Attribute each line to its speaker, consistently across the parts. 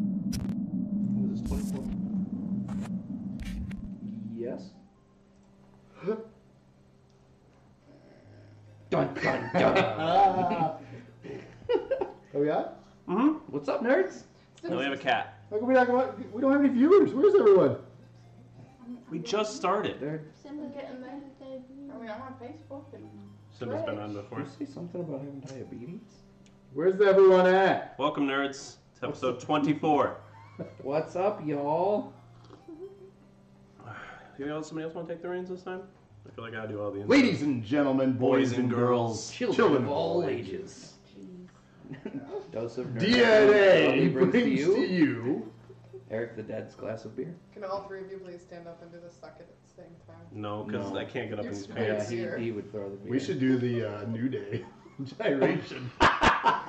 Speaker 1: What is this, 24? Yes. dun, dun, dun.
Speaker 2: Are we on?
Speaker 1: hmm What's up, nerds?
Speaker 3: No, we have a cat.
Speaker 2: How come we, not, we don't have any viewers? Where's everyone?
Speaker 3: We just started.
Speaker 1: There.
Speaker 4: Someone getting there. Are we on Facebook?
Speaker 3: Simba's been on
Speaker 1: Did
Speaker 3: before.
Speaker 1: you say something about having diabetes?
Speaker 2: Where's everyone at?
Speaker 3: Welcome, nerds, to episode 24.
Speaker 1: What's up, y'all?
Speaker 3: Do you know somebody else want to take the reins this time? I feel like I do all the.
Speaker 2: Ladies and gentlemen, boys, and girls,
Speaker 1: Children, of all ages. Dose of nerd
Speaker 2: DNA
Speaker 1: brings to you.
Speaker 2: you.
Speaker 1: Eric the Dad's glass of beer.
Speaker 5: Can all three of you please stand up and do the suck it at the same time?
Speaker 3: No, because
Speaker 1: No.
Speaker 3: I can't get up in these
Speaker 5: Yeah,
Speaker 1: Yeah,
Speaker 3: pants.
Speaker 1: he,
Speaker 5: here.
Speaker 1: he would throw the beer.
Speaker 2: We should do the uh, New Day gyration.
Speaker 1: I,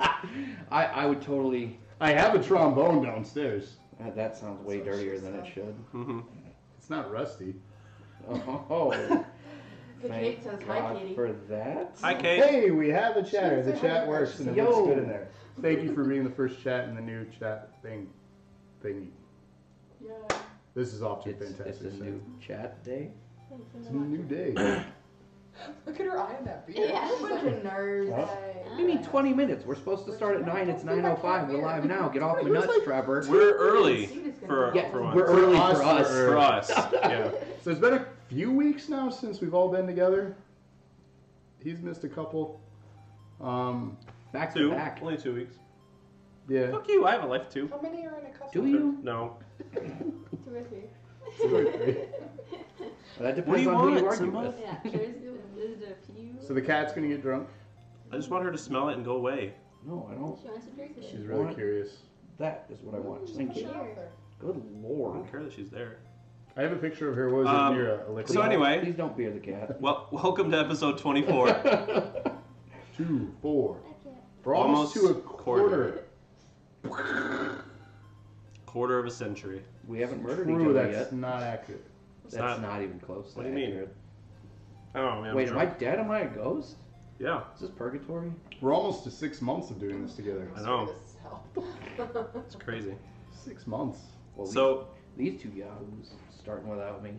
Speaker 1: I would totally.
Speaker 2: I have a trombone downstairs.
Speaker 1: Uh, that sounds way
Speaker 5: That's what
Speaker 1: dirtier
Speaker 5: she
Speaker 1: than it
Speaker 5: said.
Speaker 1: should.
Speaker 3: Mm-hmm.
Speaker 2: It's not rusty.
Speaker 1: Oh, oh,
Speaker 4: The
Speaker 1: thank
Speaker 4: Kate says, "Hi,
Speaker 1: God
Speaker 4: Katie."
Speaker 1: for that.
Speaker 3: Hi, Kate.
Speaker 2: Hey, we have a chatter.
Speaker 5: She
Speaker 2: The
Speaker 5: was
Speaker 2: chat
Speaker 5: like,
Speaker 2: works and it
Speaker 1: Yo.
Speaker 2: looks good in there. Thank you for being the first chat in the new chat thing thingy.
Speaker 4: Yeah.
Speaker 2: This is off to a
Speaker 1: It's,
Speaker 2: fantastic
Speaker 1: it's a
Speaker 2: start.
Speaker 1: new chat day.
Speaker 2: It's a new day.
Speaker 5: Look at her eye on that beard.
Speaker 4: Yeah,
Speaker 5: She's
Speaker 4: a bunch
Speaker 5: like,
Speaker 4: of nerds.
Speaker 2: Huh?
Speaker 1: What do you mean 20 minutes? We're supposed to start at 9. It's 9.05. We're live now. Get off my nuts, Trevor.
Speaker 3: We're early for,
Speaker 1: Yeah,
Speaker 3: for
Speaker 1: we're
Speaker 3: once.
Speaker 1: early
Speaker 2: us,
Speaker 1: for us.
Speaker 2: we're
Speaker 3: For us. Yeah.
Speaker 2: So it's been a few weeks now since we've all been together. He's missed a couple. Um,
Speaker 1: Back to
Speaker 3: Two.
Speaker 1: back.
Speaker 3: Only two weeks.
Speaker 2: yeah.
Speaker 3: Fuck you. I have a life too.
Speaker 5: How many are in a couple?
Speaker 1: Do you?
Speaker 3: No.
Speaker 4: Terrific.
Speaker 1: That
Speaker 3: What do
Speaker 1: depends
Speaker 3: you
Speaker 1: on who
Speaker 3: want,
Speaker 1: you argue
Speaker 3: Simba?
Speaker 1: with.
Speaker 4: Yeah, there's, there's a few.
Speaker 2: So the cat's gonna get drunk.
Speaker 3: I just want her to smell it and go away.
Speaker 1: No, I don't.
Speaker 4: she wants to drink
Speaker 2: She's
Speaker 4: it.
Speaker 2: really
Speaker 1: What?
Speaker 2: curious.
Speaker 1: That is what I want. Thank
Speaker 5: She's
Speaker 1: you.
Speaker 5: out there.
Speaker 1: Good
Speaker 3: I
Speaker 1: lord.
Speaker 3: don't care that she's there.
Speaker 2: I have a picture of her. What was
Speaker 3: Um,
Speaker 2: it near a liquor?
Speaker 3: so
Speaker 2: box?
Speaker 3: anyway-
Speaker 1: Please don't beer the cat.
Speaker 3: Well, welcome to episode 24.
Speaker 2: two, four. We're
Speaker 3: Almost
Speaker 2: almost, to a
Speaker 3: quarter.
Speaker 2: quarter.
Speaker 3: Quarter of a century.
Speaker 1: We haven't murdered each
Speaker 2: True,
Speaker 1: other
Speaker 2: that's
Speaker 1: yet.
Speaker 2: not accurate.
Speaker 1: That's
Speaker 3: not-
Speaker 1: not, even close. to
Speaker 3: What do you mean?
Speaker 1: accurate.
Speaker 3: Oh, man. I'm
Speaker 1: Wait, am I
Speaker 3: drunk.
Speaker 1: dead? Am I a ghost?
Speaker 3: Yeah.
Speaker 1: Is this purgatory?
Speaker 2: We're almost to six months of doing this together.
Speaker 3: I know.
Speaker 5: This is hell.
Speaker 3: It's crazy.
Speaker 2: Six months.
Speaker 1: Well,
Speaker 3: So,
Speaker 1: these, these two yahoos starting without me.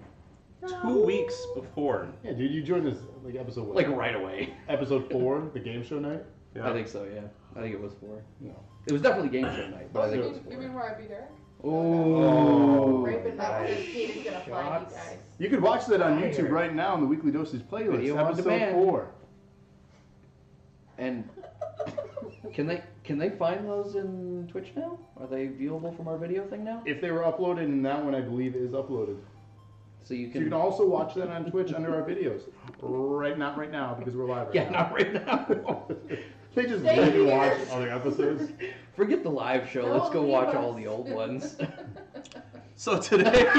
Speaker 3: two weeks before.
Speaker 2: Yeah, dude, you joined us like episode what?
Speaker 1: Like right away.
Speaker 2: episode four, the game show night.
Speaker 3: Yeah.
Speaker 1: I think so. Yeah. I think it was four.
Speaker 2: No.
Speaker 1: It was definitely game show night, but I
Speaker 5: Oh,
Speaker 1: think
Speaker 5: you
Speaker 1: it was
Speaker 5: mean, you mean
Speaker 1: four.
Speaker 5: where I beat Eric?
Speaker 1: Oh,
Speaker 5: Rape and
Speaker 1: nice.
Speaker 5: nice. Katie's gonna find
Speaker 1: Shots.
Speaker 5: you guys.
Speaker 2: You could watch that on YouTube
Speaker 1: Fire.
Speaker 2: right now on the Weekly Dosage playlist,
Speaker 1: Video on
Speaker 2: episode
Speaker 1: demand.
Speaker 2: four.
Speaker 1: And
Speaker 5: Uh-uh.
Speaker 1: can they can they find those in Twitch now? Are they viewable from our video thing now?
Speaker 2: If they were uploaded, and that one I believe is uploaded.
Speaker 1: So you
Speaker 2: So you
Speaker 1: can.
Speaker 2: can also watch that on Twitch under our videos. Right, not right now because we're live right
Speaker 1: yeah,
Speaker 2: now.
Speaker 1: not right now.
Speaker 2: They just
Speaker 5: Stay
Speaker 2: let you
Speaker 5: here.
Speaker 2: watch other episodes.
Speaker 1: Forget the live show.
Speaker 5: No,
Speaker 1: Let's go
Speaker 5: leave
Speaker 1: watch
Speaker 5: us.
Speaker 1: all the old ones.
Speaker 3: So today.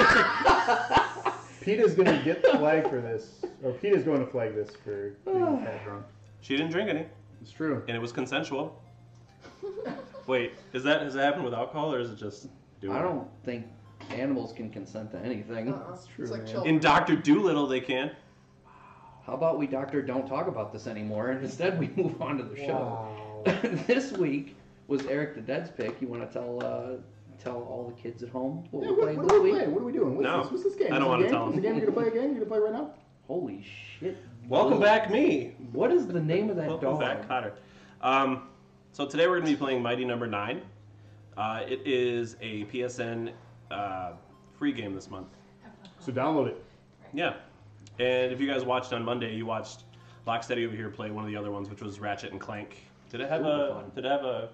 Speaker 2: PETA's gonna get the flag for this, or PETA's going to flag this for being fat drunk.
Speaker 3: She didn't drink any,
Speaker 2: It's true.
Speaker 3: and it was consensual. Wait, is that has that happened with alcohol, or is it just doing?
Speaker 1: I don't think animals can consent to anything.
Speaker 5: Uh-uh.
Speaker 2: That's true,
Speaker 5: It's like
Speaker 2: man.
Speaker 3: it?
Speaker 5: children.
Speaker 3: In Doctor Doolittle, they can.
Speaker 1: How about we, Doctor, don't talk about this anymore, and instead we move on to the show.
Speaker 2: Wow.
Speaker 1: this week was Eric the Dead's pick. You want to tell uh, tell all the kids at home what
Speaker 2: Yeah,
Speaker 1: we're
Speaker 2: what,
Speaker 1: playing
Speaker 2: what
Speaker 1: this
Speaker 2: are we
Speaker 1: week?
Speaker 2: playing? What are we doing? What's
Speaker 3: No.
Speaker 2: this? What's this game?
Speaker 3: I
Speaker 2: Is it
Speaker 3: don't
Speaker 2: a
Speaker 3: wanna
Speaker 2: game? Is
Speaker 3: tell them.
Speaker 2: the game you're gonna play again? You're gonna play right now?
Speaker 1: Holy shit!
Speaker 3: Welcome
Speaker 1: Blue.
Speaker 3: back, me.
Speaker 1: What is the name of that
Speaker 3: Welcome
Speaker 1: dog?
Speaker 3: back, Cotter. Um, so today we're going to be playing Mighty Number Nine. Uh, it is a PSN uh, free game this month.
Speaker 2: So download it.
Speaker 3: Yeah, and if you guys watched on Monday, you watched Locksteady over here play one of the other ones, which was Ratchet and Clank. Did it have
Speaker 1: Super
Speaker 3: a?
Speaker 1: fun.
Speaker 3: Did it have a?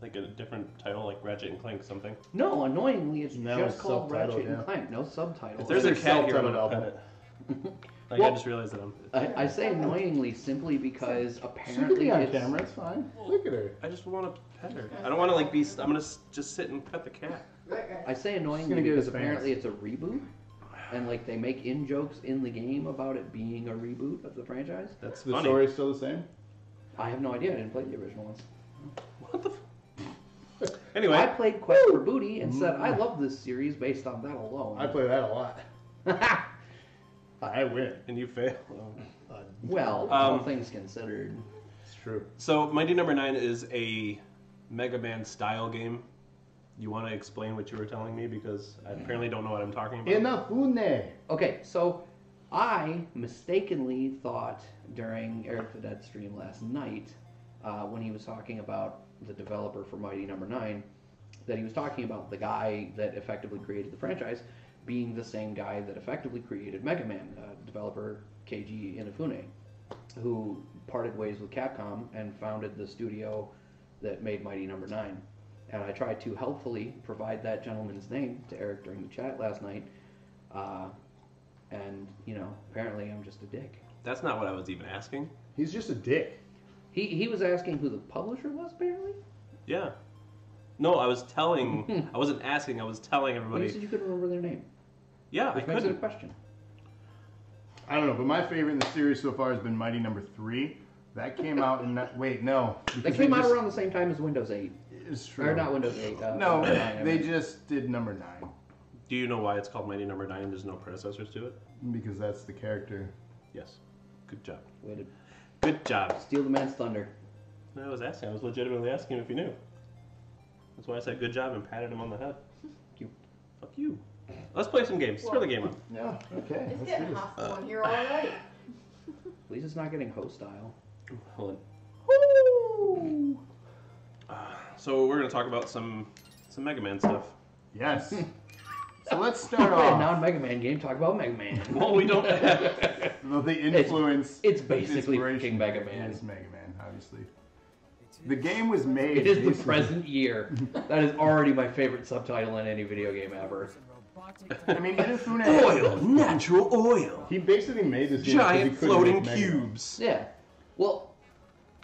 Speaker 3: Like a different title, like Ratchet and Clank, something.
Speaker 1: No, annoyingly, it's
Speaker 2: No,
Speaker 1: just
Speaker 2: it's
Speaker 1: called
Speaker 2: subtitled,
Speaker 1: Ratchet
Speaker 2: yeah.
Speaker 1: and Clank. No subtitles.
Speaker 3: If there's a
Speaker 2: It's
Speaker 3: cat here, I'm
Speaker 2: self-titled
Speaker 3: gonna pet
Speaker 2: album.
Speaker 3: it. Like I
Speaker 2: Well-
Speaker 3: just realized that I'm.
Speaker 1: I, I say annoyingly simply because
Speaker 2: She could
Speaker 1: apparently
Speaker 2: be on
Speaker 1: it's-
Speaker 2: camera. It's fine. Look at her.
Speaker 3: I just want to pet her. I don't want to like be. I'm gonna s- just sit and pet the cat.
Speaker 5: Right, guys.
Speaker 1: I say annoyingly
Speaker 2: gonna get
Speaker 1: because
Speaker 2: his
Speaker 1: apparently it's a reboot, and like they make in jokes in the game about it being a reboot of the franchise.
Speaker 3: That's
Speaker 2: The
Speaker 3: funny.
Speaker 2: story's still the same.
Speaker 1: I have no idea. I didn't play the original ones.
Speaker 3: What the? F-
Speaker 1: I
Speaker 3: anyway,
Speaker 1: played Quest for Booty and said I love this series based on that alone.
Speaker 2: I play that a lot. I win.
Speaker 3: and you fail. Oh.
Speaker 2: Uh,
Speaker 1: well, all
Speaker 3: Um,
Speaker 1: things considered,
Speaker 2: it's true.
Speaker 3: So Mighty Number Nine is a Mega Man style game. You want to explain what you were telling me because I apparently don't know what I'm talking about.
Speaker 2: Inafune.
Speaker 1: Okay, so I mistakenly thought during Eric the Dead stream last night, uh, when he was talking about the developer for Mighty Number Nine, that he was talking about the guy that effectively created the franchise being the same guy that effectively created Mega Man, uh, developer Keiji Inafune, who parted ways with Capcom and founded the studio that made Mighty Number Nine. And I tried to helpfully provide that gentleman's name to Eric during the chat last night. Uh, and you know, apparently I'm just a dick.
Speaker 3: That's not what I was even asking.
Speaker 2: He's just a dick.
Speaker 1: He he was asking who the publisher was, apparently.
Speaker 3: Yeah. No, I was telling. I wasn't asking. I was telling
Speaker 1: But you
Speaker 3: everybody.
Speaker 1: said you couldn't remember their name,
Speaker 3: Yeah, I
Speaker 1: which makes it a
Speaker 3: couldn't.
Speaker 1: question.
Speaker 2: I don't know, but my favorite in the series so far has been Mighty Number Three. That came out in that, wait no.
Speaker 1: They
Speaker 2: because
Speaker 1: came out
Speaker 2: just-
Speaker 1: around the same time as Windows 8,
Speaker 2: It's true.
Speaker 1: or not Windows 8. Uh,
Speaker 2: no,
Speaker 1: Windows 9, I
Speaker 2: they
Speaker 1: mean.
Speaker 2: just did number nine
Speaker 3: Do you know why it's called Mighty Number Nine? and There's no predecessors to it.
Speaker 2: because that's the character.
Speaker 3: Yes. Good job.
Speaker 1: way to
Speaker 3: Good job.
Speaker 1: steal the man's thunder.
Speaker 3: No, I was asking. I was legitimately asking him if he knew. That's why I said good job and patted him on the head.
Speaker 1: You.
Speaker 3: Fuck you. Let's play some games. Let's throw the game up.
Speaker 2: Yeah. Okay.
Speaker 5: It's
Speaker 2: let's do
Speaker 5: getting
Speaker 2: this.
Speaker 5: hostile in here already.
Speaker 1: At least it's not getting hostile.
Speaker 3: Hold on. Uh, so we're gonna talk about some some Mega Man stuff.
Speaker 2: Yes.
Speaker 1: Hmm.
Speaker 2: so let's start
Speaker 1: Play a
Speaker 2: off
Speaker 1: non-Mega Man game. Talk about Mega Man.
Speaker 3: oh. Well, we don't.
Speaker 2: with the influence.
Speaker 1: it's basically
Speaker 2: inspiration.
Speaker 1: fucking Mega Man.
Speaker 2: It's Mega Man, obviously. The game was made.
Speaker 1: It is the
Speaker 2: basically-
Speaker 1: present year. That is already my favorite subtitle in any video game ever.
Speaker 2: I mean, Inafune. Oil.
Speaker 3: natural oil,
Speaker 2: He basically made this game because he couldn't make Mega Man.
Speaker 1: Yeah. Well,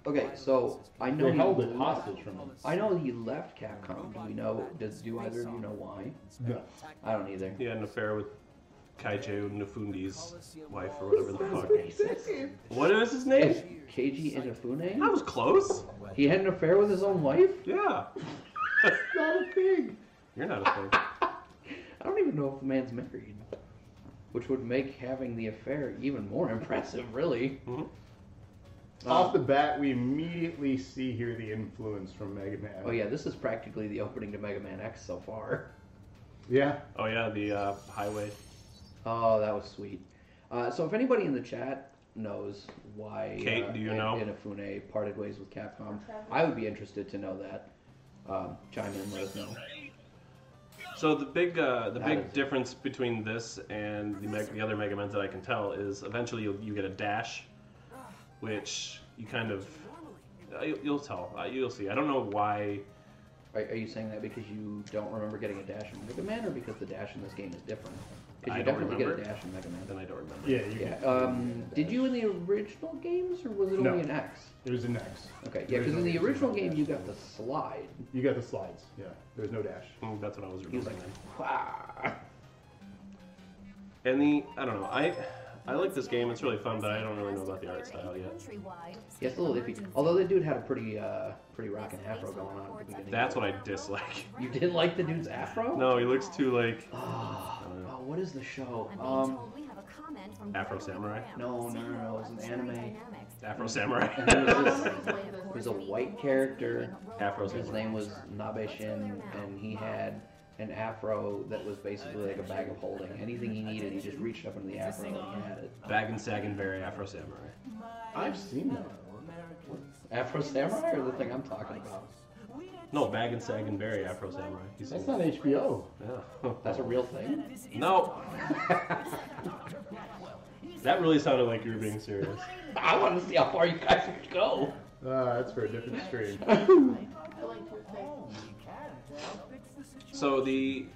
Speaker 1: okay. So I know
Speaker 2: They
Speaker 1: he
Speaker 2: held it
Speaker 1: left-
Speaker 2: hostage from him.
Speaker 1: I know he left Capcom. Do we know? Does do either of you know why?
Speaker 2: No.
Speaker 1: I don't either.
Speaker 3: He had an affair with Kaiju Nafundi's wife or whatever the fuck. What is his
Speaker 1: If
Speaker 3: name?
Speaker 1: Keiji Inafune,
Speaker 3: That was close.
Speaker 1: he had an affair with his own wife.
Speaker 3: Yeah.
Speaker 2: Not a pig.
Speaker 3: You're not a fan.
Speaker 1: I don't even know if the man's married, which would make having the affair even more impressive, really.
Speaker 3: Mhm.
Speaker 2: Off the bat, we immediately see here the influence from Mega Man.
Speaker 1: Oh yeah, this is practically the opening to Mega Man X so far.
Speaker 2: Yeah.
Speaker 3: Oh yeah, the uh, highway.
Speaker 1: Oh, that was sweet. Uh, so if anybody in the chat knows why
Speaker 3: Kate,
Speaker 1: uh,
Speaker 3: do you
Speaker 1: In-
Speaker 3: know?
Speaker 1: Inafune parted ways with Capcom, I would be interested to know that. Um, chime in, let us know.
Speaker 3: So the big uh, the
Speaker 1: That
Speaker 3: big
Speaker 1: is-
Speaker 3: difference between this and the Meg- the other Mega Mans that I can tell is eventually you you get a dash, which you kind of uh, you- you'll tell uh, you'll see. I don't know why.
Speaker 1: Are, are you saying that because you don't remember getting a dash in Mega Man, or because the dash in this game is different? Because
Speaker 3: I
Speaker 1: you
Speaker 3: don't
Speaker 1: definitely
Speaker 3: remember.
Speaker 1: get a dash in Mega Man.
Speaker 3: Then I don't remember.
Speaker 2: Yeah. You
Speaker 1: Yeah.
Speaker 2: Can,
Speaker 1: Um, did you in the original games, or was it
Speaker 2: No.
Speaker 1: only in X?
Speaker 2: There's an X.
Speaker 1: Okay. Yeah, because in the original game you got the slide.
Speaker 2: You got the slides. Yeah. There's no dash.
Speaker 3: Mm, That's what I was
Speaker 1: He was like,
Speaker 3: remembering. then.
Speaker 1: "Wah."
Speaker 3: And the I don't know I I like this game. It's really fun, but I don't really know about the art style yet.
Speaker 1: Yeah, it's a little iffy. Although that dude had a pretty, uh, pretty rockin' afro going on at the beginning.
Speaker 3: That's what I dislike.
Speaker 1: You didn't like the dude's afro?
Speaker 3: No, he looks too like
Speaker 1: Oh,
Speaker 3: I don't know.
Speaker 1: oh, what is the show?
Speaker 6: I'm being
Speaker 1: Um,
Speaker 6: told we have a comment from
Speaker 3: Afro
Speaker 6: Gregory
Speaker 3: Samurai?
Speaker 6: Graham,
Speaker 1: No, no, no,
Speaker 6: CEO
Speaker 1: no, it was
Speaker 6: of
Speaker 1: an
Speaker 6: Missouri
Speaker 1: anime.
Speaker 6: Dynamics.
Speaker 3: Afro Samurai.
Speaker 1: and then there was this,
Speaker 5: There's
Speaker 1: there's a white character.
Speaker 3: Afro
Speaker 1: His name was Nabe Shin, and he had an afro that was basically like a bag of holding. Anything he needed, he just reached up into the afro and he had it.
Speaker 3: Bag and sag and very Afro Samurai.
Speaker 2: I've seen that.
Speaker 1: Afro Samurai or the thing I'm talking about?
Speaker 3: No, bag and sag and very Afro Samurai. He's
Speaker 2: That's not HBO.
Speaker 3: Yeah.
Speaker 1: That's a real thing?
Speaker 3: No. that really sounded like you were being serious.
Speaker 1: I want to see how far you guys would go.
Speaker 2: Uh, that's for a different stream.
Speaker 4: I like your face.
Speaker 3: So the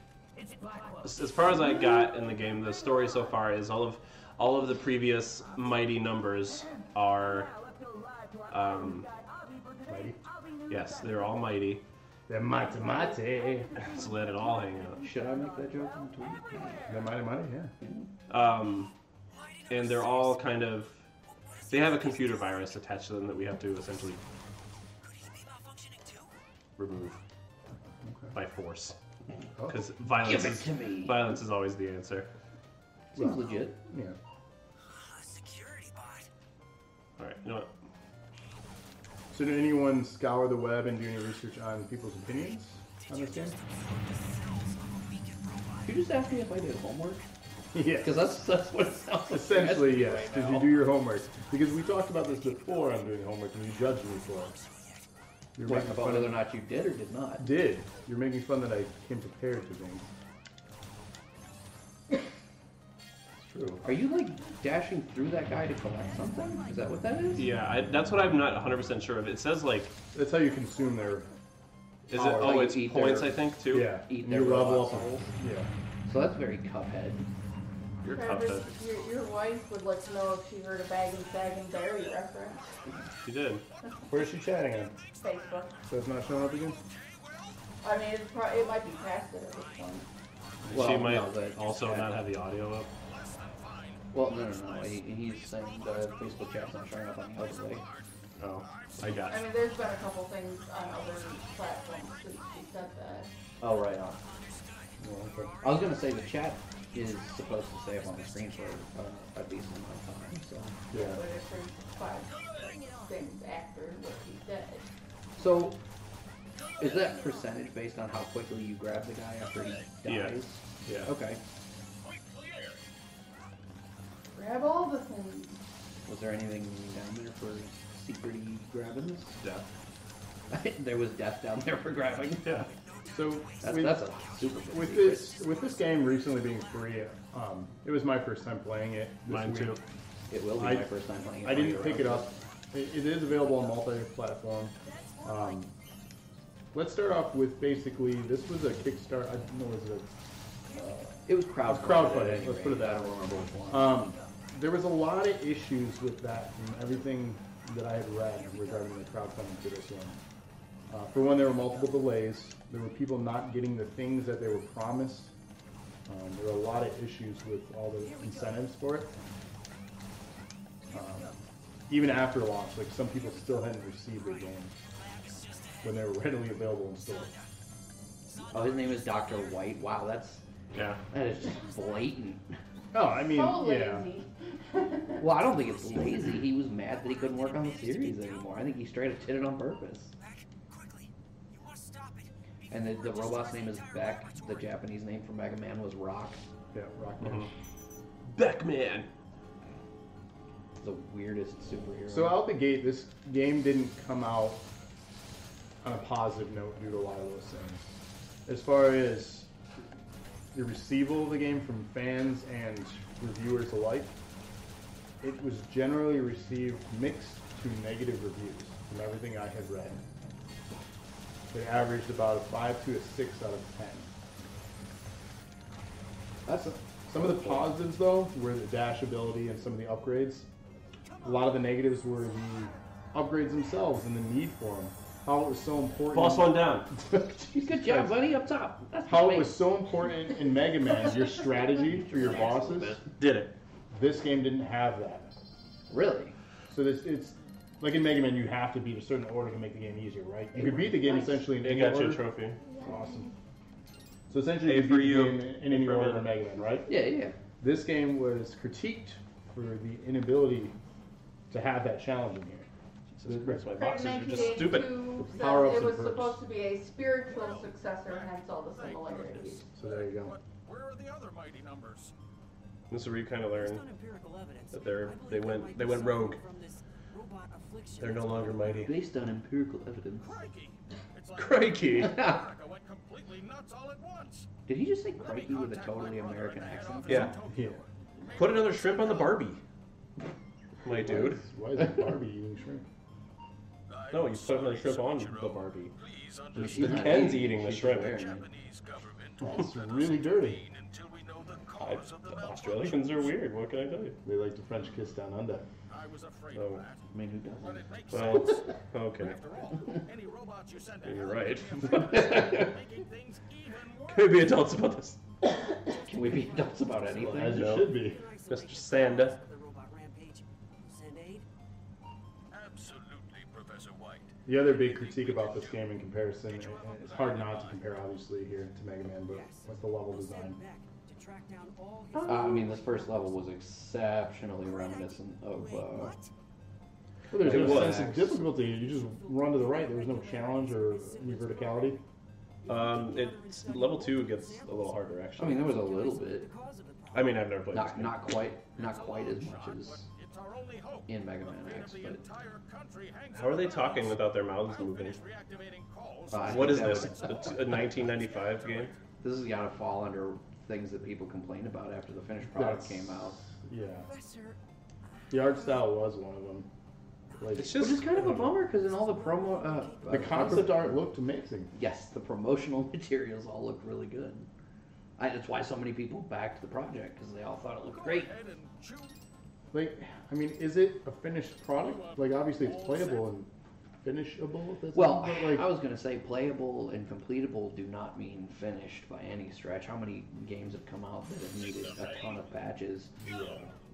Speaker 3: as as far as I got in the game, the story so far is all of all of the previous mighty numbers are um
Speaker 2: Mighty.
Speaker 3: yes, they're all mighty.
Speaker 2: The Mate Mate.
Speaker 3: So let it all hang out.
Speaker 1: Should I make that joke on Twitter?
Speaker 2: The Mighty Mighty, yeah.
Speaker 3: Um, and they're all kind of they have a computer virus attached to them that we have to essentially remove by force
Speaker 2: Oh,
Speaker 3: because violence
Speaker 1: Give it
Speaker 3: is
Speaker 1: to me.
Speaker 3: violence is always the answer.
Speaker 1: Seems
Speaker 2: Well.
Speaker 1: legit.
Speaker 2: yeah.
Speaker 3: All right, you know what?
Speaker 2: Did anyone scour the web and do any research on people's opinions on this game?
Speaker 1: You just asked me if I did homework
Speaker 2: Yes.
Speaker 1: because that's that's what it sounds like. you're asking
Speaker 2: Essentially,
Speaker 1: me
Speaker 2: yes.
Speaker 1: right
Speaker 2: Did
Speaker 1: now.
Speaker 2: you do your homework? Because we talked about this before on doing homework, and you judged me for it. You're
Speaker 1: What,
Speaker 2: making
Speaker 1: about
Speaker 2: fun of
Speaker 1: whether or not you did or did not?
Speaker 2: Did you're making fun that I came prepared to things? It's true.
Speaker 1: Are you like dashing through that guy to collect something? Is that what that is?
Speaker 3: Yeah, I, that's what I'm not 100 percent sure of. It says like,
Speaker 2: That's how you consume their
Speaker 3: is
Speaker 1: Oh,
Speaker 3: it?
Speaker 1: like
Speaker 3: Oh, it's
Speaker 1: eat
Speaker 3: points,
Speaker 1: their-
Speaker 3: I think, too.
Speaker 2: yeah.
Speaker 1: Eat
Speaker 2: and
Speaker 1: their
Speaker 2: you level
Speaker 1: robot
Speaker 2: up.
Speaker 1: souls.
Speaker 2: Yeah.
Speaker 1: So that's very cuphead.
Speaker 3: You're
Speaker 5: Travis,
Speaker 3: cuphead.
Speaker 5: your, your wife would like to know if she heard a bag and bag and berry reference.
Speaker 3: You did.
Speaker 2: Where is she chatting on?
Speaker 5: Facebook.
Speaker 2: So it's not showing up again.
Speaker 5: I mean, it's pro- it might be past it at this point.
Speaker 1: Well,
Speaker 3: she
Speaker 1: no,
Speaker 3: might
Speaker 1: but-
Speaker 3: also
Speaker 1: yeah.
Speaker 3: not have the audio up.
Speaker 1: Well, no, no, no. He, he's saying the Facebook chat's not showing up on the other way.
Speaker 3: Oh, I got.
Speaker 5: I mean, there's been a couple things on other platforms since she said that.
Speaker 1: Oh, right on.
Speaker 2: Oh, okay.
Speaker 1: I was gonna say the chat is supposed to stay up on the screen for uh, at least amount of time.
Speaker 2: Yeah.
Speaker 5: But if there's five things after what she said,
Speaker 1: So, so is that percentage based on how quickly you grab the guy after he
Speaker 3: Yeah.
Speaker 1: dies?
Speaker 3: Yeah.
Speaker 1: Okay.
Speaker 5: grab all the things.
Speaker 1: Was there anything down there for secrety grabbings?
Speaker 3: Yeah.
Speaker 1: there was death down there for grabbing.
Speaker 3: Yeah.
Speaker 2: So
Speaker 1: That's,
Speaker 2: with,
Speaker 1: that's a super good
Speaker 2: with
Speaker 1: secret.
Speaker 2: this with this game recently being free, um, it was my first time playing it. This
Speaker 3: Mine
Speaker 2: week.
Speaker 3: too.
Speaker 1: It will be
Speaker 2: I-
Speaker 1: my first time playing it.
Speaker 2: I didn't
Speaker 1: on
Speaker 2: pick
Speaker 1: your
Speaker 2: it
Speaker 1: own.
Speaker 2: up. It, it is available on multi-platform. Um, let's start off with basically this was a Kickstarter. I don't know was it.
Speaker 1: It was crowdfunded.
Speaker 2: crowdfunded,
Speaker 1: at any
Speaker 2: let's put it
Speaker 1: rate.
Speaker 2: that
Speaker 1: I don't remember which one.
Speaker 2: Um, there was a lot of issues with that from everything that I had read regarding the crowdfunding for this one. Uh, for one, there were multiple delays. There were people not getting the things that they were promised. Um, there were a lot of issues with all the incentives for it. Um, even after launch, like some people still hadn't received their game when they were readily available in store.
Speaker 1: oh, his name is Doctor White. Wow, that's
Speaker 3: Yeah.
Speaker 1: that is just blatant.
Speaker 2: Oh, I mean,
Speaker 5: So
Speaker 2: yeah.
Speaker 5: lazy.
Speaker 1: Well, I don't think it's lazy. He was mad that he couldn't work on the series anymore. I think he straight up did it on purpose. And the, the robot's name is Beck. The Japanese name for Mega Man was Rock.
Speaker 2: Yeah, Rockman.
Speaker 3: Beckman.
Speaker 1: The weirdest superhero.
Speaker 2: So out the gate, this game didn't come out on a positive note due to a lot of those things. As far as the receival of the game from fans and reviewers alike, it was generally received mixed to negative reviews from everything I had read. They averaged about a five to a six out of ten. That's some of the positives though were the dash ability and some of the upgrades a lot of the negatives were the upgrades themselves and the need for them. How it was so important.
Speaker 3: Boss one down.
Speaker 2: Jesus
Speaker 1: good job,
Speaker 2: Christ.
Speaker 1: buddy, up top. That's the
Speaker 2: How it
Speaker 1: way.
Speaker 2: was so important in Mega Man, your strategy for your
Speaker 1: Relax a little
Speaker 2: bosses.
Speaker 3: Did it.
Speaker 2: This game didn't have that.
Speaker 1: really.
Speaker 2: So this it's like in Mega Man, you have to beat a certain order to make the game easier, right? You could beat the game essentially in
Speaker 3: It
Speaker 2: any
Speaker 3: got you
Speaker 2: order.
Speaker 3: a trophy.
Speaker 2: Awesome. So essentially, you
Speaker 3: Hey,
Speaker 2: could
Speaker 3: for
Speaker 2: beat
Speaker 3: you.
Speaker 2: the game in any
Speaker 3: For
Speaker 2: order
Speaker 3: me.
Speaker 2: in Mega Man, right?
Speaker 1: Yeah, yeah.
Speaker 2: This game was critiqued for the inability to have that challenge in here.
Speaker 3: Jesus Christ, my
Speaker 5: Craig
Speaker 3: boxes are
Speaker 5: Mankey
Speaker 3: just stupid.
Speaker 5: Two said
Speaker 2: Power-ups
Speaker 5: it
Speaker 2: and
Speaker 5: was
Speaker 2: perks.
Speaker 5: supposed to be a spiritual successor, hence all the similarities.
Speaker 2: So there you go.
Speaker 6: Where are the other mighty numbers?
Speaker 3: This is where you kind of
Speaker 7: Based
Speaker 3: learn.
Speaker 7: on empirical evidence,
Speaker 3: that they're-
Speaker 7: I believe
Speaker 3: they
Speaker 7: there
Speaker 3: went-
Speaker 7: might
Speaker 3: they
Speaker 7: be
Speaker 3: went
Speaker 7: something
Speaker 3: rogue.
Speaker 7: from this robot affliction
Speaker 3: They're no
Speaker 7: that's
Speaker 3: longer
Speaker 7: going
Speaker 3: mighty.
Speaker 1: Based on empirical evidence.
Speaker 6: Crikey! It's like
Speaker 3: Crikey.
Speaker 6: America went completely nuts all at once.
Speaker 1: Did he just say
Speaker 6: Let me
Speaker 1: crikey with a
Speaker 6: contact my
Speaker 1: totally
Speaker 6: brother
Speaker 1: American
Speaker 6: at the head
Speaker 1: accent?
Speaker 6: office
Speaker 3: Yeah.
Speaker 6: in Tokyo.
Speaker 2: Here.
Speaker 3: Put another shrimp on the Barbie. My dude.
Speaker 2: Why is Barbie eating shrimp?
Speaker 6: I'm
Speaker 3: No, you put another
Speaker 6: sorry,
Speaker 3: shrimp on
Speaker 6: Soichiro.
Speaker 3: the Barbie.
Speaker 6: Please
Speaker 1: I mean,
Speaker 6: understand.
Speaker 1: she's not
Speaker 3: Ken's
Speaker 1: Asian,
Speaker 3: eating the
Speaker 1: she's
Speaker 3: shrimp.
Speaker 1: American.
Speaker 6: Japanese government
Speaker 2: That's
Speaker 6: won't let us
Speaker 2: really dirty.
Speaker 6: intervene Until we know the
Speaker 3: I,
Speaker 6: cause of the
Speaker 3: the
Speaker 6: malfunction.
Speaker 3: Australians are weird. What can I tell you?
Speaker 2: They like the French kiss down under.
Speaker 6: I was afraid
Speaker 3: Oh.
Speaker 6: of that.
Speaker 1: I mean, who
Speaker 6: But
Speaker 1: doesn't?
Speaker 6: it makes
Speaker 3: Well,
Speaker 6: sense.
Speaker 1: Oh,
Speaker 3: okay.
Speaker 6: After all, any robots you send to
Speaker 3: You're
Speaker 6: hell
Speaker 3: right.
Speaker 6: will be afraid of making things even worse.
Speaker 3: Can we be adults about this?
Speaker 1: Can we be adults about
Speaker 2: Well, as
Speaker 1: anything?
Speaker 2: it
Speaker 3: No.
Speaker 2: should be.
Speaker 7: in isolation
Speaker 3: Mr. Sanda.
Speaker 7: from the robot rampage. Send aid?
Speaker 6: Absolutely, Professor White.
Speaker 2: The other big critique about this game in comparison, and it's hard not to compare obviously here to Mega Man, but
Speaker 7: Yes.
Speaker 2: what's the level
Speaker 7: We'll send
Speaker 2: design?
Speaker 7: Beck to track down all
Speaker 1: Oh.
Speaker 7: his-
Speaker 1: Uh, I mean, this first level was exceptionally reminiscent of
Speaker 7: Wait,
Speaker 1: uh,
Speaker 7: what?
Speaker 1: Well, there's
Speaker 2: There's no
Speaker 3: It was.
Speaker 2: sense of difficulty. You just run to the right. There was no challenge or any verticality.
Speaker 3: Um, it's level two gets a little harder
Speaker 1: I
Speaker 3: actually.
Speaker 1: mean, there was a little bit,
Speaker 3: I mean, I've never played. this
Speaker 1: not
Speaker 3: game.
Speaker 1: not quite, not quite as much as
Speaker 6: It's our only hope.
Speaker 1: in Mega
Speaker 6: The
Speaker 1: Man
Speaker 6: fate
Speaker 1: X,
Speaker 6: of the
Speaker 1: but-
Speaker 6: entire country hangs
Speaker 3: How are
Speaker 6: on
Speaker 3: they
Speaker 6: the
Speaker 3: talking
Speaker 6: balance.
Speaker 3: without their mouths
Speaker 6: I'll
Speaker 3: moving?
Speaker 6: finish reactivating calls.
Speaker 1: Uh,
Speaker 3: What is this? A, a 1995 game?
Speaker 1: this has got to fall under things that people complained about after the finished product
Speaker 2: That's-
Speaker 1: came out.
Speaker 2: Yeah.
Speaker 7: Professor,
Speaker 2: The art style was one of them. Like
Speaker 3: It's
Speaker 1: Which
Speaker 3: just
Speaker 1: is kind of a bummer because in all the promo, uh,
Speaker 2: the
Speaker 1: uh,
Speaker 2: concept art looked amazing.
Speaker 1: yes, the promotional materials all look really good. I, that's why so many people backed the project because they all thought it looked great.
Speaker 6: Go ahead and chew
Speaker 2: Like, I mean, is it a finished product? Like, obviously, it's playable and finishable. If that's
Speaker 1: Well,
Speaker 2: something, but, like,
Speaker 1: I was going to say playable and completable do not mean finished by any stretch. How many games have come out that have needed a ton of patches?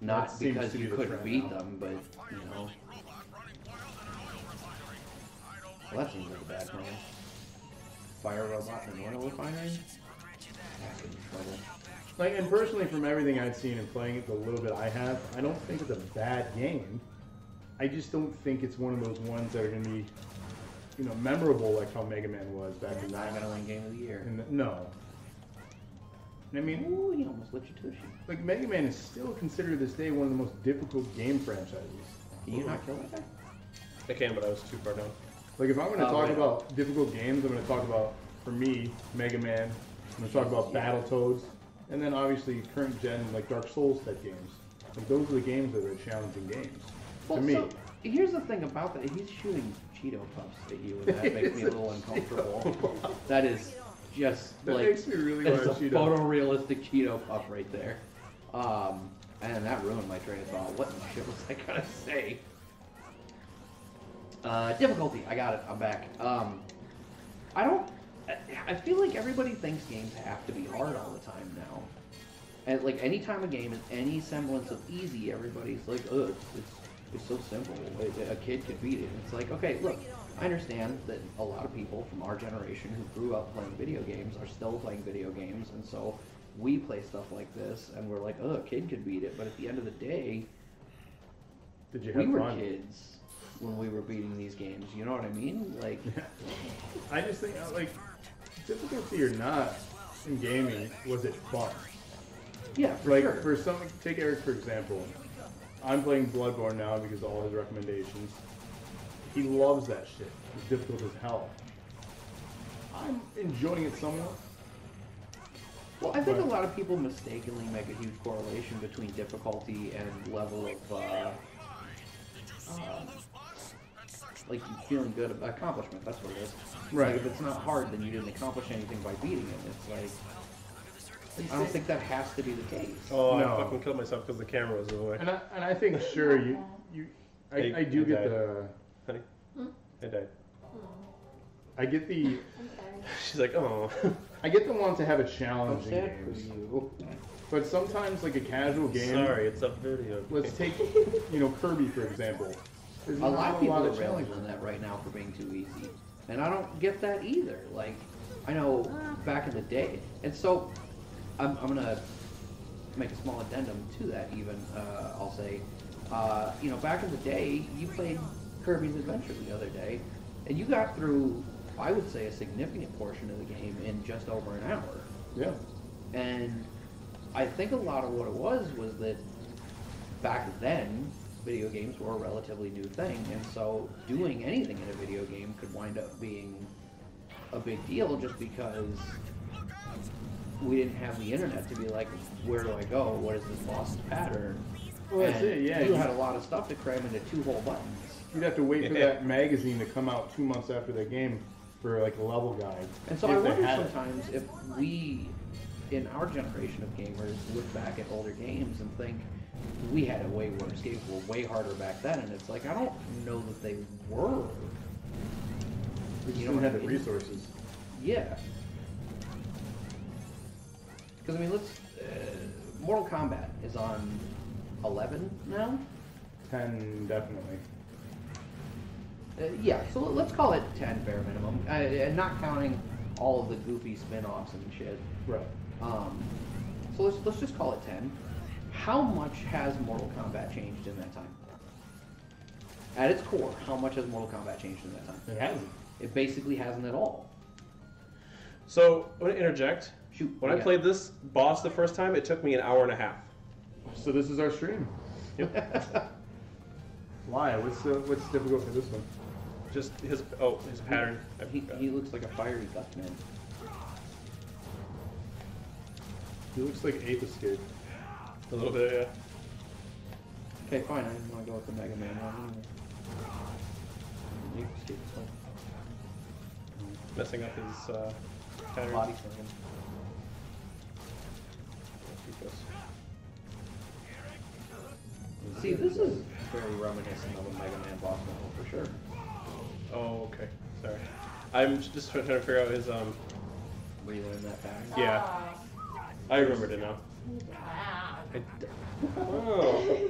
Speaker 1: Not
Speaker 2: That seems
Speaker 1: because
Speaker 2: to
Speaker 1: you
Speaker 2: be the
Speaker 1: couldn't
Speaker 2: trend
Speaker 1: beat
Speaker 2: now.
Speaker 1: them, but you know.
Speaker 6: fire-wielding robot running wild in an oil refinery. I don't like
Speaker 1: Well, that seems like a bad plan. Fire robot and oil refinery? That could be trouble.
Speaker 2: like, and personally, from everything I've seen and playing it the little bit I have, I don't think it's a bad game. I just don't think it's one of those ones that are going to be, you know, memorable like how Mega Man was back in
Speaker 1: Not
Speaker 2: that.
Speaker 1: gonna win game of the year.
Speaker 2: In the, no. And I mean,
Speaker 1: Ooh, he almost let you tush him.
Speaker 2: Like Mega Man is still considered to this day one of the most difficult game franchises.
Speaker 1: Can you not kill that guy?
Speaker 3: I can, but I was too far down.
Speaker 2: Like if I'm going to
Speaker 1: Oh,
Speaker 2: talk
Speaker 1: yeah.
Speaker 2: about difficult games, I'm going to talk about for me Mega Man. I'm going to talk about
Speaker 1: Yeah.
Speaker 2: Battletoads, and then obviously current gen like Dark Souls type games. Like those are the games that are challenging games
Speaker 1: Well,
Speaker 2: to me.
Speaker 1: so here's the thing about that. He's shooting Cheeto puffs at you, and that makes me a little uncomfortable. that is just
Speaker 2: That
Speaker 1: like
Speaker 2: makes me really
Speaker 1: that's a
Speaker 2: want a Cheeto.
Speaker 1: photorealistic Cheeto puff right there. Um, and that ruined my train of thought. What in the shit was I gonna say? Uh, difficulty. I got it. I'm back. Um, I don't. I- I feel like everybody thinks games have to be hard all the time now. And like any time a game is any semblance of easy, everybody's like, "Ugh, it's, it's, it's so simple. A, a kid could beat it." It's like, okay, look, I understand that a lot of people from our generation who grew up playing video games are still playing video games, and so we play stuff like this, and we're like, "Ugh, a kid could beat it." But at the end of the day,
Speaker 2: Did you
Speaker 1: we
Speaker 2: have
Speaker 1: were
Speaker 2: fun?
Speaker 1: kids when we were beating these games. You know what I mean? Like,
Speaker 2: I just think uh, like difficulty or not in gaming, was it fun?
Speaker 1: yeah, for
Speaker 2: like
Speaker 1: sure.
Speaker 2: for some take Eric for example. I'm playing Bloodborne now because of all his recommendations. He loves that shit. It's difficult as hell. I'm enjoying it somewhat.
Speaker 1: Well, I think a
Speaker 2: But-
Speaker 1: lot of people mistakenly make a huge correlation between difficulty and level of, uh, uh, like feeling good about accomplishment. That's what it is. It's
Speaker 2: Right.
Speaker 1: Like if it's not hard, then you didn't accomplish anything by beating it. It's like I don't think that has to be the case.
Speaker 3: Oh,
Speaker 2: No.
Speaker 3: I fucking killed myself because the camera was in the way.
Speaker 2: And I and I think sure you you I,
Speaker 3: Hey,
Speaker 2: I do
Speaker 3: you
Speaker 2: get
Speaker 3: died.
Speaker 2: the
Speaker 3: Honey, I died.
Speaker 2: I get the
Speaker 5: I'm sorry.
Speaker 3: She's like, oh.
Speaker 2: I get the want to have a
Speaker 1: I'm
Speaker 2: challenge in
Speaker 1: sad for
Speaker 2: games.
Speaker 1: you.
Speaker 2: But sometimes like a casual game
Speaker 3: Sorry, it's a video. game.
Speaker 2: let's take you know Kirby for example. There's
Speaker 1: A lot
Speaker 2: not
Speaker 1: of people are
Speaker 2: challenge.
Speaker 1: railing on that right now for being too easy, and I don't get that either. Like, I know back in the day, and so I'm, I'm gonna make a small addendum to that. Even uh, I'll say, uh, you know, back in the day, you played Kirby's Adventure the other day, and you got through, I would say, a significant portion of the game in just over an hour.
Speaker 2: Yeah.
Speaker 1: And I think a lot of what it was was that back then, video games were a relatively new thing, and so doing anything in a video game could wind up being a big deal just because we didn't have the internet to be like, where do I go? What is this lost pattern?
Speaker 2: Well, that's
Speaker 1: And
Speaker 2: it, yeah.
Speaker 1: You had a lot of stuff to cram into two whole buttons.
Speaker 2: You'd have to wait for
Speaker 3: Yeah.
Speaker 2: that magazine to come out two months after the game for like a level guide.
Speaker 1: And so
Speaker 2: if
Speaker 1: I
Speaker 2: they
Speaker 1: wonder
Speaker 2: had it.
Speaker 1: sometimes if we, in our generation of gamers, look back at older games and think we had it way worse. Games were way harder back then, and it's like I don't know that they were.
Speaker 2: we just
Speaker 1: you know
Speaker 2: don't
Speaker 1: what
Speaker 2: have
Speaker 1: I
Speaker 2: the
Speaker 1: mean?
Speaker 2: resources.
Speaker 1: Yeah. Because I mean, let's. Uh, Mortal Kombat is on eleven now.
Speaker 2: Ten definitely.
Speaker 1: Uh, yeah, so let- let's call it ten bare minimum, uh, and not counting all of the goofy spin-offs and shit.
Speaker 2: Right.
Speaker 1: Um, so let's, let's just call it 10. How much has Mortal Kombat changed in that time? at its core, how much has Mortal Kombat changed in that time?
Speaker 2: It hasn't.
Speaker 1: It basically hasn't at all.
Speaker 3: So I'm gonna interject.
Speaker 1: Shoot,
Speaker 3: When
Speaker 1: you
Speaker 3: I
Speaker 1: got
Speaker 3: played this boss the first time, it took me an hour and a half.
Speaker 2: So this is our stream. Why? What's the, what's difficult for this one?
Speaker 3: Just his oh his pattern. I
Speaker 1: He,
Speaker 3: forgot.
Speaker 1: he looks like a fiery gut man.
Speaker 2: He looks like Ape Escape.
Speaker 3: a little bit. Yeah.
Speaker 1: Okay, fine. I didn't want to go with the Mega Man one anyway. You can see
Speaker 3: messing up his uh,
Speaker 1: his
Speaker 3: pattern.
Speaker 1: body slam. See, this is very reminiscent of a Mega Man boss level for sure.
Speaker 3: Oh, okay. Sorry. I'm j- just trying to figure out his um.
Speaker 1: Relearn that pattern.
Speaker 3: Yeah, I remembered it now.
Speaker 5: Ah.
Speaker 3: I d- oh,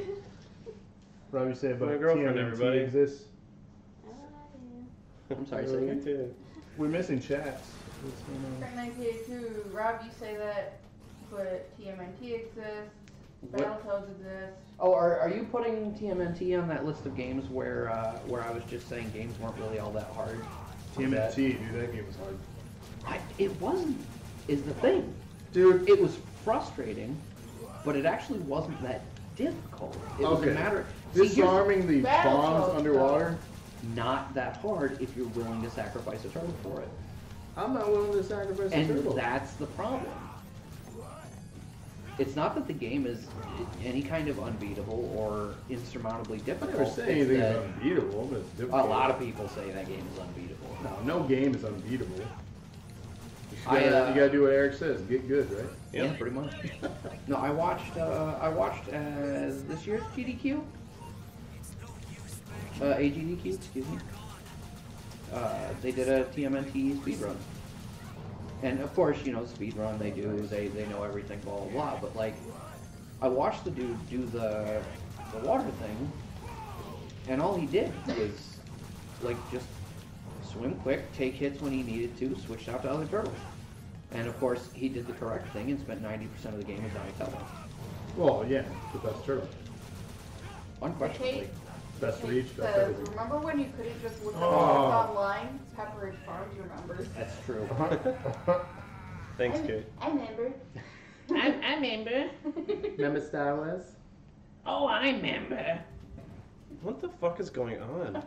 Speaker 2: Rob, you say about
Speaker 3: My girlfriend,
Speaker 2: TMNT
Speaker 3: everybody.
Speaker 2: Exists.
Speaker 1: I'm sorry, say again?
Speaker 2: We're missing chats.
Speaker 5: Track 1982, Rob, you say that, but TMNT exists,
Speaker 1: What-
Speaker 5: Battletoads exists.
Speaker 1: Oh, are, are you putting TMNT on that list of games where uh, where I was just saying games weren't really all that hard?
Speaker 2: TMNT, dude, that game was hard.
Speaker 1: I, it wasn't, is the thing.
Speaker 2: Dude,
Speaker 1: It was frustrating, but it actually wasn't that difficult. It was a
Speaker 2: Okay.
Speaker 1: matter. See, here's-
Speaker 2: disarming the bombs
Speaker 5: Battletoads,
Speaker 2: underwater.
Speaker 1: not that hard if you're willing to sacrifice a turtle for it.
Speaker 2: I'm not willing to sacrifice
Speaker 1: And
Speaker 2: a turtle.
Speaker 1: that's the problem. It's not that the game is any kind of unbeatable or insurmountably
Speaker 2: I
Speaker 1: difficult.
Speaker 2: never say
Speaker 1: it's
Speaker 2: anything
Speaker 1: that
Speaker 2: is unbeatable, but it's
Speaker 1: a
Speaker 2: difficult.
Speaker 1: lot of people say that game is unbeatable.
Speaker 2: No, no game is unbeatable. You, just
Speaker 1: I,
Speaker 2: gotta,
Speaker 1: uh,
Speaker 2: you gotta do what Eric says. Get good, right?
Speaker 1: Yeah, pretty much. no, I watched. Uh, I watched uh, this year's GDQ. Uh, AGDQ, excuse me. Uh, they did a TMNT speedrun, and of course, you know, speedrun they do. They they know everything, blah blah blah. But like, I watched the dude do the the water thing, and all he did was like just swim quick, take hits when he needed to, switched out to other turtles. And of course, he did the correct thing and spent 90% of the game as Donatello.
Speaker 2: Well, yeah, the best turtle.
Speaker 1: Unquestionably.
Speaker 2: Best
Speaker 5: Kate
Speaker 2: reach, best
Speaker 5: says,
Speaker 2: everything.
Speaker 5: remember when you couldn't just look up
Speaker 2: Oh.
Speaker 5: what's online? Pepperidge Farms remembers.
Speaker 1: That's true.
Speaker 3: Thanks,
Speaker 5: I-
Speaker 3: Kate.
Speaker 5: I remember.
Speaker 1: I, I remember.
Speaker 2: Remember Star Wars?
Speaker 1: Oh, I remember.
Speaker 3: What the fuck is going on?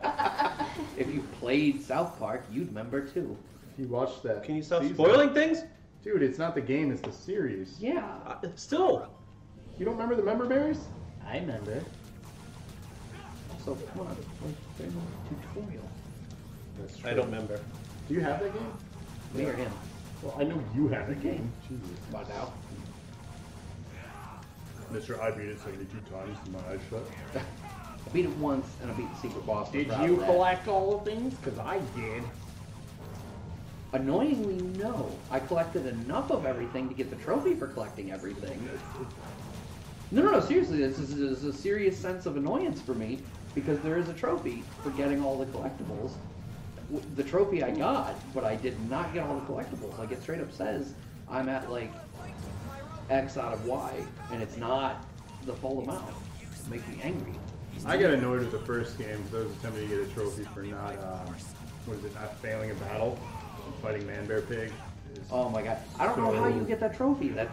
Speaker 1: If you played South Park, you'd remember too.
Speaker 2: If you watch that,
Speaker 3: Can you stop
Speaker 2: season-
Speaker 3: spoiling things?
Speaker 2: Dude, it's not the game; it's the series.
Speaker 1: Yeah.
Speaker 3: Uh, still.
Speaker 2: You don't remember the member berries?
Speaker 1: I remember. Also, come on. Like, there's a tutorial.
Speaker 2: That's
Speaker 3: I don't remember.
Speaker 2: Do you have that game?
Speaker 1: Me or him?
Speaker 2: Well, I know you have the game. Jesus.
Speaker 1: Come on now.
Speaker 2: Mister, I beat it seventy-two times with my eyes shut.
Speaker 1: I beat it once, and I beat the secret boss. I'm
Speaker 2: Did
Speaker 1: proud
Speaker 2: you
Speaker 1: of that.
Speaker 2: collect all the things? Cause I did.
Speaker 1: Annoyingly, no. I collected enough of everything to get the trophy for collecting everything. No, no, no. Seriously, this is, this is a serious sense of annoyance for me because there is a trophy for getting all the collectibles. W- The trophy I got, but I did not get all the collectibles. Like it straight up says, I'm at like X out of Y, and it's not the full amount. It makes me angry.
Speaker 2: I got annoyed with the first game because I was attempting to get a trophy for not, um, what is it, not failing a battle, and fighting Man Bear Pig. It's-
Speaker 1: Oh my god! I don't know how you
Speaker 2: So-
Speaker 1: get that trophy. That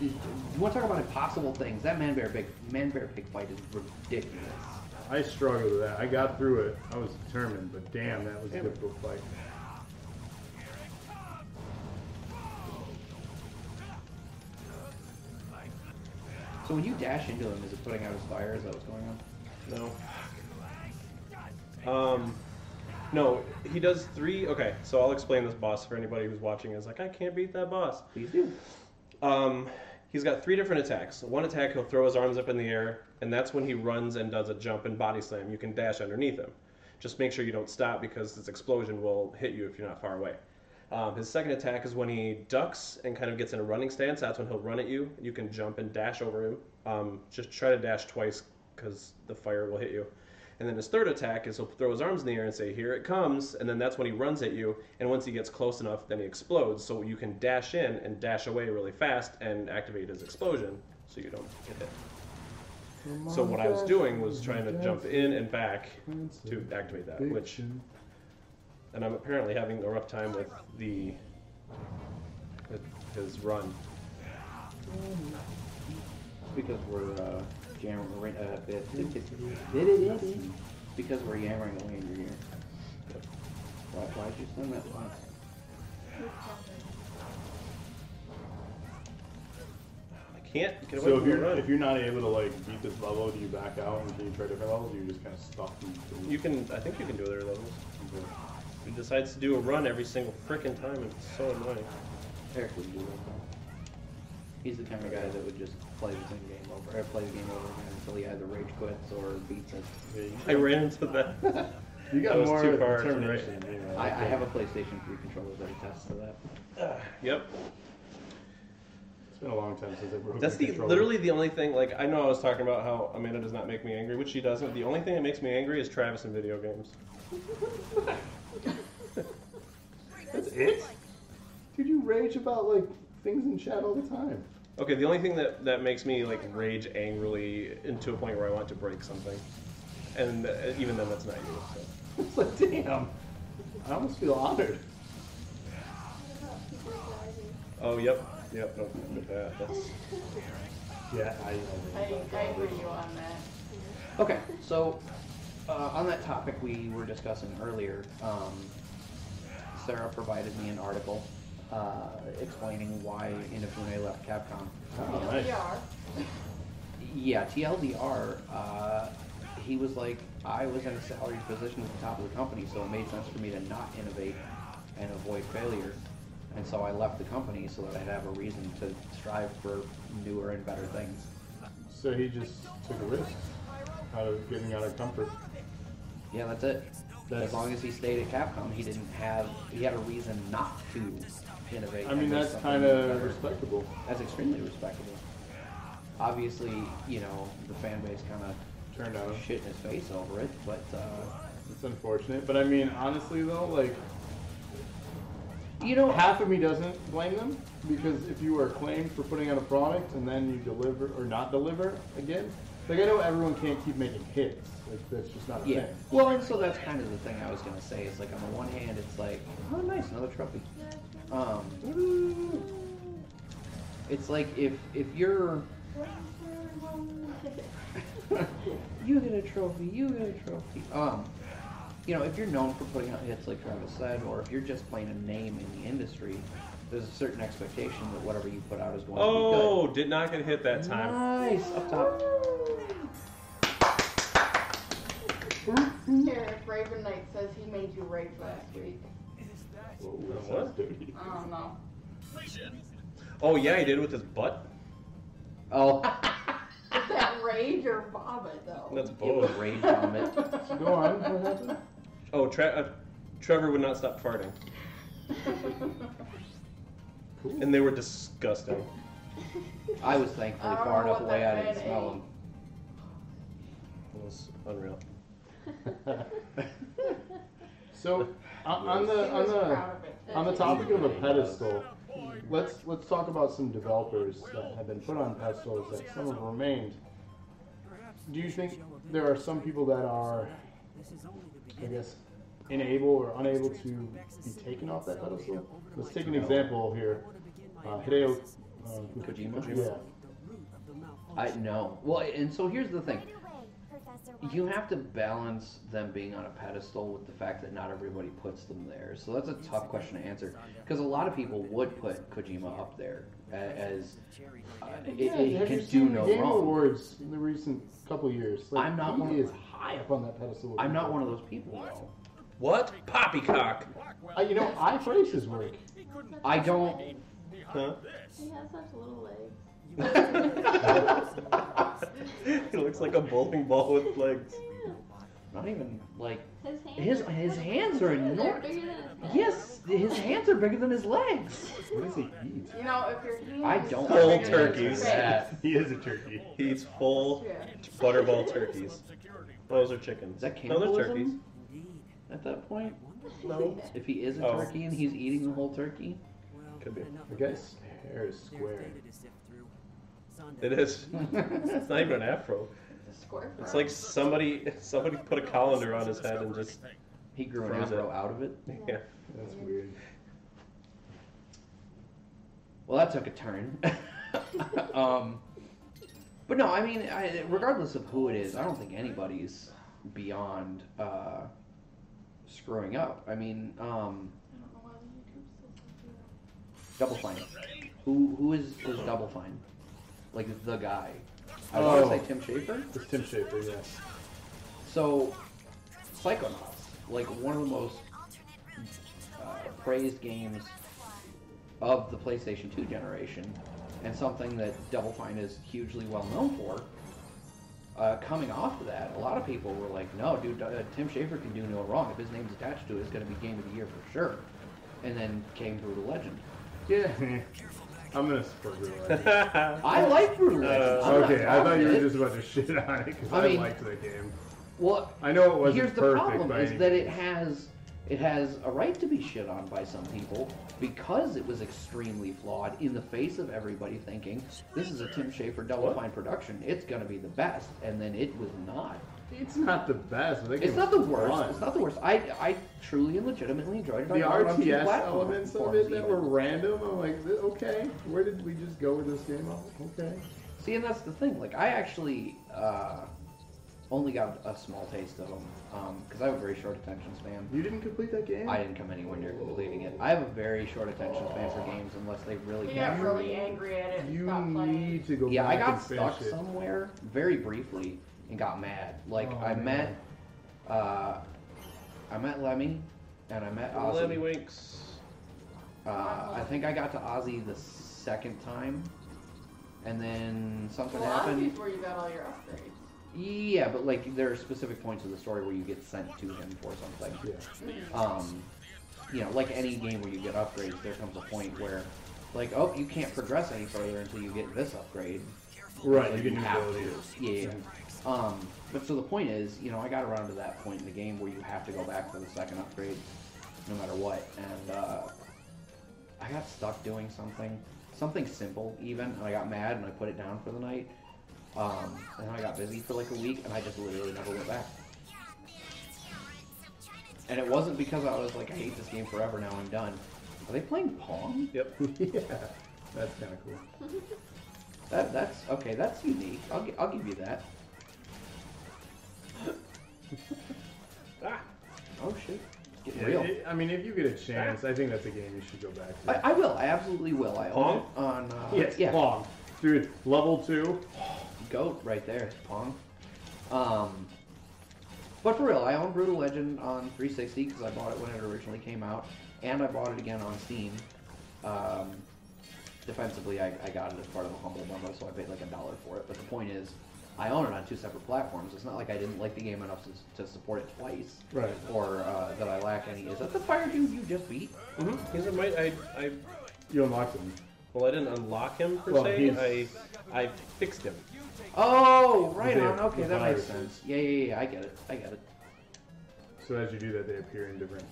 Speaker 1: you want to talk about impossible things? That man bear pig man bear pig fight is ridiculous.
Speaker 2: I struggled with that. I got through it. I was determined, but damn, that was a difficult fight.
Speaker 1: So when you dash into him, is it putting out his fire? Is that what's going on?
Speaker 3: No. Um, no, he does three. Okay, so I'll explain this boss for anybody who's watching. Is like, I can't beat that boss.
Speaker 1: Please do.
Speaker 3: Um, he's got three different attacks. One attack, he'll throw his arms up in the air, and that's when he runs and does a jump and body slam. You can dash underneath him. Just make sure you don't stop because this explosion will hit you if you're not far away. Um, his second attack is when he ducks and kind of gets in a running stance. That's when he'll run at you. You can jump and dash over him. Um, just try to dash twice because the fire will hit you. And then his third attack is he'll throw his arms in the air and say, Here it comes. And then that's when he runs at you. And once he gets close enough, then he explodes. So you can dash in and dash away really fast and activate his explosion so you don't get hit. So what I was doing was trying to jump in and back to activate that, which, and I'm apparently having a rough time with the with his run.
Speaker 1: because we're uh, jamming. We're, uh, bit- bit- bit- bit- bit- because we're yammering away in your ear. Why, why'd you send that last?
Speaker 3: I can't get away
Speaker 2: So if
Speaker 3: from the
Speaker 2: you're
Speaker 3: run.
Speaker 2: if you're not able to like beat this level, do you back out and can you try different levels? Or you're just kind of stuck. in the-
Speaker 3: You can, I think you can do other levels. He decides to do a run every single frickin' time, and it's so annoying.
Speaker 1: Eric would do that. Though. He's the kind of guy that would just play the same game over, or play the game over again until he either rage quits or beats it.
Speaker 3: I ran into that.
Speaker 2: You
Speaker 3: That
Speaker 2: got
Speaker 3: was
Speaker 2: more
Speaker 3: too far,
Speaker 2: determination.
Speaker 3: right?
Speaker 2: you know,
Speaker 1: I, I
Speaker 2: think.
Speaker 1: have a PlayStation 3 controller that attests to that.
Speaker 3: yep.
Speaker 2: It's been a long time since I broke.
Speaker 3: That's
Speaker 2: my
Speaker 3: the
Speaker 2: controller.
Speaker 3: literally the only thing. Like I know I was talking about how Amanda does not make me angry, which she doesn't. The only thing that makes me angry is Travis in video games.
Speaker 2: That's it. Dude, you rage about like things in chat all the time.
Speaker 3: Okay, the only thing that that makes me like rage angrily into a point where I want to break something, and uh, even then that's not you. So.
Speaker 2: It's like, damn. I almost feel honored.
Speaker 3: Oh yep, yep. Don't look at that. That's
Speaker 2: Yeah, I.
Speaker 5: I, I agree with you on that.
Speaker 1: Okay, so uh, on that topic we were discussing earlier, um, Sarah provided me an article uh, explaining why Inafune left Capcom.
Speaker 2: Oh, nice.
Speaker 5: TLDR,
Speaker 1: Yeah, TLDR, uh, he was like, I was in a salaried position at the top of the company, so it made sense for me to not innovate and avoid failure. And so I left the company so that I'd have a reason to strive for newer and better things.
Speaker 2: So he just took a risk out of getting out of comfort.
Speaker 1: Yeah, that's it.
Speaker 2: That's-
Speaker 1: as long as he stayed at Capcom, he didn't have, he had a reason not to innovate.
Speaker 2: I
Speaker 1: and
Speaker 2: mean,
Speaker 1: make
Speaker 2: that's
Speaker 1: something
Speaker 2: kind of
Speaker 1: better.
Speaker 2: respectable.
Speaker 1: That's extremely respectable. Obviously, you know, the fan base kind of
Speaker 2: Turned out.
Speaker 1: shit in his face over it, but uh,
Speaker 2: It's unfortunate, but I mean, honestly though, like
Speaker 1: you know,
Speaker 2: half of me doesn't blame them because if you are acclaimed for putting out a product and then you deliver or not deliver again, like I know everyone can't keep making hits. Like that's just not a
Speaker 1: Yeah.
Speaker 2: thing.
Speaker 1: Well, and so that's kind of the thing I was gonna say. Is like on the one hand, it's like, oh, nice, another trophy. Um, it's like if if you're you get a trophy, you get a trophy. Um, you know, if you're known for putting out hits like Travis said, or if you're just playing a name in the industry, there's a certain expectation that whatever you put out is going
Speaker 3: oh,
Speaker 1: to
Speaker 3: did not get hit that
Speaker 1: be good.
Speaker 3: time.
Speaker 1: Nice up top.
Speaker 5: Sheriff Raven Knight says he made you rape last week.
Speaker 2: Whoa, that
Speaker 3: What?
Speaker 2: sounds dirty.
Speaker 5: I don't know.
Speaker 3: Oh yeah, he did with his butt.
Speaker 1: Oh,
Speaker 5: Is that rage or vomit though?
Speaker 3: That's
Speaker 1: it was
Speaker 3: both.
Speaker 1: rage vomit.
Speaker 2: So go on. What happened?
Speaker 3: Oh, Tra- uh, Trevor would not stop farting,
Speaker 2: Cool.
Speaker 3: and they were disgusting.
Speaker 1: I was thankfully
Speaker 5: I don't
Speaker 1: far
Speaker 5: know
Speaker 1: enough
Speaker 5: what
Speaker 1: away
Speaker 5: that
Speaker 1: I didn't
Speaker 5: man
Speaker 1: smell
Speaker 5: ate.
Speaker 1: them.
Speaker 3: It was unreal.
Speaker 2: So on, on
Speaker 5: He
Speaker 2: the on
Speaker 5: was
Speaker 2: the
Speaker 5: proud of it.
Speaker 2: on the topic of a pedestal,
Speaker 6: Boy,
Speaker 2: let's let's talk about some developers that have been put on pedestals that some have remained.
Speaker 7: Perhaps
Speaker 2: Do you
Speaker 7: we should
Speaker 2: think
Speaker 7: show a bit
Speaker 2: there
Speaker 7: of
Speaker 2: are some people that are,
Speaker 7: This is only the
Speaker 2: I
Speaker 7: beginning.
Speaker 2: guess, unable or unable to be taken off that pedestal? Let's take an example here.
Speaker 7: I want to begin my
Speaker 2: Uh, Hideo
Speaker 7: analysis
Speaker 2: uh,
Speaker 1: Kojima?
Speaker 7: by tracing
Speaker 2: Yeah.
Speaker 7: the root of the
Speaker 1: I
Speaker 7: malfunction.
Speaker 1: know. Well, and so here's the thing. You
Speaker 8: You
Speaker 1: have to balance them being on a pedestal with the fact that not everybody puts them there. So that's a tough question to answer because a lot of people would put Kojima up there a- as
Speaker 7: Cherry
Speaker 1: uh,
Speaker 7: Garden.
Speaker 1: it,
Speaker 2: Yeah,
Speaker 1: it
Speaker 2: have you
Speaker 1: can do
Speaker 2: seen the
Speaker 1: no
Speaker 2: Game
Speaker 1: wrong.
Speaker 2: Awards in the recent couple years. Like,
Speaker 1: I'm not
Speaker 2: he
Speaker 1: one of-
Speaker 2: is high up on that pedestal.
Speaker 1: I'm not one of those people though.
Speaker 3: What poppycock?
Speaker 6: Blackwell,
Speaker 2: Uh, you know, I praise his work.
Speaker 6: he couldn't
Speaker 1: I don't.
Speaker 6: behind
Speaker 3: Huh?
Speaker 6: this.
Speaker 5: He has such little legs.
Speaker 3: he looks like a bowling ball with legs.
Speaker 1: Not even like
Speaker 8: His hands.
Speaker 1: his his hands are
Speaker 8: They're
Speaker 1: enormous.
Speaker 8: bigger than his head.
Speaker 1: Yes, his hands are bigger than his legs.
Speaker 2: What does he eat?
Speaker 5: You know, if your hands
Speaker 1: I don't
Speaker 3: Full
Speaker 1: like
Speaker 3: turkeys.
Speaker 1: That.
Speaker 2: He is a turkey.
Speaker 3: He eats full
Speaker 5: Yeah.
Speaker 3: butterball turkeys.
Speaker 6: Security.
Speaker 3: Those are chickens.
Speaker 1: Is that
Speaker 3: no, they're
Speaker 1: cannibalism?
Speaker 3: turkeys.
Speaker 7: Indeed.
Speaker 1: At that point,
Speaker 7: Wonder
Speaker 3: No.
Speaker 1: if he is a
Speaker 3: Oh.
Speaker 1: turkey and he's eating the whole turkey,
Speaker 7: Well,
Speaker 3: Could be.
Speaker 7: enough
Speaker 2: The
Speaker 7: of that.
Speaker 2: guy's hair is
Speaker 7: There's
Speaker 2: square.
Speaker 7: data to sift through. Sonda,
Speaker 3: It is.
Speaker 7: you have to
Speaker 3: It's not even an afro.
Speaker 5: square.
Speaker 3: It's
Speaker 5: fry.
Speaker 3: like somebody somebody put a colander on his head and just
Speaker 1: He grew an
Speaker 3: Froze it.
Speaker 1: afro out of it.
Speaker 3: yeah.
Speaker 2: That's weird.
Speaker 1: Well, that took a turn. um, but no, I mean, I, regardless of who it is, I don't think anybody's beyond uh, screwing up. I mean, um,
Speaker 5: I don't know why the YouTube says do that.
Speaker 1: Double Fine. Who who is is Double Fine? Like the guy. I want
Speaker 2: Oh.
Speaker 1: to say Tim Schafer.
Speaker 2: It's Tim Schafer, yes.
Speaker 1: So, Psychonauts, like one of the most uh, praised games of the PlayStation 2 generation, and something that Double Fine is hugely well known for. Uh, coming off of that, a lot of people were like, "No, dude, uh, Tim Schafer can do no wrong. If his name's attached to it, it's going to be Game of the Year for sure." And then came Brutal Legend.
Speaker 2: Yeah. I'm gonna support Brutal Legend.
Speaker 1: I like Brutal Legend. I'm not
Speaker 2: Uh, okay, I thought you were
Speaker 1: talking
Speaker 2: just about to shit on it because
Speaker 1: I
Speaker 2: I,
Speaker 1: mean-
Speaker 2: liked the game.
Speaker 1: Well,
Speaker 2: I know it wasn't
Speaker 1: here's the
Speaker 2: perfect
Speaker 1: problem
Speaker 2: by
Speaker 1: is
Speaker 2: any
Speaker 1: that
Speaker 2: means.
Speaker 1: it has it has a right to be shit on by some people because it was extremely flawed in the face of everybody thinking this is a Tim Schafer Double
Speaker 2: What?
Speaker 1: Fine production. It's gonna be the best, and then it was not.
Speaker 2: It's not the best. But that
Speaker 1: It's
Speaker 2: game
Speaker 1: not the
Speaker 2: was
Speaker 1: worst.
Speaker 2: fun.
Speaker 1: It's not the worst. I I truly and legitimately enjoyed it.
Speaker 2: the
Speaker 1: on RMG
Speaker 2: RTS
Speaker 1: platform-
Speaker 2: elements of
Speaker 1: platforms
Speaker 2: it that
Speaker 1: even.
Speaker 2: were random. I'm like, "Th- okay, where did we just go with this game? Oh, okay.
Speaker 1: See, and that's the thing. Like, I actually uh, only got a small taste of them because I have a very short attention span.
Speaker 2: You didn't complete that game?
Speaker 1: I didn't come anywhere near completing it. I have a very short attention span for games unless they really
Speaker 5: He
Speaker 1: catch
Speaker 5: got
Speaker 1: my
Speaker 5: really
Speaker 1: eye.
Speaker 5: angry at it. and
Speaker 2: You
Speaker 5: stopped playing.
Speaker 2: need to go
Speaker 1: Yeah, I
Speaker 2: back
Speaker 1: got
Speaker 2: and finish
Speaker 1: stuck
Speaker 2: it.
Speaker 1: somewhere very briefly and got mad. Like
Speaker 2: Oh,
Speaker 1: I
Speaker 2: man.
Speaker 1: met, uh, I met Lemmy, and I met Ozzy.
Speaker 3: Lemmy Winks.
Speaker 1: Uh, I think I got to Ozzy the second time, and then something
Speaker 5: Well,
Speaker 1: happened.
Speaker 5: Ozzy's where you got all your upgrades.
Speaker 1: Yeah, but like there are specific points of the story where you get sent to him for something.
Speaker 2: Yeah.
Speaker 1: um, you know, like any game where you get upgrades, there comes a point where, like, oh, you can't progress any further until you get this upgrade.
Speaker 2: Right,
Speaker 1: Like,
Speaker 2: you get new
Speaker 1: have
Speaker 2: abilities.
Speaker 1: to. Yeah. Um, but so the point is, you know, I got around to that point in the game where you have to go back for the second upgrade, no matter what, and uh, I got stuck doing something, something simple even, and I got mad and I put it down for the night. Um, and I got busy for like a week, and I just literally never went back. And it wasn't because I was like, I hate this game forever. Now I'm done. Are they playing Pong?
Speaker 3: Yep.
Speaker 2: yeah, that's kind of cool.
Speaker 1: That that's okay. That's unique. I'll gi- I'll give you that.
Speaker 3: Ah,
Speaker 1: Oh shit, get
Speaker 2: Yeah,
Speaker 1: real.
Speaker 2: it- I mean, if you get a chance, I think that's a game you should go back to.
Speaker 1: I, I will. I absolutely will. I own it on. Uh,
Speaker 2: yes,
Speaker 1: yeah.
Speaker 2: Pong. Dude, level two.
Speaker 1: Goat right there. Pong. Um. But for real, I own Brutal Legend on 360 because I bought it when it originally came out, and I bought it again on Steam. Um, defensively, I, I got it as part of a humble bundle, so I paid like a dollar for it. But the point is, I own it on two separate platforms. It's not like I didn't like the game enough to, to support it twice,
Speaker 2: Right.
Speaker 1: Or uh, that I lack any. Is that the fire dude you just beat?
Speaker 3: hmm
Speaker 2: Mm-hmm.
Speaker 3: He's a might. I, I,
Speaker 2: You unlocked them.
Speaker 3: well, I didn't unlock him per
Speaker 2: Well,
Speaker 3: se.
Speaker 2: he's-
Speaker 3: I, I fixed him.
Speaker 1: Oh, right
Speaker 2: The-
Speaker 1: on. Okay,
Speaker 2: the
Speaker 1: that makes
Speaker 2: viruses.
Speaker 1: sense. Yeah, yeah, yeah. I get it. I get it.
Speaker 2: So as you do that, they appear in different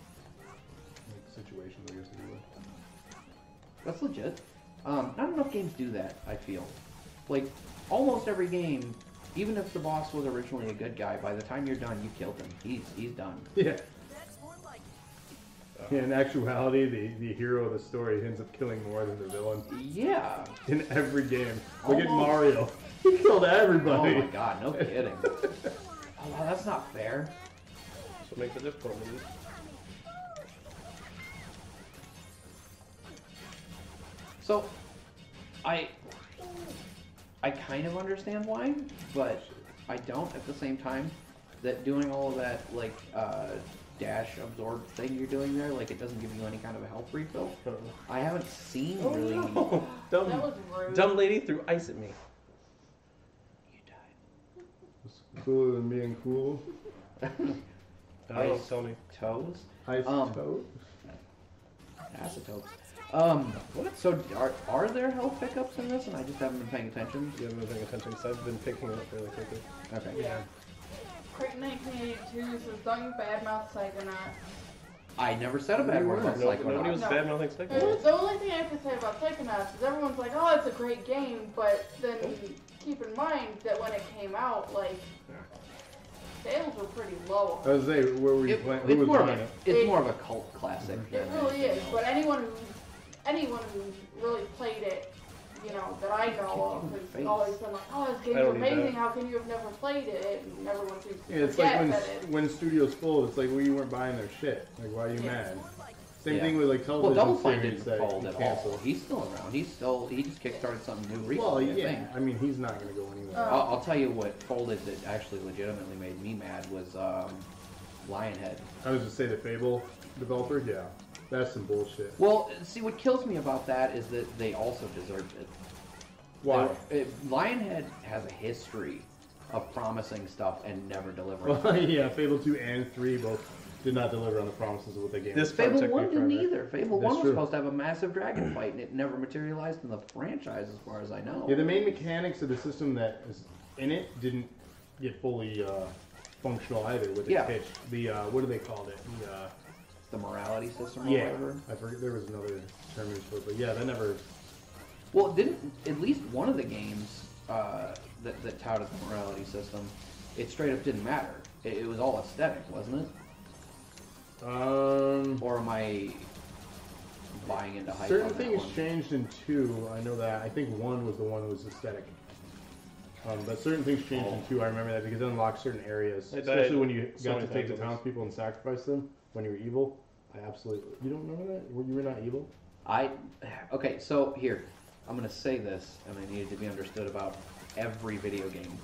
Speaker 2: like, situations, I guess, if you would.
Speaker 1: That's legit. Um, not enough games do that, I feel. Like, almost every game, even if the boss was originally a good guy, by the time you're done, you killed him. He's, he's done.
Speaker 2: Yeah. In actuality, the, the hero of the story ends up killing more than the villain
Speaker 1: Yeah.
Speaker 2: in every game. Look at
Speaker 1: Almost.
Speaker 2: Mario. He killed
Speaker 1: Oh
Speaker 2: everybody.
Speaker 1: my god, no kidding. Oh, wow, that's not fair.
Speaker 3: That's what makes it difficult. man.
Speaker 1: So, I, I kind of understand why, but I don't at the same time. That doing all of that like uh, dash absorb thing you're doing there, like it doesn't give you any kind of a health refill. I haven't seen
Speaker 3: Oh
Speaker 1: really.
Speaker 3: no!
Speaker 5: That
Speaker 3: Dumb,
Speaker 5: was rude.
Speaker 3: dumb lady threw ice at me.
Speaker 1: You died.
Speaker 2: It's cooler than being cool.
Speaker 3: Oh,
Speaker 1: Ice.
Speaker 3: tell me.
Speaker 1: Toes?
Speaker 2: Ice
Speaker 1: Um,
Speaker 2: toad.
Speaker 1: Acetopes. Um, so are, are there health pickups in this? And I just haven't been paying attention.
Speaker 3: You haven't been paying attention because I've been picking it up really quickly.
Speaker 1: Okay.
Speaker 5: Yeah. Creighton 1982 says, don't you badmouth Psychonauts.
Speaker 1: I never said a bad word about
Speaker 2: No,
Speaker 1: Psychonauts.
Speaker 3: Nobody was
Speaker 5: No.
Speaker 3: bad mouthing Psychonauts.
Speaker 5: The only thing I have to say about Psychonauts is everyone's like, oh, it's a great game, but then keep in mind that when it came out, like, sales were pretty low.
Speaker 2: I was gonna say, where were you
Speaker 1: It-
Speaker 2: playing? Who
Speaker 1: it's
Speaker 2: was
Speaker 1: more of
Speaker 2: playing
Speaker 1: a,
Speaker 2: it?
Speaker 1: it's more of a cult classic.
Speaker 5: It
Speaker 1: than
Speaker 5: really
Speaker 1: anything
Speaker 5: is,
Speaker 1: else.
Speaker 5: Oh, but anyone who, anyone who's really played it, you know, that I know of, has always been like, oh, this
Speaker 3: I
Speaker 5: game's
Speaker 3: don't need
Speaker 5: amazing,
Speaker 3: that.
Speaker 5: how can you have never played it? And everyone seems
Speaker 2: Yeah,
Speaker 5: to
Speaker 2: it's like
Speaker 5: forget
Speaker 2: when
Speaker 5: that it,
Speaker 2: when studio's full, it's like well you weren't buying their shit. Like why are you
Speaker 5: Yeah.
Speaker 2: mad? Same
Speaker 1: Yeah.
Speaker 2: thing with like
Speaker 1: Well,
Speaker 2: television
Speaker 1: Double Fine didn't
Speaker 2: series that
Speaker 1: fold
Speaker 2: you
Speaker 1: at all.
Speaker 2: cancel.
Speaker 1: He's still around. He's still he just kickstarted something new recently.
Speaker 2: Well,
Speaker 1: I think.
Speaker 2: yeah, I mean he's not gonna go anywhere.
Speaker 5: Uh,
Speaker 1: I'll, I'll tell you what folded that actually legitimately made me mad was um, Lionhead.
Speaker 2: I was just say the Fable developer, yeah, that's some bullshit.
Speaker 1: Well, see, what kills me about that is that they also deserved it.
Speaker 2: Why?
Speaker 1: They- it- Lionhead has a history of promising stuff and never delivering.
Speaker 2: Well, yeah, Fable two and three both did not deliver on the promises of what they gave.
Speaker 3: This
Speaker 2: us.
Speaker 3: part
Speaker 1: Fable
Speaker 3: took me
Speaker 1: One didn't
Speaker 3: forever.
Speaker 1: either. Fable
Speaker 2: That's
Speaker 1: One was
Speaker 2: true.
Speaker 1: supposed to have a massive dragon fight, and it never materialized in the franchise, as far as I know.
Speaker 2: Yeah, the main mechanics of the system that is in it didn't get fully uh, functional either with the
Speaker 1: Yeah.
Speaker 2: pitch. The uh, what do they call it? The uh,
Speaker 1: The morality system, or
Speaker 2: yeah,
Speaker 1: whatever.
Speaker 2: I forget. There was another term used for it, but yeah, that never.
Speaker 1: Well, didn't at least one of the games uh, that, that touted the morality system, it straight up didn't matter. It, it was all aesthetic, wasn't it?
Speaker 2: Um,
Speaker 1: Or am I buying into hype?
Speaker 2: certain
Speaker 1: on that
Speaker 2: things
Speaker 1: one?
Speaker 2: changed in two. I know that. I think one was the one that was aesthetic. Um, but certain things changed in
Speaker 1: Oh.
Speaker 2: two. I remember that because it unlocked certain areas,
Speaker 3: I died
Speaker 2: especially when you
Speaker 3: so
Speaker 2: got
Speaker 3: many
Speaker 2: to take the
Speaker 3: times on this.
Speaker 2: townspeople and sacrifice them when you were evil. I absolutely. You don't remember that? Were- You were not evil.
Speaker 1: I okay. So here, I'm gonna say this, and I need it to be understood about every video game.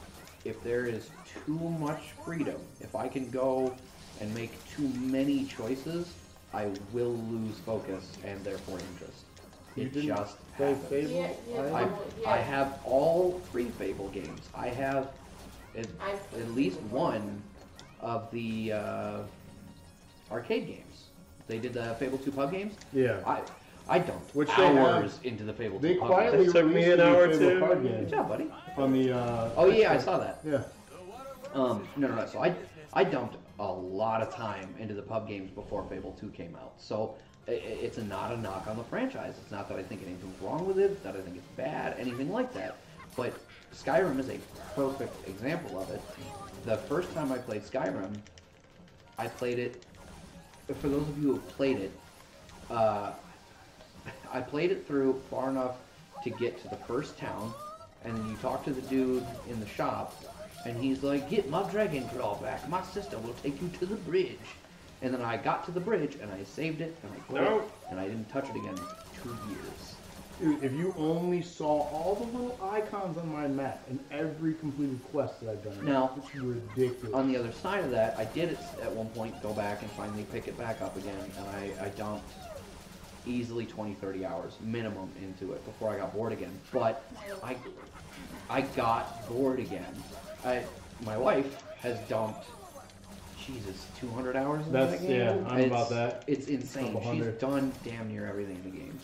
Speaker 1: If there is too much freedom, if I can go and make too many choices, I will lose focus and therefore interest.
Speaker 2: You
Speaker 1: It
Speaker 2: didn't
Speaker 1: just
Speaker 2: play
Speaker 1: happens.
Speaker 2: Fable?
Speaker 5: yeah, yeah,
Speaker 2: I-
Speaker 1: I,
Speaker 5: probably, yeah.
Speaker 1: I have all three Fable games. I have at,
Speaker 5: I've-
Speaker 1: at least one of the uh, arcade games. They did the Fable 2 pub games.
Speaker 2: Yeah.
Speaker 1: I I dumped
Speaker 2: Which they
Speaker 1: hours into the Fable
Speaker 2: They
Speaker 1: 2 pub
Speaker 2: quietly
Speaker 1: games.
Speaker 3: It took me
Speaker 2: released
Speaker 3: an
Speaker 2: the
Speaker 3: hour
Speaker 2: Fable
Speaker 3: to-
Speaker 2: card game
Speaker 1: Good job, buddy.
Speaker 2: on the. Uh,
Speaker 1: Oh yeah, I saw that.
Speaker 2: Yeah,
Speaker 1: Um, no, no, no. So I I dumped a lot of time into the pub games before Fable 2 came out. So i- i it's not a knock on the franchise. It's not that I think anything's wrong with it. It's not that I think it's bad. Anything like that. But Skyrim is a perfect example of it. The first time I played Skyrim, I played it. For those of you who have played it, uh, I played it through far enough to get to the first town, and then you talk to the dude in the shop, and he's like, "Get my dragon claw back. My sister will take you to the bridge." And then I got to the bridge, and I saved it, and I quit,
Speaker 3: No.
Speaker 1: and I didn't touch it again for two years.
Speaker 2: dude. If you only saw all the little icons on my map and every completed quest that I've done,
Speaker 1: No.
Speaker 2: it's ridiculous.
Speaker 1: On the other side of that, I did it at one point go back and finally pick it back up again, and I, I dumped easily 20, 30 hours minimum into it before I got bored again. But I, I got bored again. I, my wife has dumped, Jesus, 200 hours into
Speaker 2: That's-
Speaker 1: that game?
Speaker 2: yeah, I'm
Speaker 1: it's,
Speaker 2: about that.
Speaker 1: It's insane.
Speaker 2: Couple
Speaker 1: She's
Speaker 2: hundred.
Speaker 1: done damn near everything in the game.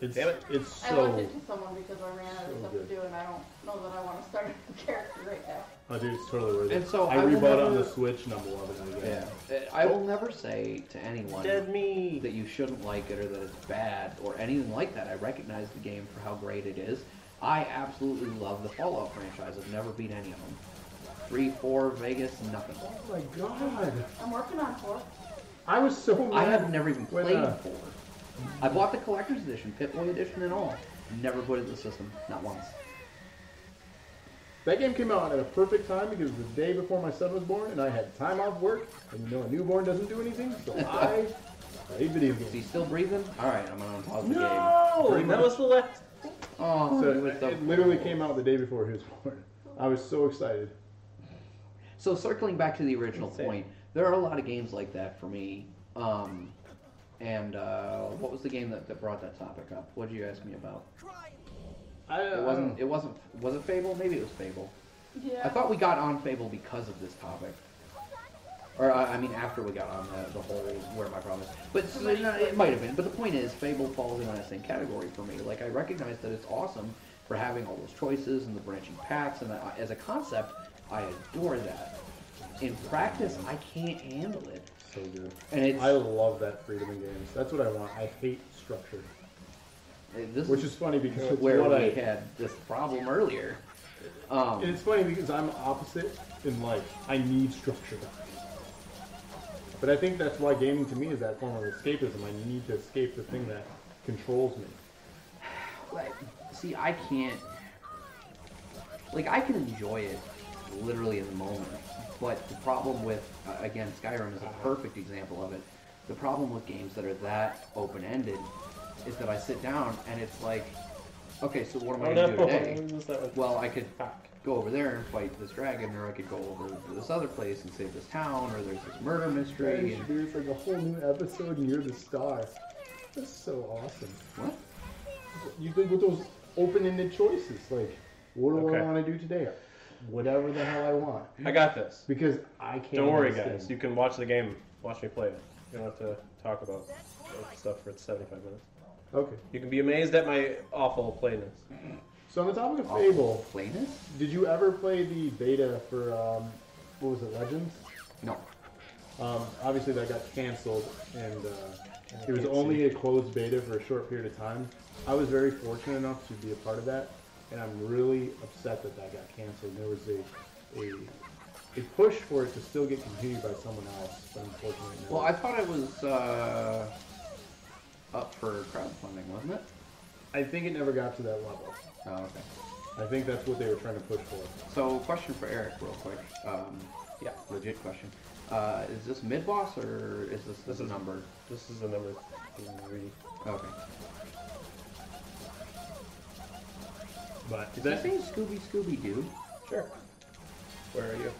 Speaker 2: it's
Speaker 3: Damn it.
Speaker 2: it's
Speaker 5: I left
Speaker 2: so.
Speaker 5: it to someone because I ran out of
Speaker 2: so
Speaker 5: stuff
Speaker 2: good.
Speaker 5: to do, and I don't know that I want to start a new character right now.
Speaker 2: Oh, dude, it's totally worth it.
Speaker 1: And so
Speaker 2: I,
Speaker 1: I will
Speaker 2: rebought it on the
Speaker 1: never-
Speaker 2: Switch, and I'm loving it again.
Speaker 1: Yeah. I will never say to anyone.
Speaker 3: Dead me.
Speaker 1: that you shouldn't like it or that it's bad or anything like that. I recognize the game for how great it is. I absolutely love the Fallout franchise. I've never beat any of them. Three, four, Vegas, nothing.
Speaker 2: Oh my god,
Speaker 5: I'm working on four.
Speaker 2: I was so. Mad.
Speaker 1: I have never even
Speaker 2: when,
Speaker 1: played
Speaker 2: uh,
Speaker 1: four. I bought the collector's edition, Pip-Boy edition, and all. Never put it in the system, not once.
Speaker 2: That game came out at a perfect time because it was the day before my son was born, and I had time off work. And you know, a newborn doesn't do anything, so I played video
Speaker 1: Is
Speaker 2: games.
Speaker 1: he still breathing? All right, I'm gonna unpause the game.
Speaker 3: No, that was the last.
Speaker 1: Oh,
Speaker 2: So
Speaker 1: he was
Speaker 2: it,
Speaker 1: so
Speaker 2: it literally
Speaker 1: cool.
Speaker 2: came out the day before he was born. I was so excited.
Speaker 1: So circling back to the original point, there are a lot of games like that for me. Um, and uh, what was the game that, that brought that topic up? What did you ask me about?
Speaker 2: I,
Speaker 3: uh,
Speaker 1: It wasn't. It wasn't. Was it Fable? Maybe it was Fable.
Speaker 5: Yeah.
Speaker 1: I thought we got on Fable because of this topic. Or I I mean, after we got on the, the whole where my problem is, but s- no, it might have been. But the point is, Fable falls into that same category for me. Like I recognize that it's awesome for having all those choices and the branching paths, and I, as a concept, I adore that. In practice, I can't handle it.
Speaker 2: so good.
Speaker 1: And it's-
Speaker 2: I love that freedom in games. That's what I want. I hate structure,
Speaker 1: This
Speaker 2: which is funny because it's
Speaker 1: where
Speaker 2: what
Speaker 1: we
Speaker 2: I
Speaker 1: had this problem earlier. Um,
Speaker 2: And it's funny because I'm opposite in life. I need structure. But I think that's why gaming to me is that form of escapism. I need to escape the thing that controls me.
Speaker 1: Like, see, I can't. Like, I can enjoy it literally in the moment, but the problem with, uh, again, Skyrim is a perfect example of it. The problem with games that are that open ended is that I sit down and it's like, okay, so what am I
Speaker 3: Oh,
Speaker 1: going to
Speaker 3: no.
Speaker 1: do today?
Speaker 3: Is that what-
Speaker 1: Well, I could
Speaker 3: Fuck.
Speaker 1: go over there and fight this dragon, or I could go over to this other place and save this town, or there's this murder mystery. And,
Speaker 2: It's like a whole new episode and you're the star. That's so awesome.
Speaker 1: what?
Speaker 2: You think with those open-ended choices, like, what do
Speaker 3: Okay.
Speaker 2: I want to do today? Whatever the hell I want.
Speaker 3: I got this.
Speaker 2: Because I can't.
Speaker 3: Don't worry,
Speaker 2: understand.
Speaker 3: guys. You can watch the game. Watch me play it. You don't have to talk about stuff for 75 minutes.
Speaker 2: Okay.
Speaker 3: You can be amazed at my awful playness.
Speaker 2: So on the topic of Fable,
Speaker 1: Plainus?
Speaker 2: did you ever play the beta for um, what was it, Legends?
Speaker 1: No.
Speaker 2: Um, obviously, that got canceled, and uh, it was
Speaker 3: can't
Speaker 2: only
Speaker 3: see.
Speaker 2: a closed beta for a short period of time. I was very fortunate enough to be a part of that, and I'm really upset that that got canceled. There was a a, a push for it to still get continued by someone else, but unfortunately, no.
Speaker 1: Well, I thought it was uh, up for crowdfunding, wasn't it?
Speaker 2: I think it never got to that level.
Speaker 1: Oh, okay.
Speaker 2: I think that's what they were trying to push for.
Speaker 1: So, question for Eric, real quick. Um, yeah, legit question. Uh, is this mid boss or is this this
Speaker 3: is-
Speaker 1: number?
Speaker 3: This is the number three.
Speaker 1: Okay.
Speaker 2: But
Speaker 1: Is that
Speaker 2: that,
Speaker 1: saying Scooby Scooby Doo?
Speaker 3: Sure. Where are you?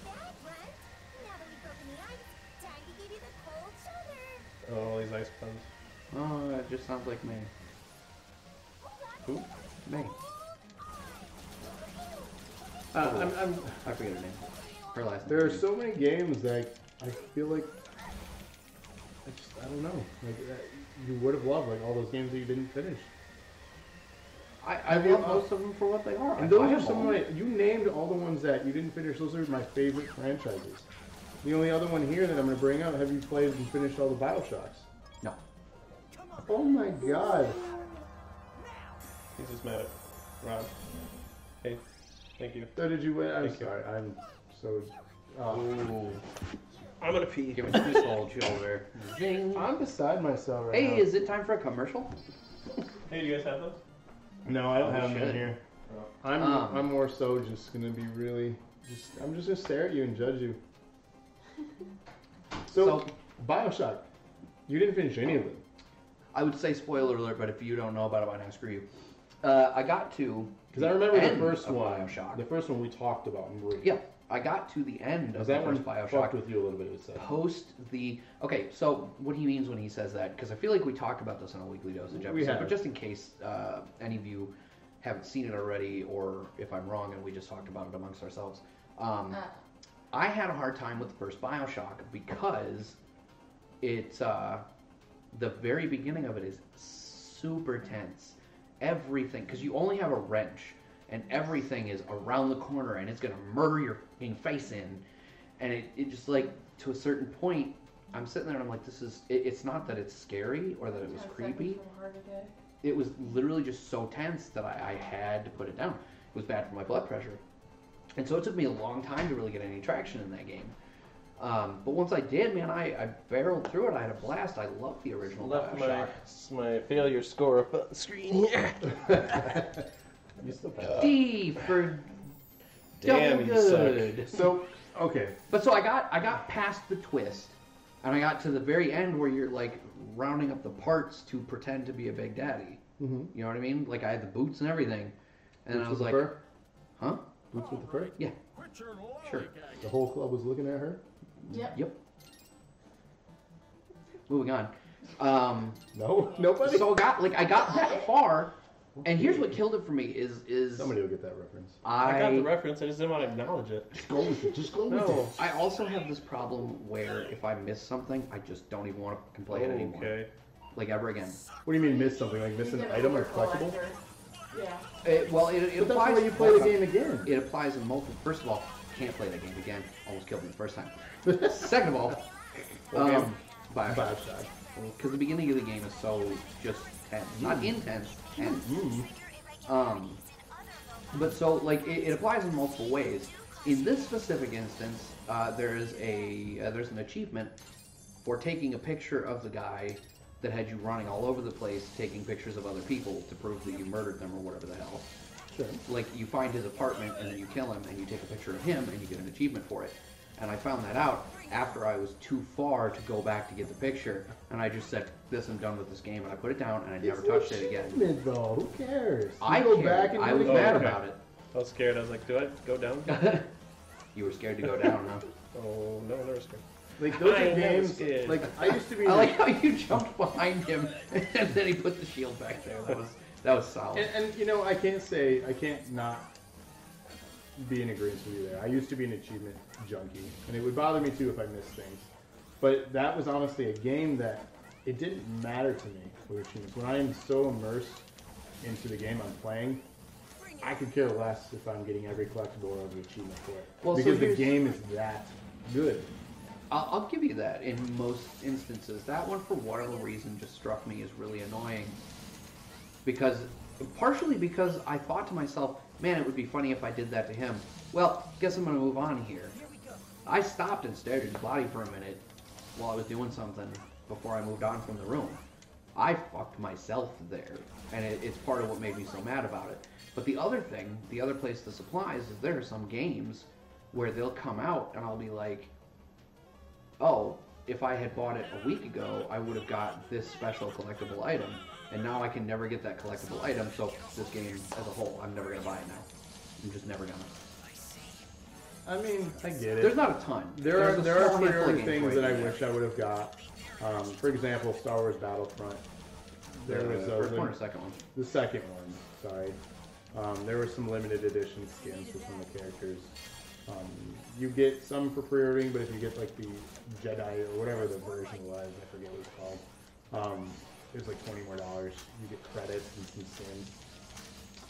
Speaker 3: Oh, all these ice puns.
Speaker 1: Oh, it just sounds like May.
Speaker 3: Who?
Speaker 1: May.
Speaker 2: uh, I'm, I'm,
Speaker 1: I forget her name. Her last name.
Speaker 2: there are so many games that I feel like I just I don't know. Like uh, you would have loved like all those games that you didn't finish.
Speaker 1: I, I
Speaker 2: Have you-
Speaker 1: love most of them for what they are. I
Speaker 2: And those
Speaker 1: buy
Speaker 2: are
Speaker 1: them
Speaker 2: some of
Speaker 1: all.
Speaker 2: my, you named all the ones that you didn't finish. Those are my favorite franchises. The only other one here that I'm going to bring up, have you played and finished all the Bioshocks?
Speaker 1: No.
Speaker 2: Oh my god.
Speaker 3: He's just mad at Rob. Hey, thank you.
Speaker 2: So did you win? I'm
Speaker 3: Thank you.
Speaker 2: sorry. I'm so. Uh,
Speaker 1: Ooh.
Speaker 3: I'm gonna pee.
Speaker 1: Give it two soul shoulder. Zing.
Speaker 2: I'm beside myself right now.
Speaker 1: Hey, is it time for a commercial?
Speaker 3: Hey, do you guys have those?
Speaker 2: No, I don't
Speaker 1: Oh,
Speaker 2: have them
Speaker 1: shit.
Speaker 2: in here. I'm,
Speaker 1: Um,
Speaker 2: I'm more so just going to be really. just. I'm just going to stare at you and judge you. So,
Speaker 1: So-
Speaker 2: Bioshock. You didn't finish any of them.
Speaker 1: I would say spoiler alert, but if you don't know about it by now, screw you. Uh, I got to
Speaker 2: Because I remember the
Speaker 1: end
Speaker 2: first
Speaker 1: of
Speaker 2: one.
Speaker 1: Bioshock.
Speaker 2: The first one we talked about in brief.
Speaker 1: yeah, I got to the end of
Speaker 2: Because
Speaker 1: the
Speaker 2: that
Speaker 1: first
Speaker 2: one
Speaker 1: Bioshock.
Speaker 2: fucked with you a little bit, it would say.
Speaker 1: Post the okay. So what he means when he says that, because I feel like we talked about this on a weekly dosage
Speaker 2: We
Speaker 1: episode,
Speaker 2: have.
Speaker 1: but just in case uh, any of you haven't seen it already, or if I'm wrong and we just talked about it amongst ourselves, um,
Speaker 5: Ah.
Speaker 1: I had a hard time with the first Bioshock because it's uh, the very beginning of it is super tense. Everything, because you only have a wrench, and everything is around the corner, and it's gonna murder your fucking face in, and it, it just like to a certain point, I'm sitting there and I'm like, this is. It, it's not that it's scary or that it was
Speaker 5: Ten seconds
Speaker 1: creepy.
Speaker 5: from heart attack.
Speaker 1: It was literally just so tense that I, I had to put it down. It was bad for my blood pressure. And so it took me a long time to really get any traction in that game. Um, but once I did, man, I, I barreled through it. I had a blast. I loved the original
Speaker 3: Left my,
Speaker 1: Bioshock.
Speaker 3: my failure score up on the screen here.
Speaker 2: You still passed.
Speaker 1: D for
Speaker 3: Damn,
Speaker 1: double
Speaker 3: you suck.
Speaker 1: good.
Speaker 2: So, okay.
Speaker 1: But so I got I got past the twist, and I got to the very end where you're like rounding up the parts to pretend to be a big daddy.
Speaker 2: Mhm.
Speaker 1: You know what I mean? Like I had the boots and everything, and I was
Speaker 2: Boots with the
Speaker 1: like,
Speaker 2: fur?
Speaker 1: huh?
Speaker 2: Boots with the fur?
Speaker 1: Yeah,
Speaker 6: Quit your lollygagging.
Speaker 1: Sure.
Speaker 2: The whole club was looking at her?
Speaker 5: Yep.
Speaker 1: yep. Moving on. Um,
Speaker 2: No, nobody.
Speaker 1: so I got like I got that far, and here's what killed it for me is is
Speaker 2: Somebody will get that reference.
Speaker 3: I got the
Speaker 1: I
Speaker 3: reference. I just didn't want to acknowledge it.
Speaker 2: Just go with it. Just go with
Speaker 3: No.
Speaker 1: I also have this problem where if I miss something, I just don't even want to play it anymore,
Speaker 3: Okay.
Speaker 1: like ever again.
Speaker 2: What do you mean miss something? Like miss
Speaker 5: He's
Speaker 2: an
Speaker 5: an
Speaker 2: item or
Speaker 5: overcollector.
Speaker 2: collectible?
Speaker 5: Yeah.
Speaker 1: It, well, it, it
Speaker 2: But that's
Speaker 1: applies.
Speaker 2: why you play the game again.
Speaker 1: It applies in multiple. First of all, can't play that game again. Almost killed me the first time. Second of all,
Speaker 2: Okay.
Speaker 1: Um, Bioshock.
Speaker 2: Bioshock.
Speaker 1: Because the beginning of the game is so just tense. Not intense, tense.
Speaker 2: Mm.
Speaker 1: Um, but so, like, it, it applies in multiple ways. In this specific instance, uh, there is a uh, there's an achievement for taking a picture of the guy that had you running all over the place, taking pictures of other people to prove that you murdered them or whatever the hell.
Speaker 2: Sure.
Speaker 1: Like, you find his apartment and then you kill him and you take a picture of him and you get an achievement for it. And I found that out after I was too far to go back to get the picture, and I just said, "This, I'm done with this game," and I put it down and I never
Speaker 2: It's an
Speaker 1: touched it again.
Speaker 2: achievement, Though who cares? You
Speaker 1: I
Speaker 2: go
Speaker 1: cared.
Speaker 2: back and
Speaker 1: I
Speaker 2: do it
Speaker 1: was
Speaker 2: again.
Speaker 1: mad
Speaker 3: okay.
Speaker 1: about it.
Speaker 3: I was scared. I was like, do I go down?
Speaker 1: You were scared to go down, huh?
Speaker 3: Oh no, never scared.
Speaker 2: Like those
Speaker 3: I
Speaker 2: are
Speaker 3: am
Speaker 2: games.
Speaker 3: scared.
Speaker 2: Like I used to be.
Speaker 1: I like how you jumped behind him and then he put the shield back there. That was that was solid.
Speaker 2: And, and you know, I can't say I can't not be in agreement with you there. I used to be an achievement junkie, and it would bother me too if I missed things. But that was honestly a game that it didn't matter to me with achievements. When I am so immersed into the game I'm playing, I could care less if I'm getting every collectible or every achievement for it
Speaker 1: Well, so
Speaker 2: because the
Speaker 1: here's-
Speaker 2: game is that good.
Speaker 1: I'll, I'll give you that in most instances. That one, for whatever reason, just struck me as really annoying. Because, partially because I thought to myself, man, it would be funny if I did that to him. Well, guess I'm going to move on here. I stopped and stared at his body for a minute while I was doing something before I moved on from the room. I fucked myself there, and it, it's part of what made me so mad about it. But the other thing, the other place this applies, is there are some games where they'll come out and I'll be like, oh, if I had bought it a week ago, I would have got this special collectible item, and now I can never get that collectible item, so this game as a whole, I'm never gonna buy it now. I'm just never gonna.
Speaker 2: I mean, I get it.
Speaker 1: There's not a ton.
Speaker 2: There are
Speaker 1: There's a
Speaker 2: there are
Speaker 1: small handful of
Speaker 2: priority
Speaker 1: games where
Speaker 2: things that I
Speaker 1: can do
Speaker 2: wish I would have got. Um, for example, Star Wars Battlefront. There
Speaker 1: The
Speaker 2: was a
Speaker 1: first
Speaker 2: lim-
Speaker 1: one or second one.
Speaker 2: the second one. Sorry, um, there were some limited edition skins for some of the characters. Um, you get some for pre-ordering, but if you get like the Jedi or whatever the version was, I forget what it's called. Um, it was like twenty more dollars. You get credits and some skins.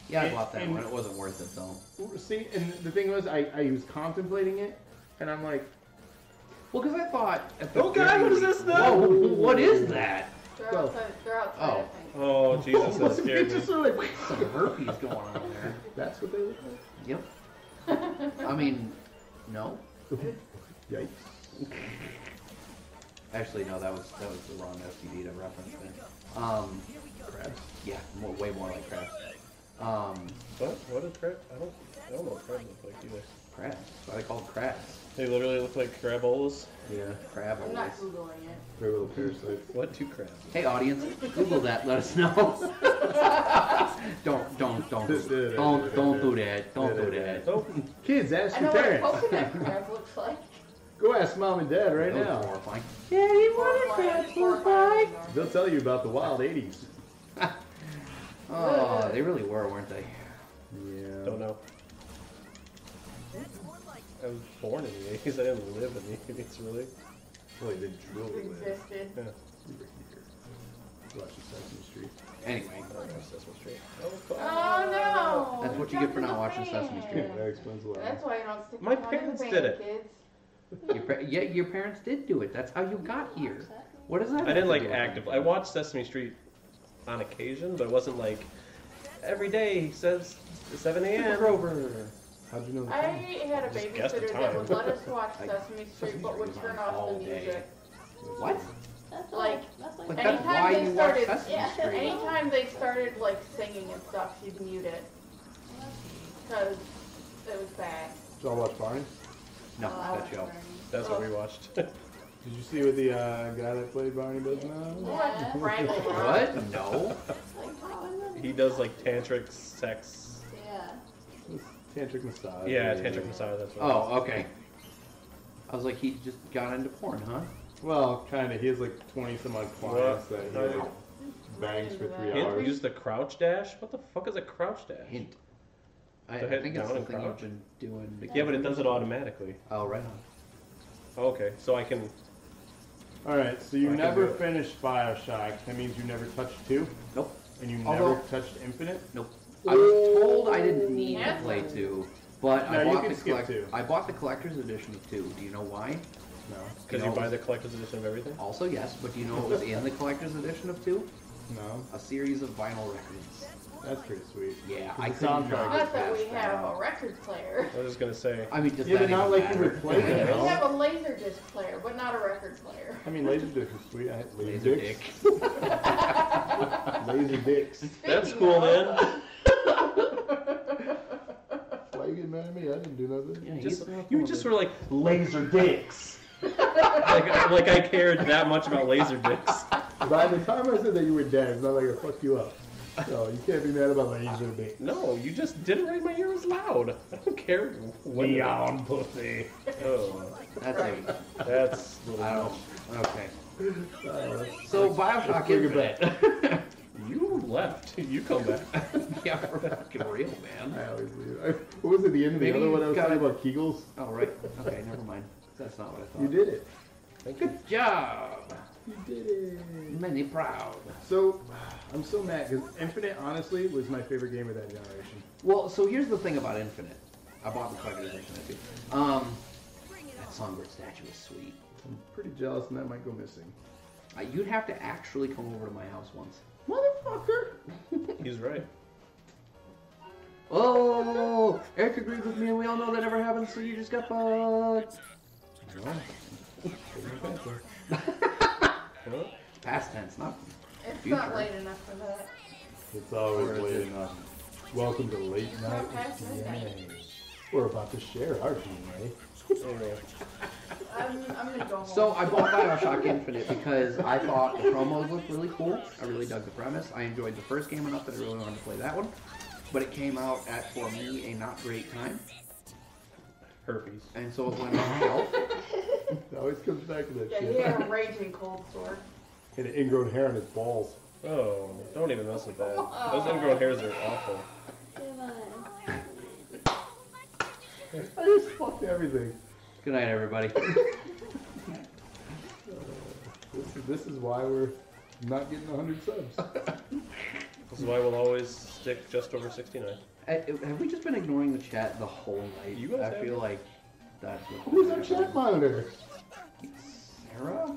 Speaker 1: Yeah, I
Speaker 2: And-
Speaker 1: bought that
Speaker 2: and-
Speaker 1: one. It wasn't worth it though.
Speaker 2: See, and the thing was, I, I was contemplating it, and I'm like,
Speaker 1: Well, because I thought. At the
Speaker 3: Oh, God,
Speaker 1: very-
Speaker 3: what is this now?
Speaker 1: Whoa, what is that?
Speaker 5: They're
Speaker 2: Go.
Speaker 5: outside. They're outside.
Speaker 1: Oh.
Speaker 5: I think.
Speaker 3: Oh Jesus, that
Speaker 2: it
Speaker 3: scared me.
Speaker 2: just sort of like,
Speaker 1: Some herpes going on there.
Speaker 2: that's what they look like.
Speaker 1: Yep. I mean, no.
Speaker 2: Yikes.
Speaker 1: Actually, no. That was that was the wrong STD to reference there. Um,
Speaker 2: Crabs.
Speaker 1: Yeah, more, way more like crabs. Um,
Speaker 3: What? What is crab? I don't. I don't know what crab look like either.
Speaker 1: crabs. That's why they call them crabs.
Speaker 3: They literally look like crabolas.
Speaker 2: Yeah.
Speaker 1: Crab
Speaker 5: I'm
Speaker 1: always.
Speaker 5: not googling it.
Speaker 2: They're little parasites.
Speaker 3: What do crabs?
Speaker 1: Hey audience, Google that. Let us know. don't don't don't do- don't don't do that. Don't do that.
Speaker 3: Oh,
Speaker 2: Kids, ask
Speaker 5: I
Speaker 2: your
Speaker 5: know oh. what a
Speaker 2: parents.
Speaker 5: coconut crab looks like.
Speaker 2: Go ask mom and dad right
Speaker 1: That was
Speaker 2: now.
Speaker 1: horrifying.
Speaker 5: Daddy, what crabs look like?
Speaker 2: They'll tell you about the wild 80s.
Speaker 1: Oh, they really were, weren't they?
Speaker 2: Yeah.
Speaker 3: don't know. I was born in the 80s. I didn't live in the 80s, really.
Speaker 2: Boy, they drill
Speaker 5: It
Speaker 2: with.
Speaker 5: existed.
Speaker 3: Yeah.
Speaker 2: Watch the Sesame Street.
Speaker 1: Anyway,
Speaker 3: I don't know Sesame Street. Oh, fuck.
Speaker 5: Oh no!
Speaker 1: That's what you get for not watching Sesame Street.
Speaker 5: Yeah.
Speaker 2: that explains a lot.
Speaker 5: That's why you don't stick
Speaker 3: My
Speaker 5: your hand in
Speaker 3: parents
Speaker 5: the
Speaker 3: did
Speaker 5: pan,
Speaker 3: it.
Speaker 5: Kids.
Speaker 1: your par- yeah, your parents did do it. That's how you got here. What is that?
Speaker 3: I didn't
Speaker 1: have
Speaker 3: like
Speaker 1: to do with
Speaker 3: active. I
Speaker 1: anything?
Speaker 3: watched Sesame Street on occasion, but it wasn't like every day. He says 7 a.m. Grover.
Speaker 2: How'd you know
Speaker 5: I
Speaker 2: that?
Speaker 5: had a
Speaker 3: Just guess the
Speaker 5: babysitter that
Speaker 3: time.
Speaker 5: would let us watch
Speaker 1: I-
Speaker 5: Sesame Street, but would turn off
Speaker 1: all
Speaker 5: the
Speaker 1: day.
Speaker 5: music.
Speaker 1: What?
Speaker 4: That's
Speaker 5: Like,
Speaker 4: that's
Speaker 1: But
Speaker 5: Anytime
Speaker 1: that's why
Speaker 5: they
Speaker 1: you
Speaker 5: started-
Speaker 1: watch Sesame
Speaker 4: yeah,
Speaker 1: Street.
Speaker 4: any-
Speaker 5: Anytime they started like singing and stuff, she'd mute it because it was bad.
Speaker 2: Did y'all watch Barney?
Speaker 1: No,
Speaker 5: Oh, I
Speaker 1: that
Speaker 5: was
Speaker 1: show.
Speaker 5: learning.
Speaker 3: That's what we watched.
Speaker 2: Did you see what the uh, guy that played Barney does
Speaker 5: We
Speaker 2: now?
Speaker 5: watched Fraggle Rock.
Speaker 1: What? No.
Speaker 4: Like, how is
Speaker 3: he
Speaker 4: it?
Speaker 3: does like tantric sex.
Speaker 4: Yeah.
Speaker 2: Tantric massage.
Speaker 3: Yeah, tantric massage. That's what.
Speaker 1: Oh, okay. I was like, he just got into porn, huh?
Speaker 2: Well, kind of. He has like 20 some odd clients that he like, bangs for three
Speaker 5: Yeah.
Speaker 3: Hint
Speaker 2: hours.
Speaker 3: used the crouch dash. What the fuck is a crouch dash?
Speaker 1: Hint. I,
Speaker 3: So
Speaker 1: I
Speaker 3: hit
Speaker 1: think it's the
Speaker 3: down and
Speaker 1: thing you've
Speaker 3: crouch.
Speaker 1: been doing. to-
Speaker 3: Yeah, but it does it automatically.
Speaker 1: Oh, right on.
Speaker 3: Oh, okay, so I can.
Speaker 2: All right, so you
Speaker 3: I can
Speaker 2: never
Speaker 3: do it.
Speaker 2: finished Bioshock. That means you never touched two,
Speaker 1: Nope.
Speaker 2: and you
Speaker 1: Although-
Speaker 2: never touched Infinite.
Speaker 1: Nope. I was told I didn't need to
Speaker 5: Yes.
Speaker 1: play two, but I
Speaker 2: No, you
Speaker 1: bought
Speaker 2: can
Speaker 1: the
Speaker 2: skip
Speaker 1: collect-
Speaker 2: two.
Speaker 1: I bought the collector's edition of two. Do you know why?
Speaker 2: No.
Speaker 3: Because
Speaker 1: You
Speaker 3: you
Speaker 1: know-
Speaker 3: buy the collector's edition of everything?
Speaker 1: Also, yes, but do you know what was in the collector's edition of two?
Speaker 2: No.
Speaker 1: A series of vinyl records.
Speaker 2: That's pretty sweet.
Speaker 1: Yeah,
Speaker 2: 'Cause
Speaker 1: I
Speaker 2: the
Speaker 1: could not
Speaker 2: soundtrack-
Speaker 1: get
Speaker 5: Not that we
Speaker 1: past that.
Speaker 5: have a record player.
Speaker 3: I was just gonna say.
Speaker 1: I mean, does
Speaker 2: Yeah,
Speaker 1: that
Speaker 2: but not
Speaker 1: even
Speaker 2: like you
Speaker 1: matter?
Speaker 2: would play
Speaker 5: We
Speaker 2: it. No.
Speaker 5: have a laser disc player, but not a record player.
Speaker 2: I mean, laser dick is sweet. I,
Speaker 1: Laser
Speaker 2: laser
Speaker 1: dick.
Speaker 2: dicks. Laser dicks.
Speaker 3: That's
Speaker 5: Speaking
Speaker 3: cool,
Speaker 5: of-
Speaker 3: man.
Speaker 2: Why you getting mad at me? I didn't do nothing.
Speaker 1: Yeah,
Speaker 3: Just,
Speaker 1: he's not
Speaker 3: you
Speaker 1: cool
Speaker 3: just
Speaker 1: with
Speaker 3: were like laser dicks. like, I- like I cared that much about laser dicks.
Speaker 2: By the time I said that you were dead, it's not like I fucked you up. So you can't be mad about
Speaker 3: Ah.
Speaker 2: laser dick.
Speaker 3: No, you just didn't raise my ears loud. I don't care. What Neon pussy. Oh,
Speaker 1: it. That's it.
Speaker 3: that's a little
Speaker 1: I don't. Okay.
Speaker 2: Uh,
Speaker 1: So Bioshock
Speaker 2: bring it
Speaker 1: Infinite.
Speaker 3: much. You left. You come back.
Speaker 1: yeah, for fucking real, man.
Speaker 2: I always leave. I, what was it? The end of the
Speaker 1: Maybe
Speaker 2: other one I
Speaker 1: you've
Speaker 2: was
Speaker 1: got
Speaker 2: talking
Speaker 1: it.
Speaker 2: about Kegels.
Speaker 1: Oh right. Okay, never mind. That's not what I thought.
Speaker 2: You did it.
Speaker 1: Good job.
Speaker 2: You did it.
Speaker 1: Many proud.
Speaker 2: So I'm so mad because Infinite, honestly, was my favorite game of that generation.
Speaker 1: Well, so here's the thing about Infinite. I bought the collector's edition too. Um, that songbird statue is sweet.
Speaker 2: I'm pretty jealous, and that might go missing.
Speaker 1: Uh, you'd have to actually come over to my house once.
Speaker 2: Motherfucker!
Speaker 3: He's right.
Speaker 1: Oh, Eric agreed with me, and we all know that never happens. So you just got fucked.
Speaker 3: Huh?
Speaker 1: Past tense, not.
Speaker 5: It's
Speaker 1: Future.
Speaker 5: not late enough for that.
Speaker 2: It's always
Speaker 1: late
Speaker 2: enough. Welcome to late night.
Speaker 5: Not past
Speaker 2: with
Speaker 5: midnight.
Speaker 2: DNA. We're about to share our DNA.
Speaker 3: Anyway.
Speaker 5: I'm, I'm gonna go home.
Speaker 1: So I bought Bioshock Infinite because I thought the promos looked really cool. I really dug the premise. I enjoyed the first game enough that I really wanted to play that one. But it came out at, for me, a not great time.
Speaker 3: Herpes.
Speaker 1: And so it went on sale.
Speaker 2: It always comes back to that
Speaker 5: yeah,
Speaker 2: shit.
Speaker 5: he had a raging cold sore.
Speaker 2: And an ingrown hair on his balls.
Speaker 3: Oh, don't even mess with that. Those ingrown hairs are awful.
Speaker 4: Come on.
Speaker 2: I just fucked everything.
Speaker 1: Good night, everybody.
Speaker 2: This is, this is why we're not getting 100 subs.
Speaker 3: This is why we'll always stick just over 69.
Speaker 1: I, Eh, have we just been ignoring the chat the whole night?
Speaker 3: You guys
Speaker 1: I
Speaker 3: have
Speaker 1: feel
Speaker 3: it.
Speaker 1: like that's what.
Speaker 2: Who's our chat monitor?
Speaker 1: Sarah?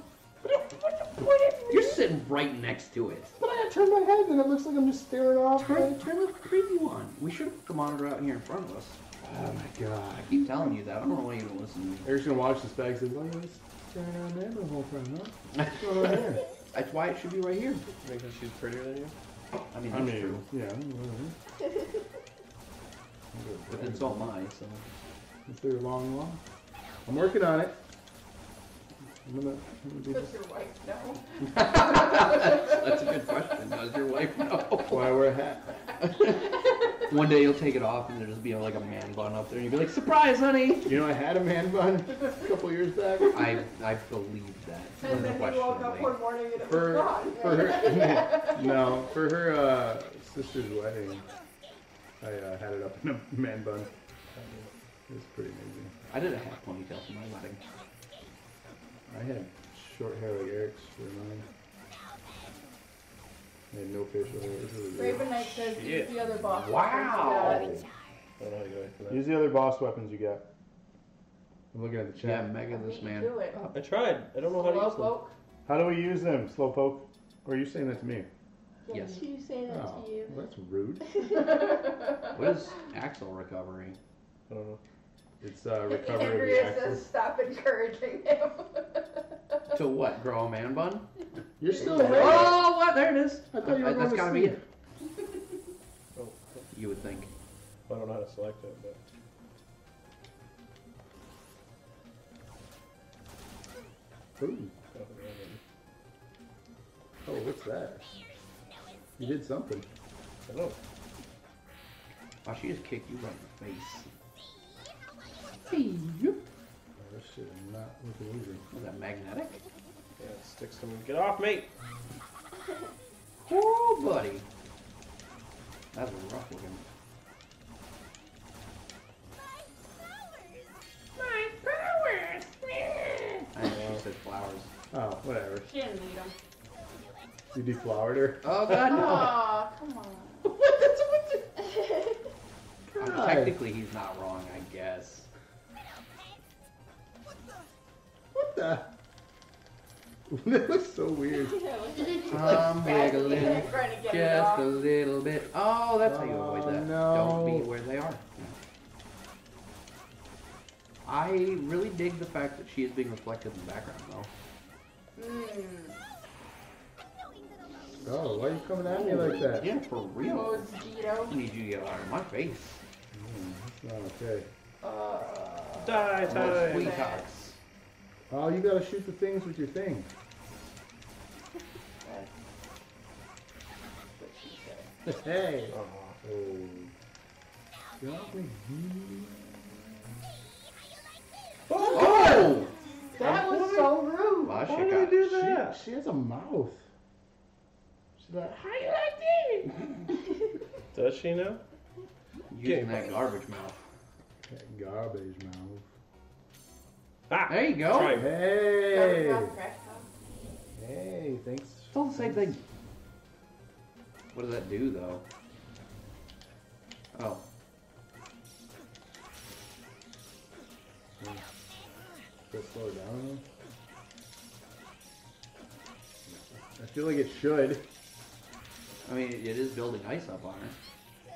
Speaker 1: You're sitting right next to it.
Speaker 2: But I turn my head and it looks like I'm just staring off.
Speaker 1: Turn, turn the preview on. We should have put the monitor out here in front of us.
Speaker 2: Oh my god.
Speaker 1: I keep telling you that. I don't know why you don't listen to me.
Speaker 2: Eric's gonna watch this back and say, Why is staring on there the whole time, huh? What's going on there?
Speaker 1: That's why it should be right here.
Speaker 3: Because she's prettier than you?
Speaker 1: I mean, that's true.
Speaker 2: yeah.
Speaker 1: But then so am I, so.
Speaker 2: It's their long long. I'm working on it. I'm gonna, I'm gonna do
Speaker 5: Does your wife know?
Speaker 1: That's a good question. Does your wife know?
Speaker 2: why I wear a hat.
Speaker 1: One day you'll take it off and there'll just be like a man bun up there and you'll be like, surprise, honey!
Speaker 2: You know, I had a man bun a couple years back.
Speaker 1: I, I believe that.
Speaker 5: And then he woke up
Speaker 1: Unquestionably.
Speaker 5: one morning and it was
Speaker 2: For,
Speaker 5: gone.
Speaker 2: for her, no, for her uh, sister's wedding, I uh, had it up in a man bun. It was pretty amazing.
Speaker 1: I did a half ponytail for my wedding.
Speaker 2: I had short hair like Eric's for mine. I had no facial hair. It was really weird.
Speaker 5: Raven Knight says
Speaker 3: Yeah.
Speaker 5: he's the other boss.
Speaker 1: Wow.
Speaker 5: He's
Speaker 3: I don't know how you go away from
Speaker 2: Use the other boss weapons you got. I'm looking at the
Speaker 1: Yeah,
Speaker 2: chat.
Speaker 1: mega
Speaker 5: not-
Speaker 1: this
Speaker 5: He
Speaker 1: man.
Speaker 5: Do it.
Speaker 3: that. I tried. I don't know how to use them.
Speaker 5: Slowpoke.
Speaker 2: How do we use them, Slowpoke? Or are you saying that to me?
Speaker 1: Yes.
Speaker 4: You say that
Speaker 2: Oh,
Speaker 4: to you.
Speaker 2: well, that's rude.
Speaker 1: What is axle recovery?
Speaker 3: I don't know.
Speaker 2: It's uh, recovery
Speaker 5: Andrea
Speaker 2: of the
Speaker 5: says
Speaker 2: axis.
Speaker 5: stop encouraging him.
Speaker 1: To what? Grow a man bun?
Speaker 2: You're still awake.
Speaker 1: Oh, what? There it is.
Speaker 2: I thought you were
Speaker 1: Uh,
Speaker 2: going
Speaker 1: That's
Speaker 2: to
Speaker 1: gotta be
Speaker 2: sleep.
Speaker 1: it.
Speaker 3: Oh,
Speaker 1: You would think.
Speaker 3: I don't know how to select it, but.
Speaker 2: Ooh.
Speaker 3: I don't know.
Speaker 2: Oh, what's that? You did something.
Speaker 3: I don't know.
Speaker 1: Wow, she just kicked you right in the face.
Speaker 2: Oh, this shit is not looking easy.
Speaker 1: Was that magnetic?
Speaker 3: Yeah, it sticks to me. Get off me!
Speaker 1: Oh, buddy. That's a rough looking. I think she said flowers.
Speaker 2: Oh, whatever.
Speaker 5: she didn't need him.
Speaker 2: You deflowered her.
Speaker 1: Oh god, no.
Speaker 5: Aw, come on.
Speaker 1: Um, technically, he's not wrong, I guess.
Speaker 2: What the yeah. that was so weird.
Speaker 1: I'm wiggling
Speaker 5: trying to get it
Speaker 1: just
Speaker 5: off.
Speaker 1: a little bit. Oh, that's how you avoid
Speaker 2: Oh,
Speaker 1: that.
Speaker 2: no.
Speaker 1: Don't be where they are. I really dig the fact that she is being reflected in the background, though.
Speaker 5: Mm.
Speaker 2: Oh, why are you coming at me like that?
Speaker 1: Yeah, for real. I
Speaker 5: Mosquito.
Speaker 1: need you to get out of my face.
Speaker 2: Oh, okay.
Speaker 5: Uh,
Speaker 3: Die,
Speaker 1: More
Speaker 3: die.
Speaker 1: sweet talks.
Speaker 2: Oh, you gotta shoot the things with your thing.
Speaker 5: that's what she said.
Speaker 2: Hey. Oh. Got me.
Speaker 1: Oh!
Speaker 5: That was so rude.
Speaker 1: Well, she
Speaker 2: Why did
Speaker 1: got-
Speaker 2: they do
Speaker 1: she-
Speaker 2: that? She, has a mouth. She's like, how you like that?
Speaker 3: Does she know?
Speaker 1: Using that garbage mouth.
Speaker 2: That garbage mouth.
Speaker 3: Ah,
Speaker 1: There you go.
Speaker 3: Try.
Speaker 2: Hey.
Speaker 5: That was not practical.
Speaker 2: Hey, thanks.
Speaker 1: It's all the same thing. What does that do, though? Oh.
Speaker 2: Does it slow down? I feel like it should.
Speaker 1: I mean, it is building ice up on her.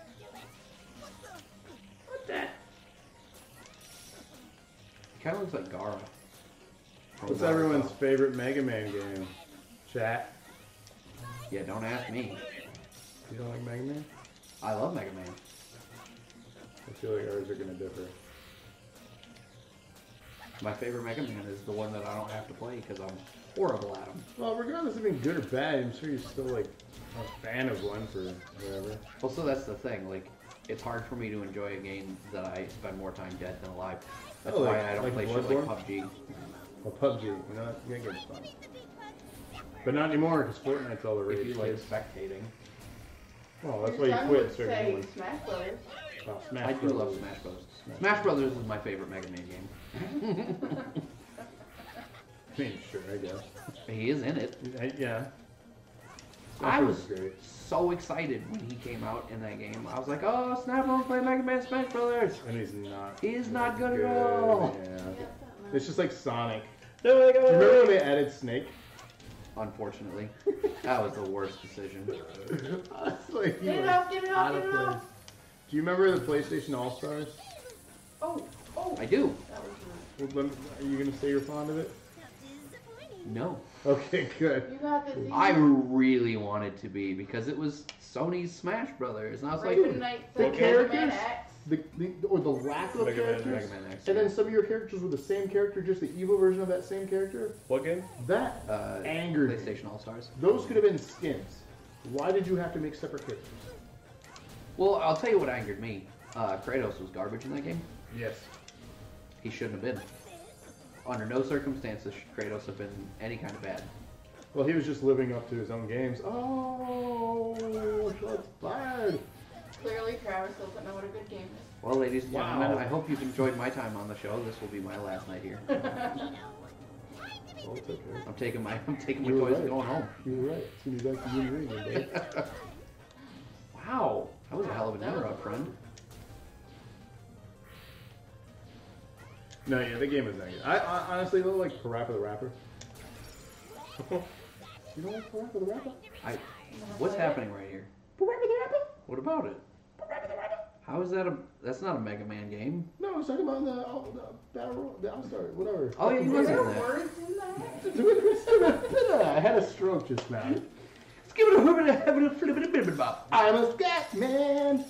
Speaker 1: What the? Kind of looks like Gara. From
Speaker 2: What's
Speaker 1: Gara,
Speaker 2: everyone's
Speaker 1: though.
Speaker 2: favorite Mega Man game? Chat.
Speaker 1: Yeah, don't ask me.
Speaker 2: You don't like Mega Man?
Speaker 1: I love Mega Man.
Speaker 2: I feel like ours are gonna differ.
Speaker 1: My favorite Mega Man is the one that I don't have to play because I'm horrible at him.
Speaker 2: Well, regardless of being good or bad, I'm sure you're still like a fan of one for whatever.
Speaker 1: Also, that's the thing. Like, it's hard for me to enjoy a game that I spend more time dead than alive. That's
Speaker 2: Oh, like-
Speaker 1: why I don't
Speaker 2: like
Speaker 1: play shit like
Speaker 2: Bloodborne?
Speaker 1: PUBG.
Speaker 2: Well, PUBG, you know, that game's fun. But not anymore because Fortnite's all the
Speaker 1: If you
Speaker 2: rage.
Speaker 1: like
Speaker 2: Like,
Speaker 1: spectating,
Speaker 2: well, that's why
Speaker 5: Your
Speaker 2: you
Speaker 5: son
Speaker 2: quit
Speaker 5: would
Speaker 2: certain
Speaker 5: say
Speaker 2: ones.
Speaker 5: Smash Brothers.
Speaker 2: Oh, Smash
Speaker 1: I do love
Speaker 2: Brothers.
Speaker 1: Smash Brothers.
Speaker 2: Smash
Speaker 1: Smash Brothers is my favorite Mega Man game.
Speaker 2: I mean, sure, I guess.
Speaker 1: He is in it.
Speaker 2: I, yeah. Smash
Speaker 1: I
Speaker 2: Brothers
Speaker 1: was
Speaker 2: is great.
Speaker 1: so excited when he came out in that game. I was like, "Oh, snap! I'm playing Mega Man Smash Brothers."
Speaker 2: And he's not.
Speaker 1: He's not good at
Speaker 2: good,
Speaker 1: all.
Speaker 2: Yeah. It's just like Sonic.
Speaker 3: No, I
Speaker 2: Do you remember
Speaker 3: got
Speaker 2: when they added Snake?
Speaker 1: Unfortunately, that was the worst decision.
Speaker 2: It's like he
Speaker 5: Get it
Speaker 2: was
Speaker 5: off, get it off,
Speaker 2: out
Speaker 5: get
Speaker 2: of
Speaker 5: it off.
Speaker 2: place. Do you remember the PlayStation All Stars?
Speaker 5: Oh, oh.
Speaker 1: I do.
Speaker 5: That was rude.
Speaker 2: Are you gonna say you're fond of it?
Speaker 1: No,
Speaker 2: Okay, good.
Speaker 5: You got this.
Speaker 1: I
Speaker 5: easy.
Speaker 1: really wanted to be because it was Sony's Smash Brothers, and I was like,
Speaker 5: Raven Knight
Speaker 2: the
Speaker 5: said Mega Man
Speaker 2: characters-
Speaker 5: X.
Speaker 2: the, the or the lack of
Speaker 3: Mega Man,
Speaker 2: characters,
Speaker 1: Mega Man X.
Speaker 2: and then some of your characters were the same character, just the evil version of that same character.
Speaker 3: What game?
Speaker 2: That
Speaker 1: uh,
Speaker 2: angered me.
Speaker 1: PlayStation All Stars.
Speaker 2: Those could have been skins. Why did you have to make separate characters?
Speaker 1: Well, I'll tell you what angered me. Uh, Kratos was garbage in that game.
Speaker 2: Yes.
Speaker 1: He shouldn't have been. Under no circumstances should Kratos have been any kind of bad.
Speaker 2: Well, he was just living up to his own games. Oh, shots fired.
Speaker 5: Clearly, Travis doesn't know what a good game is.
Speaker 1: Well, ladies and
Speaker 2: Wow.
Speaker 1: gentlemen, I hope you've enjoyed my time on the show. This will be my last night here.
Speaker 2: Well, Oh, it's okay.
Speaker 1: I'm taking my I'm taking my
Speaker 2: You were
Speaker 1: toys
Speaker 2: right.
Speaker 1: and going home.
Speaker 2: You were right. It's gonna be back to you and Reagan, buddy.
Speaker 1: Wow, that was a hell of an hour up friend.
Speaker 2: No, yeah, the game is not good. I, I honestly though like Parappa the Rapper. you don't like Parappa the Rapper?
Speaker 1: I, what's happening right here? Remember the rapper? What about it? How is that a? That's not a Mega Man game.
Speaker 2: No, I was talking about the, all the battle, Royale- the All Star, whatever.
Speaker 1: Oh, yeah, you
Speaker 5: Were
Speaker 1: was
Speaker 5: there
Speaker 1: in that.
Speaker 5: words in that?
Speaker 2: I had a stroke just now.
Speaker 1: Let's give it a hoop and a heaven and flip it a bit bit bop.
Speaker 2: I'm a scat man.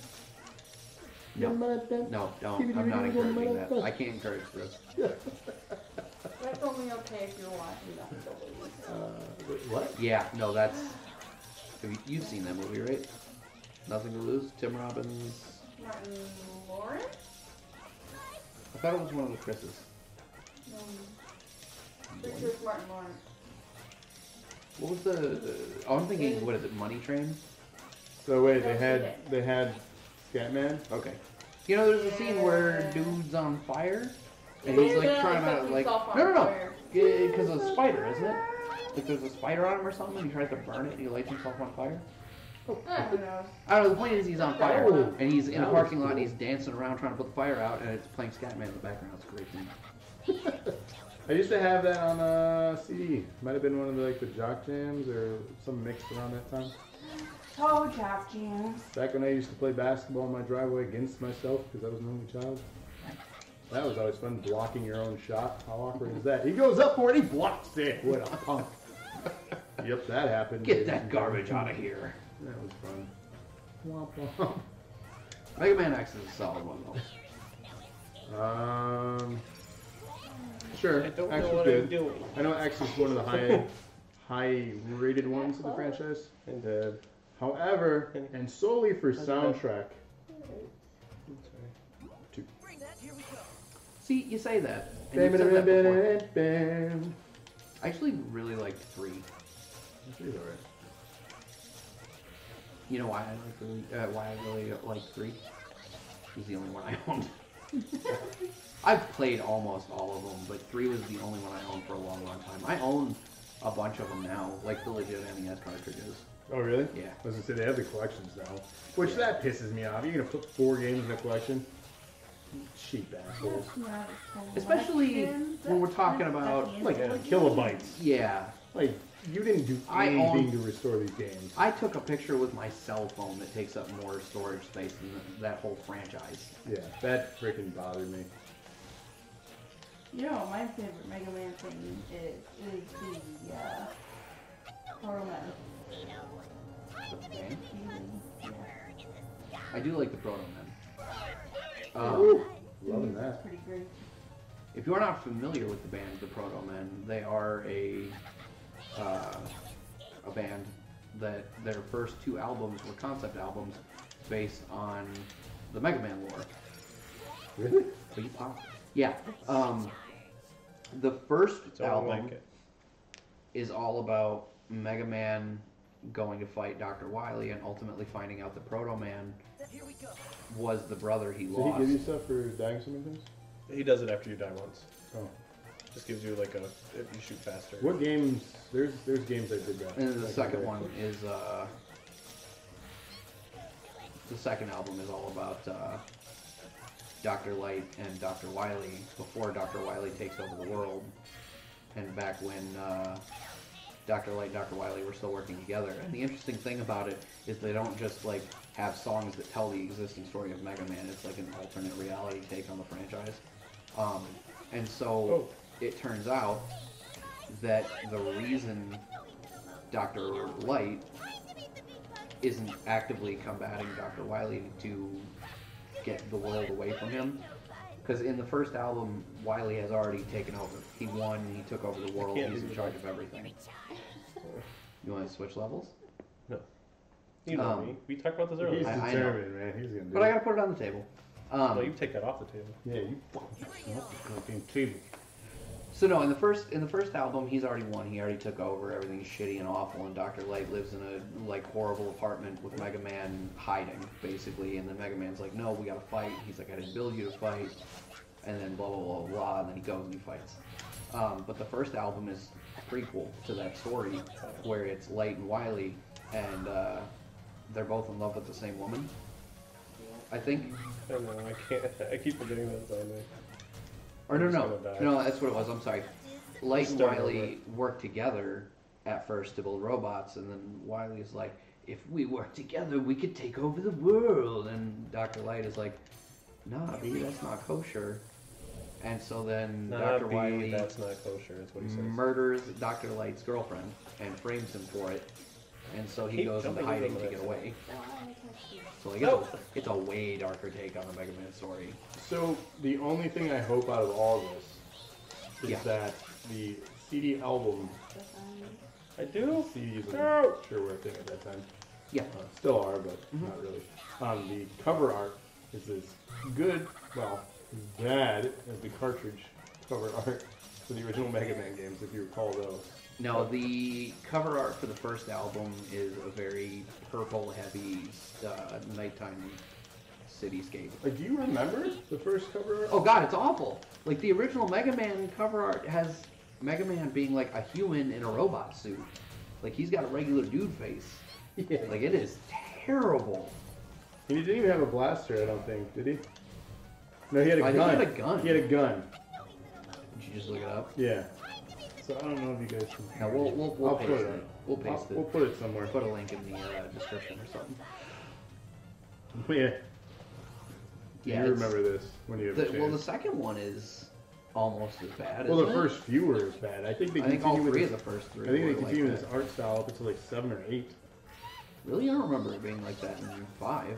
Speaker 1: No, no, don't. I'm not encouraging that. I can't encourage this.
Speaker 5: That's only okay if you're watching that.
Speaker 2: Uh, What?
Speaker 1: Yeah, no, that's. have you- You've seen that movie, right? Nothing to lose. Tim Robbins.
Speaker 5: Martin Lawrence?
Speaker 1: I thought it was one of the Chris's.
Speaker 5: No. This is Martin Lawrence.
Speaker 1: What was the? Oh, I'm thinking. What is it? Money Train.
Speaker 2: So wait, they had they had Scatman.
Speaker 1: Okay. You know, there's a scene where dude's on fire, and he's like
Speaker 5: Yeah,
Speaker 1: trying
Speaker 5: he sets
Speaker 1: to like
Speaker 5: himself
Speaker 1: no
Speaker 5: on
Speaker 1: no no
Speaker 5: fire.
Speaker 1: because of a spider, isn't it? Like there's a spider on him or something. and He tries to burn it, and he lights himself on fire.
Speaker 5: I don't know.
Speaker 1: I don't know. The point is he's on fire,
Speaker 2: Oh,
Speaker 1: and he's in a
Speaker 2: that
Speaker 1: parking
Speaker 2: was
Speaker 1: lot, and
Speaker 2: cool.
Speaker 1: he's dancing around trying to put the fire out, and it's playing Scatman in the background. It's a great thing.
Speaker 2: I I used to have that on uh, CD. Might have been one of the, like the jock jams or some mixed around that time.
Speaker 4: Oh, Jack Jams.
Speaker 2: Back when I used to play basketball in my driveway against myself because I was an only child. That was always fun, blocking your own shot. How awkward is that? He goes up for it, he blocks it. What a punk. yep, that happened.
Speaker 1: Get that garbage out of here.
Speaker 2: That was fun. Womp womp.
Speaker 1: Mega Man X is a solid one though.
Speaker 2: Um, sure.
Speaker 8: I don't
Speaker 2: X
Speaker 8: know
Speaker 2: was
Speaker 8: what
Speaker 2: good.
Speaker 8: I'm doing.
Speaker 2: I know X is one of the high, high-rated ones of the franchise.
Speaker 8: And uh,
Speaker 2: However, and solely for soundtrack,
Speaker 8: I'm sorry.
Speaker 1: See, you say that. and you've said that before.
Speaker 2: Bam-a-da-bam-bam.
Speaker 1: I actually really liked three.
Speaker 2: She's alright.
Speaker 1: You know why I like really, uh, why I really like three? Was the only one I owned. I've played almost all of them, but three was the only one I owned for a long, long time. I own a bunch of them now, like the legit NES cartridges.
Speaker 2: Oh really?
Speaker 1: Yeah.
Speaker 2: I was gonna say they have the collections now, which that pisses me off. You're gonna put four games in a collection? Cheap assholes.
Speaker 1: Especially when we're talking about
Speaker 2: Like kilobytes.
Speaker 1: yeah.
Speaker 2: Like you didn't do
Speaker 1: I
Speaker 2: anything
Speaker 1: own-
Speaker 2: to restore these games.
Speaker 1: I took a picture with my cell phone that takes up more storage space than that whole franchise.
Speaker 2: Yeah, that freaking bothered me.
Speaker 4: You know, my favorite Mega Man thing is, E is the, uh, Portal Man.
Speaker 1: Okay.
Speaker 4: Mhm.
Speaker 1: I do like the Proto Man.
Speaker 2: Woo,
Speaker 1: Um,
Speaker 2: Ah, loving
Speaker 4: That's
Speaker 2: that.
Speaker 4: pretty great.
Speaker 1: if you are not familiar with the band the Proto Men, they are a uh, a band that their first two albums were concept albums based on the Mega Man lore.
Speaker 2: Really?
Speaker 1: But you pop. Yeah. Um, the first
Speaker 8: So I
Speaker 1: album
Speaker 8: like it.
Speaker 1: is all about Mega Man going to fight Dr. Wily and ultimately finding out that Proto Man was the brother he
Speaker 2: Did he
Speaker 1: lost.
Speaker 2: give you stuff for dying so many times?
Speaker 8: He does it after you die once.
Speaker 2: Oh.
Speaker 8: Just gives you like a if you shoot faster.
Speaker 2: What games? There's there's games I did that.
Speaker 1: and then
Speaker 2: I
Speaker 1: the
Speaker 2: did
Speaker 1: second
Speaker 2: that.
Speaker 1: one is uh, the second album is all about uh, Dr. Light and Dr. Wily before Dr. Wily takes over the world, and back when uh, Dr. Light and Dr. Wily were still working together. And the interesting thing about it is they don't just like have songs that tell the existing story of Mega Man. It's like an alternate reality take on the franchise. Um, and so
Speaker 8: Oh.
Speaker 1: it turns out that the reason Dr. Light isn't actively combating Dr. Wily to get the world away from him. Because in the first album, Wily has already taken over. He won, he took over the world,
Speaker 8: can't
Speaker 1: he's
Speaker 8: do
Speaker 1: in
Speaker 8: the-
Speaker 1: charge of everything. You want to switch levels?
Speaker 8: You know
Speaker 1: Um,
Speaker 8: me. We talked about this
Speaker 2: He's
Speaker 8: earlier.
Speaker 1: I- I know.
Speaker 2: determined, man. He's gonna do
Speaker 1: But I
Speaker 2: it.
Speaker 1: gotta put it on the table.
Speaker 8: No,
Speaker 1: Um,
Speaker 8: you take that off the table.
Speaker 2: Yeah, you fucking up the fucking table.
Speaker 1: so no, in the first in the first album, he's already won. He already took over. Everything's shitty and awful. And Doctor Light lives in a like horrible apartment with Mega Man hiding basically. And then Mega Man's like, "No, we gotta fight." He's like, "I didn't build you to fight." And then blah blah blah blah. And then he goes and he fights. Um, but the first album is a prequel to that story, where it's Light and Wily, and uh, they're both in love with the same woman. I think.
Speaker 8: I know. I can't. I keep forgetting that it's on there.
Speaker 1: Or no,
Speaker 8: He's
Speaker 1: no,
Speaker 8: gonna die.
Speaker 1: no. That's what it was. I'm sorry. Light and
Speaker 8: Start
Speaker 1: Wiley worked together at first to build robots, and then Wiley's like, "If we work together, we could take over the world." And Doctor Light is like, "Nah, B, that's not kosher." And so then
Speaker 8: Not
Speaker 1: Doctor
Speaker 8: be-
Speaker 1: Wiley
Speaker 8: That's not kosher. That's what he says.
Speaker 1: murders Doctor Light's girlfriend and frames him for it, and so he
Speaker 8: Keep
Speaker 1: goes into
Speaker 8: jumping
Speaker 1: hiding
Speaker 8: over
Speaker 1: to
Speaker 8: that.
Speaker 1: get away. So like, it's, a, it's a way darker take on the Mega Man story.
Speaker 2: So the only thing I hope out of all this is
Speaker 1: Yeah.
Speaker 2: that the CD album
Speaker 8: I do.
Speaker 2: CDs
Speaker 8: No.
Speaker 2: were sure were a thing at that time.
Speaker 1: Yeah.
Speaker 2: Uh, still are, but
Speaker 1: Mm-hmm.
Speaker 2: not really. Um, the cover art is as good, well, as bad as the cartridge cover art for the original Mega Man games, if you recall those.
Speaker 1: No, the cover art for the first album is a very purple heavy uh, nighttime cityscape.
Speaker 2: Like, do you remember the first cover art?
Speaker 1: Oh god, it's awful. Like the original Mega Man cover art has Mega Man being like a human in a robot suit. Like he's got a regular dude face.
Speaker 2: yeah.
Speaker 1: Like it is terrible.
Speaker 2: And he didn't even have a blaster, I don't think, did he? No, he had a
Speaker 1: I think
Speaker 2: gun.
Speaker 1: he had a gun.
Speaker 2: He had a gun.
Speaker 1: Did you just look it up? Okay.
Speaker 2: Yeah. So I don't know if you guys can.
Speaker 1: Now we'll we'll,
Speaker 2: I'll
Speaker 1: we'll
Speaker 2: put
Speaker 1: paste
Speaker 2: it.
Speaker 1: it.
Speaker 2: up.
Speaker 1: We'll
Speaker 2: I'll-
Speaker 1: paste
Speaker 2: We'll
Speaker 1: it.
Speaker 2: put it somewhere.
Speaker 1: Put a link in the uh, description or something.
Speaker 2: yeah.
Speaker 1: Yeah.
Speaker 2: you
Speaker 1: it's-
Speaker 2: remember this when you have a
Speaker 1: The, well, the
Speaker 2: chance.
Speaker 1: second one is almost as bad.
Speaker 2: Well, the,
Speaker 1: isn't it?
Speaker 2: first few were as bad. I think they
Speaker 1: I think
Speaker 2: continue
Speaker 1: all
Speaker 2: with
Speaker 1: three of
Speaker 2: this,
Speaker 1: the first three.
Speaker 2: I think they
Speaker 1: were like
Speaker 2: continue with
Speaker 1: that.
Speaker 2: this art style up until like seven or eight.
Speaker 1: Really, I don't remember it being like that in five.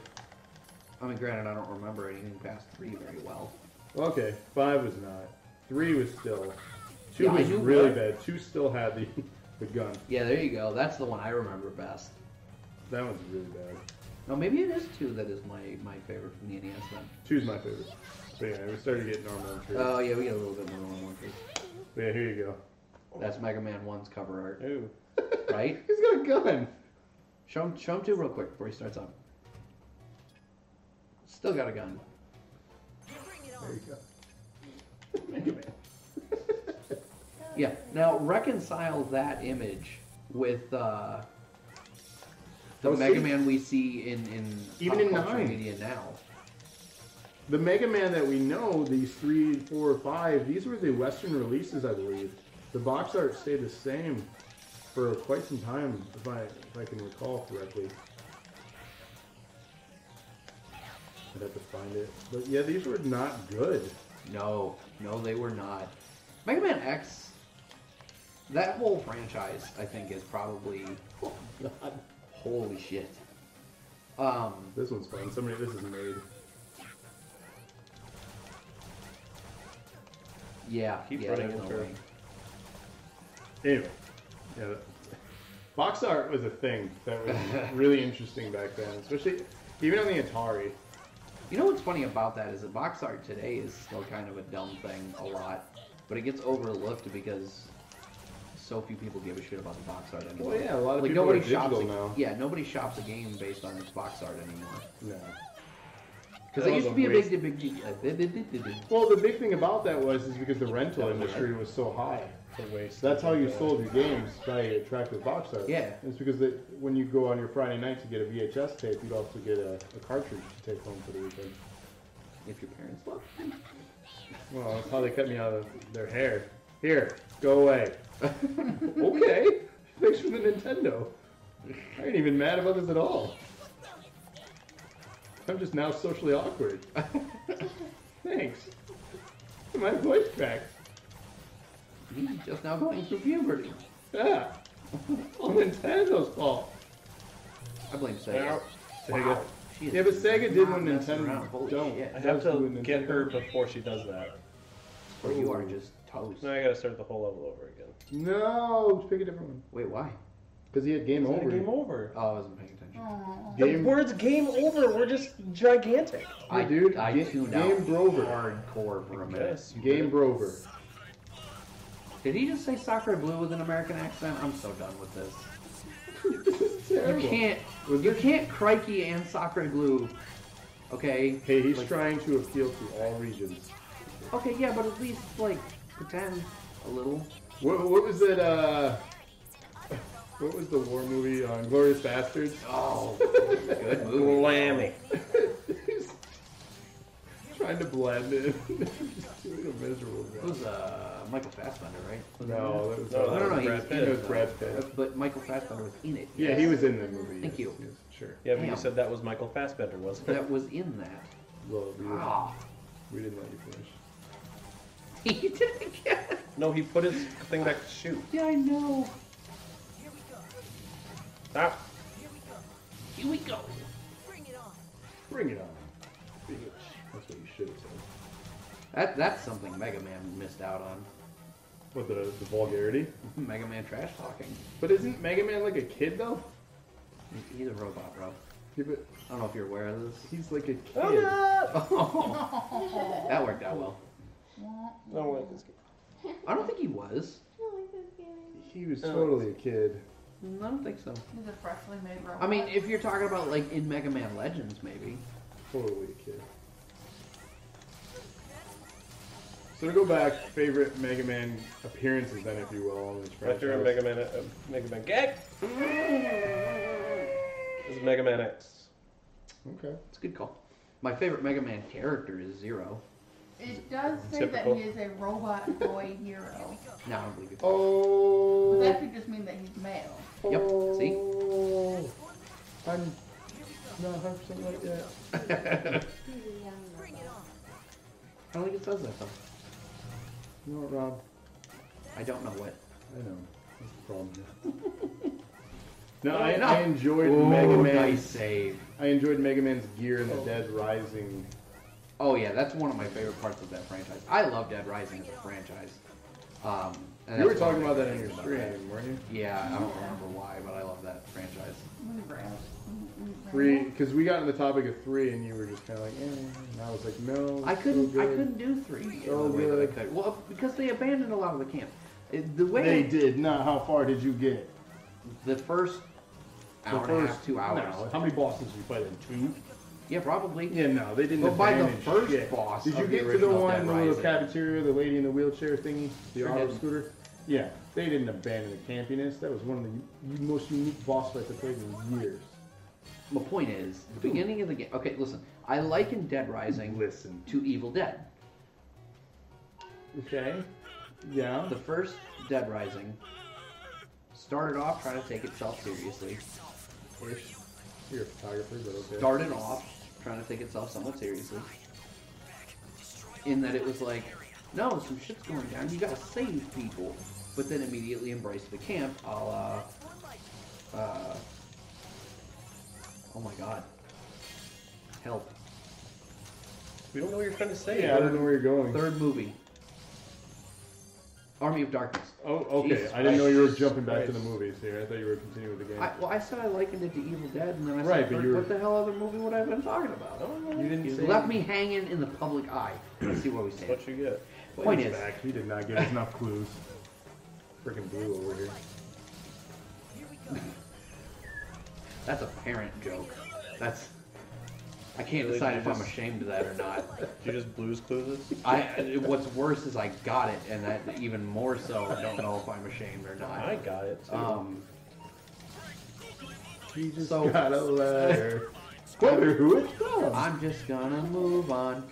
Speaker 1: I mean, granted, I don't remember anything past three very well.
Speaker 2: Okay, five was not. Three was still. Two
Speaker 1: Yeah, I
Speaker 2: was
Speaker 1: knew
Speaker 2: really
Speaker 1: what-
Speaker 2: bad. Two still had the the gun.
Speaker 1: Yeah, there you go. That's the one I remember best.
Speaker 2: That one's really bad.
Speaker 1: No, maybe it is two that is my, my favorite from the NES then.
Speaker 2: Two's my favorite. But yeah, we started getting normal entries.
Speaker 1: Oh yeah, we got a little bit more than one.
Speaker 2: but yeah, here you go.
Speaker 1: That's Mega Man 1's cover art,
Speaker 8: Ooh.
Speaker 1: right?
Speaker 2: He's got a gun.
Speaker 1: Show him, show him two real quick before he starts up. Still got a gun.
Speaker 2: There you go. Mega Man.
Speaker 1: Yeah. Now reconcile that image with uh, the
Speaker 2: Well,
Speaker 1: Mega
Speaker 2: see-
Speaker 1: Man we see in in
Speaker 2: Even
Speaker 1: pop
Speaker 2: in
Speaker 1: culture
Speaker 2: nine.
Speaker 1: media now.
Speaker 2: The Mega Man that we know, these three, four, five, these were the Western releases, I believe. The box art stayed the same for quite some time, if I if I can recall correctly. I'd have to find it. But yeah, these were not good.
Speaker 1: No, no, they were not. Mega Man X. That whole franchise, I think, is probably holy shit. Um,
Speaker 2: This one's fun. Somebody, this is made.
Speaker 1: yeah,
Speaker 8: Keep
Speaker 1: yeah,
Speaker 8: running
Speaker 1: there's no
Speaker 8: into her.
Speaker 1: way.
Speaker 2: Anyway, yeah, that- box art was a thing that was really interesting back then, especially even on the Atari.
Speaker 1: You know what's funny about that is that box art today is still kind of a dumb thing a lot, but it gets overlooked because so few people give a shit about the box art anymore.
Speaker 2: Well, yeah, a lot of
Speaker 1: like
Speaker 2: people
Speaker 1: nobody
Speaker 2: are digital
Speaker 1: shops a,
Speaker 2: now.
Speaker 1: Yeah, nobody shops a game based on its box art anymore.
Speaker 2: No.
Speaker 1: Because
Speaker 2: That
Speaker 1: it
Speaker 2: was
Speaker 1: used to be a
Speaker 2: waste.
Speaker 1: big, big, big, big, uh, big, big, big, big, big.
Speaker 2: Well, the big thing about that was is because the rental
Speaker 8: That was
Speaker 2: industry was so high.
Speaker 8: It's a waste.
Speaker 2: So that's how you
Speaker 8: Yeah.
Speaker 2: sold your games by attractive box art.
Speaker 1: Yeah.
Speaker 2: It's because that when you go on your Friday night to get a VHS tape, you'd also get a, a cartridge to take home for the weekend.
Speaker 1: If your parents love.
Speaker 2: Well, that's how they cut me out of their hair. Here, go away. okay. Thanks for the Nintendo. I ain't even mad about this at all. I'm just now socially awkward. Thanks. My voice back.
Speaker 1: Me just now going through puberty.
Speaker 2: Yeah. All Nintendo's fault.
Speaker 1: I blame Sega.
Speaker 2: Sega.
Speaker 1: Wow, she is
Speaker 2: Yeah, but Sega did
Speaker 1: not
Speaker 2: when
Speaker 1: messing
Speaker 2: Nintendo
Speaker 1: around. Holy
Speaker 2: don't.
Speaker 1: shit.
Speaker 8: I have
Speaker 2: That's
Speaker 8: to
Speaker 2: when
Speaker 8: get
Speaker 2: Nintendo-
Speaker 8: her before she does that.
Speaker 1: Or you are just toast.
Speaker 8: Now I gotta start the whole level over again.
Speaker 2: No, just pick a different one.
Speaker 1: Wait, why?
Speaker 2: Because he had game over.
Speaker 8: Game over.
Speaker 1: Oh, I wasn't paying attention.
Speaker 4: Oh.
Speaker 8: The
Speaker 2: Game-
Speaker 8: word's game over. We're just gigantic.
Speaker 1: I
Speaker 2: Dude,
Speaker 1: I
Speaker 2: ga-
Speaker 1: tuned
Speaker 2: game
Speaker 1: out
Speaker 2: brover.
Speaker 1: hardcore for a minute.
Speaker 8: Yes, you
Speaker 2: Game
Speaker 8: did.
Speaker 2: Brover.
Speaker 1: Did he just say soccer blue with an American accent? I'm so done with this. You
Speaker 2: Terrible.
Speaker 1: can't,
Speaker 2: Was
Speaker 1: you
Speaker 2: there-
Speaker 1: can't crikey and soccer blue. Okay.
Speaker 2: Hey, he's
Speaker 1: Like-
Speaker 2: trying to appeal to all regions.
Speaker 1: Okay, yeah, but at least like pretend a little.
Speaker 2: What, what was it? Uh, what was the war movie on Glorious Bastards?
Speaker 1: Oh, good movie.
Speaker 8: Blammy.
Speaker 2: he's trying to blend in. Just doing a miserable
Speaker 1: It
Speaker 2: job.
Speaker 1: was uh, Michael Fassbender, right? Was it
Speaker 2: No, that was,
Speaker 1: No,
Speaker 8: No,
Speaker 2: uh,
Speaker 1: no, no.
Speaker 8: was
Speaker 1: He
Speaker 8: Oh, Brad
Speaker 1: was in
Speaker 8: Pitt.
Speaker 1: it,
Speaker 2: It was
Speaker 1: though.
Speaker 2: Brad Pitt.
Speaker 1: But Michael Fassbender was in it.
Speaker 2: Yeah, he was in that movie.
Speaker 1: Thank
Speaker 2: yes,
Speaker 1: you.
Speaker 2: yes, sure.
Speaker 8: Yeah, but
Speaker 1: Damn.
Speaker 8: you said that was Michael Fassbender, wasn't it?
Speaker 1: That was in that.
Speaker 2: Well, we, didn't-
Speaker 1: Ah,
Speaker 2: we didn't let you finish.
Speaker 1: he did it again.
Speaker 8: No, he put his thing back to shoot.
Speaker 1: Yeah, I know.
Speaker 8: Stop.
Speaker 1: Here we go.
Speaker 2: Bring it on. Bitch. That's what you should have said.
Speaker 1: That that's something Mega Man missed out on.
Speaker 2: What the, the vulgarity?
Speaker 1: Mega Man trash talking.
Speaker 2: But isn't Mega Man like a kid though?
Speaker 1: He's a robot, bro.
Speaker 2: Yeah, but
Speaker 1: I don't know if you're aware of this.
Speaker 2: he's like a kid.
Speaker 1: that worked out well.
Speaker 8: I don't like this game.
Speaker 1: I don't think he was.
Speaker 2: He was totally a kid.
Speaker 1: Mm, I don't think so.
Speaker 4: He's a freshly made robot.
Speaker 1: I mean, if you're talking about like in Mega Man Legends, maybe.
Speaker 2: Totally a kid. So to go back, favorite Mega Man appearances then, if you will, on this
Speaker 8: After
Speaker 2: franchise.
Speaker 8: Mega Man, uh, Mega Man X. This is Mega Man X.
Speaker 2: Okay.
Speaker 1: It's a good call. My favorite Mega Man character is Zero.
Speaker 4: It does say
Speaker 8: Typical.
Speaker 4: that he is a robot boy hero.
Speaker 1: No, I don't believe it.
Speaker 4: But
Speaker 2: Oh.
Speaker 4: that could just mean that he's male.
Speaker 1: Yep, see?
Speaker 2: Oh. I'm not 100% right yet.
Speaker 1: I don't think it says that though.
Speaker 2: You know what, Rob?
Speaker 1: I don't know what.
Speaker 2: I know. That's the problem here. No, I, I enjoyed Mega Man.
Speaker 1: nice save.
Speaker 2: I enjoyed Mega Man's gear in the Dead Rising.
Speaker 1: Oh yeah, that's one of my favorite parts of that franchise. I love Dead Rising as a franchise. Um, and
Speaker 2: You were
Speaker 1: that's one
Speaker 2: talking
Speaker 1: of my
Speaker 2: about that in your
Speaker 1: favorite things about
Speaker 2: stream, weren't you?
Speaker 1: that. Yeah, I don't remember why, but I love that franchise.
Speaker 4: We ramble. We- we ramble.
Speaker 2: Three, because we got on the topic of three, and you were just kind of like, eh. And I was like, no.
Speaker 1: I
Speaker 2: it's
Speaker 1: couldn't.
Speaker 2: so
Speaker 1: I
Speaker 2: good.
Speaker 1: couldn't do three
Speaker 2: So
Speaker 1: in the way that I
Speaker 2: good.
Speaker 1: could. Well, because they abandoned a lot of the camp. It- The way
Speaker 2: They did not. How far did you get?
Speaker 1: the first hour
Speaker 2: the
Speaker 1: and a
Speaker 2: first
Speaker 1: half, two hours.
Speaker 2: No, how many bosses did you fight in two?
Speaker 1: Yeah, probably.
Speaker 2: Yeah, no, they didn't.
Speaker 1: But by the
Speaker 2: advantage
Speaker 1: first
Speaker 2: shit.
Speaker 1: boss
Speaker 2: did you
Speaker 1: of the
Speaker 2: get to the
Speaker 1: original
Speaker 2: one
Speaker 1: Dead
Speaker 2: in the little
Speaker 1: Rising.
Speaker 2: cafeteria, the lady in the wheelchair thingy, the
Speaker 1: Sure
Speaker 2: auto
Speaker 1: did.
Speaker 2: scooter? Yeah, they didn't abandon the campiness. That was one of the u- most unique boss fights I played in years.
Speaker 1: My point is, the beginning of the game. Okay, listen. I liken Dead Rising
Speaker 2: Listen.
Speaker 1: to Evil Dead.
Speaker 2: Okay. Yeah.
Speaker 1: The first Dead Rising started off trying to take itself seriously.
Speaker 2: Ish. You're a photographer, but okay.
Speaker 1: Started off trying to take itself somewhat seriously. In that it was like, no, some shit's going down. You gotta save people. But then immediately embraced the camp, a la. Uh, oh my god. Help.
Speaker 8: We don't know what you're trying to say.
Speaker 2: Yeah, I don't know where you're going.
Speaker 1: Third movie. Army of Darkness.
Speaker 2: Oh, okay.
Speaker 1: Jesus
Speaker 2: I didn't know you were jumping back to
Speaker 8: Christ.
Speaker 2: the movies here. I thought you were continuing with the game.
Speaker 1: I, well, I said I likened it to Evil Dead, and then I said,
Speaker 2: Right, but you were-
Speaker 1: what the hell other movie would I have been talking about? I don't know.
Speaker 2: you didn't
Speaker 1: You
Speaker 2: say
Speaker 1: left me hanging in the public eye. Let's see where we stand.
Speaker 8: What you get?
Speaker 1: Point is,
Speaker 2: back. He did not give us enough clues. Freaking blue over here.
Speaker 1: that's a parent joke. That's. I can't decide if I'm ashamed of that or not.
Speaker 8: Did you just blues clues us?
Speaker 1: I. What's worse is I got it, and that even more so. I don't know if I'm ashamed or
Speaker 8: I uh,
Speaker 1: not.
Speaker 8: got it. Too.
Speaker 1: Um,
Speaker 2: He just
Speaker 1: So-
Speaker 2: got a letter. Wonder who it's from.
Speaker 1: I'm just gonna move on.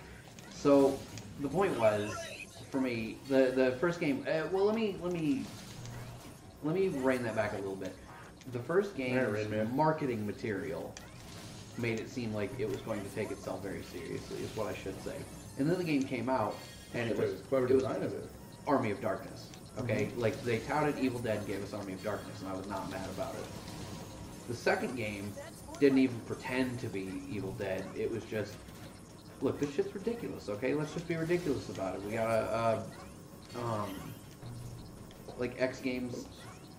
Speaker 1: So the point was for me the the first game. Uh, well, let me let me let me rein that back a little bit. The first game's
Speaker 2: Rain Man.
Speaker 1: marketing material made it seem like it was going to take itself very seriously. Is what I should say. And then the game came out, and it
Speaker 2: It
Speaker 1: was
Speaker 2: was clever
Speaker 1: it was
Speaker 2: design of it. Mm-hmm.
Speaker 1: Army of Darkness. Okay, like they touted Evil Dead and gave us Army of Darkness, and I was not mad about it. The second game didn't even pretend to be Evil Dead. It was just, look, this shit's ridiculous. Okay, let's just be ridiculous about it. We got a, uh, um, like X Games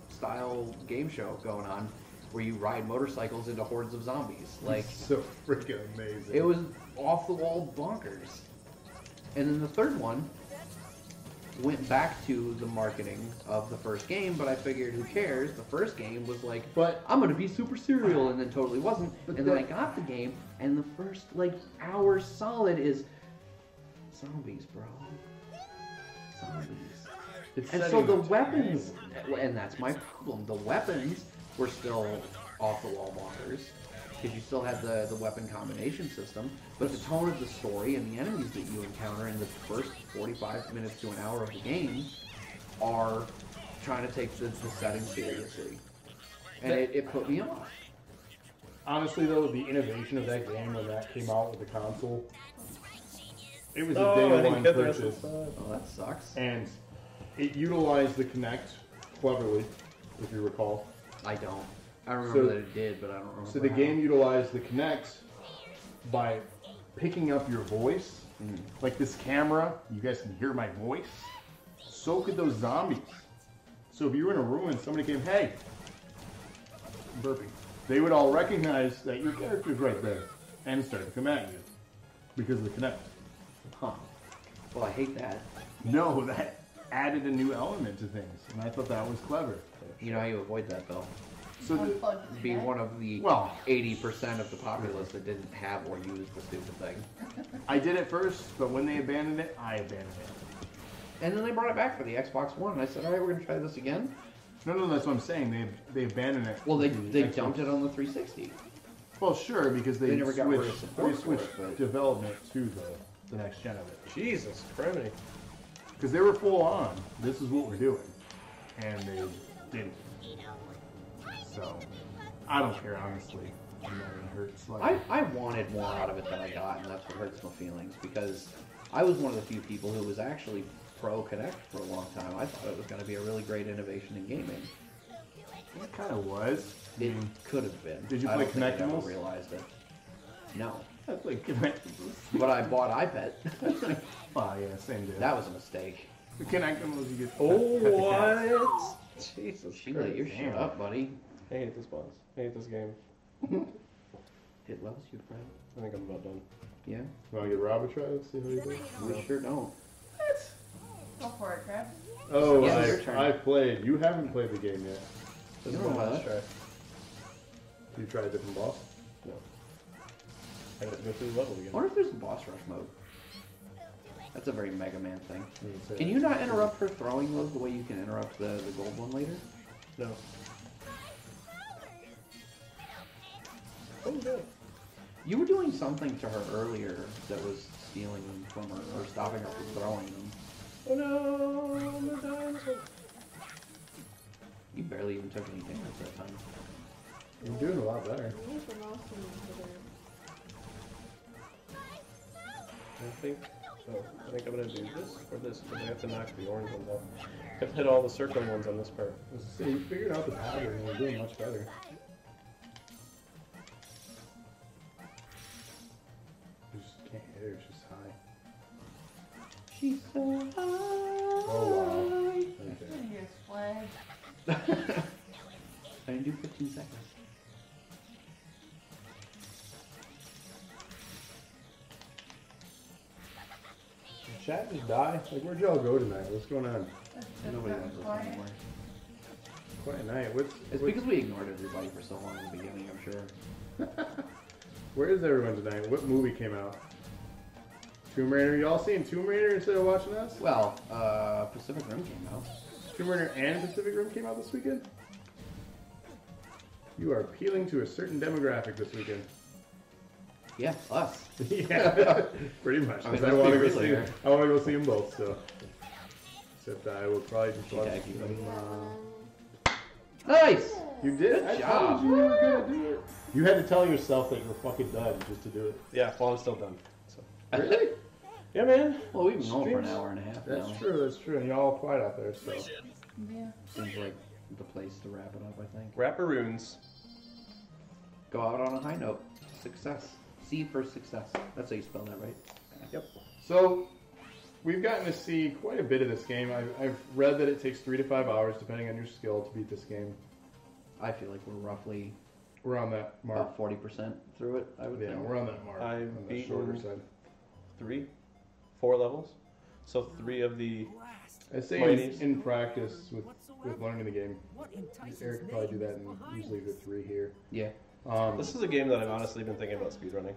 Speaker 1: style game show going on where you ride motorcycles into hordes of zombies. Like
Speaker 2: so freaking amazing.
Speaker 1: it was off the wall bonkers. And then the third one went back to the marketing of the first game, but I figured who cares? The first game was like,
Speaker 2: But-
Speaker 1: I'm gonna be super serial, and then totally wasn't.
Speaker 2: But
Speaker 1: and then I
Speaker 2: that-
Speaker 1: got the game, and the first like hour solid is zombies, bro. Zombies.
Speaker 2: It's
Speaker 1: And so
Speaker 2: setting
Speaker 1: the
Speaker 2: the
Speaker 1: weapons, and that's my problem. The weapons were still off the wall bonkers because you still had the, the weapon combination system, but the tone of the story and the enemies that you encounter in the first 45 minutes to an hour of the game are trying to take the, the setting seriously. And it, it put me off.
Speaker 2: honestly though, the innovation of that game when that came out with the console, it was a
Speaker 8: Oh, I
Speaker 2: day
Speaker 8: didn't
Speaker 2: one
Speaker 8: get the rest of
Speaker 2: purchase,
Speaker 8: the stuff.
Speaker 1: Oh, that sucks.
Speaker 2: and it utilized the Kinect cleverly, if you recall.
Speaker 1: I don't. I remember
Speaker 2: So-
Speaker 1: that it did, but I don't remember.
Speaker 2: So the
Speaker 1: how.
Speaker 2: game utilized the Kinect by picking up your voice. Like this camera, you guys can hear my voice. So could those zombies. So if you were in a room and somebody came, hey, I'm burping, they would all recognize that your character's right there and start to come at you because of the Kinect.
Speaker 1: Huh. Well, I hate that.
Speaker 2: No, that added a new element to things, and I thought that was clever.
Speaker 1: You know how you avoid that, though.
Speaker 2: So the,
Speaker 4: Unplugged
Speaker 1: Be
Speaker 4: Kinect.
Speaker 1: one of the
Speaker 2: Well-
Speaker 1: 80% of the populace that didn't have or use the stupid thing.
Speaker 2: I did it first, but when they abandoned it, I abandoned it.
Speaker 1: And then they brought it back for the Xbox One. And I said, all right, we're going to try this again.
Speaker 2: No, no, that's what I'm saying. They they abandoned it.
Speaker 1: Well, they,
Speaker 2: to the
Speaker 1: they
Speaker 2: Mm-hmm. Xbox.
Speaker 1: dumped it on the 360.
Speaker 2: Well, sure, because they,
Speaker 1: They never got rid of
Speaker 2: switched,
Speaker 1: support
Speaker 2: they
Speaker 1: for
Speaker 2: switched
Speaker 1: it, but-
Speaker 2: development to the the next gen of it.
Speaker 8: Jesus Christ.
Speaker 2: Because they were full on, this is what we're doing. And they didn't. So, I don't care, honestly. You know, it hurts. Like,
Speaker 1: I, I wanted more out of it than I got, and that's what hurts my feelings because I was one of the few people who was actually pro Connect for a long time. I thought it was going to be a really great innovation in gaming.
Speaker 2: it kind of was.
Speaker 1: It could have been.
Speaker 2: Mm-hmm. Did you
Speaker 1: I
Speaker 2: play
Speaker 1: don't think I
Speaker 2: Kinectimals?
Speaker 1: never realized it. No,
Speaker 2: I played Connectimals.
Speaker 1: but I bought iPad.
Speaker 2: Oh, yeah, same deal.
Speaker 1: that was a mistake.
Speaker 2: The Connectimals you get.
Speaker 8: Oh,
Speaker 2: cut the cat.
Speaker 8: what? Jesus
Speaker 1: She lit your
Speaker 8: Christ.
Speaker 1: shit up, buddy.
Speaker 8: I hate this boss. I hate this game.
Speaker 1: It loves you, friend.
Speaker 8: I think I'm about done.
Speaker 1: Yeah,
Speaker 2: Want to get Rob a try? Let's see how he does.
Speaker 1: we sure don't.
Speaker 4: Go for it, Travis.
Speaker 2: Oh,
Speaker 1: Yeah, it's your turn.
Speaker 2: I, I played. You haven't played the game yet.
Speaker 8: This
Speaker 1: You
Speaker 8: is
Speaker 1: know
Speaker 8: my
Speaker 1: what?
Speaker 8: last try.
Speaker 2: You tried a different boss?
Speaker 8: No. I gotta go through the level
Speaker 1: I
Speaker 8: again.
Speaker 1: wonder if there's a boss rush mode. That's a very Mega Man thing.
Speaker 2: Mm,
Speaker 1: Can you not interrupt her throwing those the way you can interrupt the, the gold one later?
Speaker 8: No. Oh, good.
Speaker 1: You were doing something to her earlier that was stealing them from her or stopping her from throwing them.
Speaker 8: Oh no! I'm gonna die in this one.
Speaker 1: You barely even took any damage that time.
Speaker 2: You're doing a lot better.
Speaker 8: I think. Oh, I think I'm gonna do this or this because I have to knock the orange ones off. I've hit all the circling ones on this part.
Speaker 2: So you figured out the pattern and you're doing much better. You just can't hit her, it's just high.
Speaker 1: She's so
Speaker 2: Oh,
Speaker 1: high.
Speaker 2: Okay.
Speaker 4: Here's flag.
Speaker 1: I can do 15 seconds.
Speaker 2: Chat just die? Like, where'd y'all go tonight? What's going on?
Speaker 4: That's just
Speaker 1: Nobody
Speaker 4: not
Speaker 1: wants this
Speaker 4: quiet.
Speaker 1: anymore.
Speaker 2: Quite a night. What's,
Speaker 1: It's
Speaker 2: what's-
Speaker 1: because we ignored everybody for so long in the beginning, I'm sure.
Speaker 2: Where is everyone tonight? What movie came out? Tomb Raider. Y'all seeing Tomb Raider instead of watching us?
Speaker 1: Well, uh, Pacific Rim came out.
Speaker 2: Tomb Raider and Pacific Rim came out this weekend? You are appealing to a certain demographic this weekend.
Speaker 1: Yeah, us.
Speaker 2: yeah, pretty much.
Speaker 1: I mean,
Speaker 2: 'cause
Speaker 1: let's
Speaker 2: I
Speaker 1: be
Speaker 2: want to go
Speaker 1: real
Speaker 2: see.
Speaker 1: here.
Speaker 2: I want to go see them both. So, except I will probably just
Speaker 1: She
Speaker 2: watch
Speaker 1: tagged you.
Speaker 2: them, uh,
Speaker 1: Nice!
Speaker 2: You did.
Speaker 1: Good
Speaker 2: I
Speaker 1: job.
Speaker 2: told you you were gonna do it. You had to tell yourself that you were fucking done just to do it.
Speaker 8: Yeah, well, I'm still done. So.
Speaker 2: Really?
Speaker 8: Yeah, man.
Speaker 1: Well, we've been going for an
Speaker 8: Streams.
Speaker 1: hour and a half
Speaker 2: That's
Speaker 1: now.
Speaker 2: true. That's true. And y'all are quiet out there. So.
Speaker 4: Yeah.
Speaker 1: Seems like the place to wrap it up, I think.
Speaker 8: Rapparoons.
Speaker 1: Go out on a high note. Success. C for success. That's how you spell that, right?
Speaker 8: Yep.
Speaker 2: So we've gotten to see quite a bit of this game. I've, I've read that it takes three to five hours, depending on your skill, to beat this game.
Speaker 1: I feel like we're roughly
Speaker 2: We're on that mark.
Speaker 1: about 40% through it, I would
Speaker 2: Yeah,
Speaker 1: think.
Speaker 2: we're on that mark.
Speaker 8: Oh. I've
Speaker 2: on the shorter
Speaker 8: beaten-
Speaker 2: side.
Speaker 8: Three, four levels. So three of the.
Speaker 7: Blast.
Speaker 2: I say in,
Speaker 8: Mighty.
Speaker 2: in practice with with learning the game.
Speaker 7: What entices
Speaker 2: Eric could probably do that
Speaker 7: names
Speaker 2: in
Speaker 7: behind
Speaker 2: usually the
Speaker 7: this?
Speaker 2: three here.
Speaker 1: Yeah.
Speaker 2: Um,
Speaker 8: This is a game that I've honestly been thinking about speedrunning.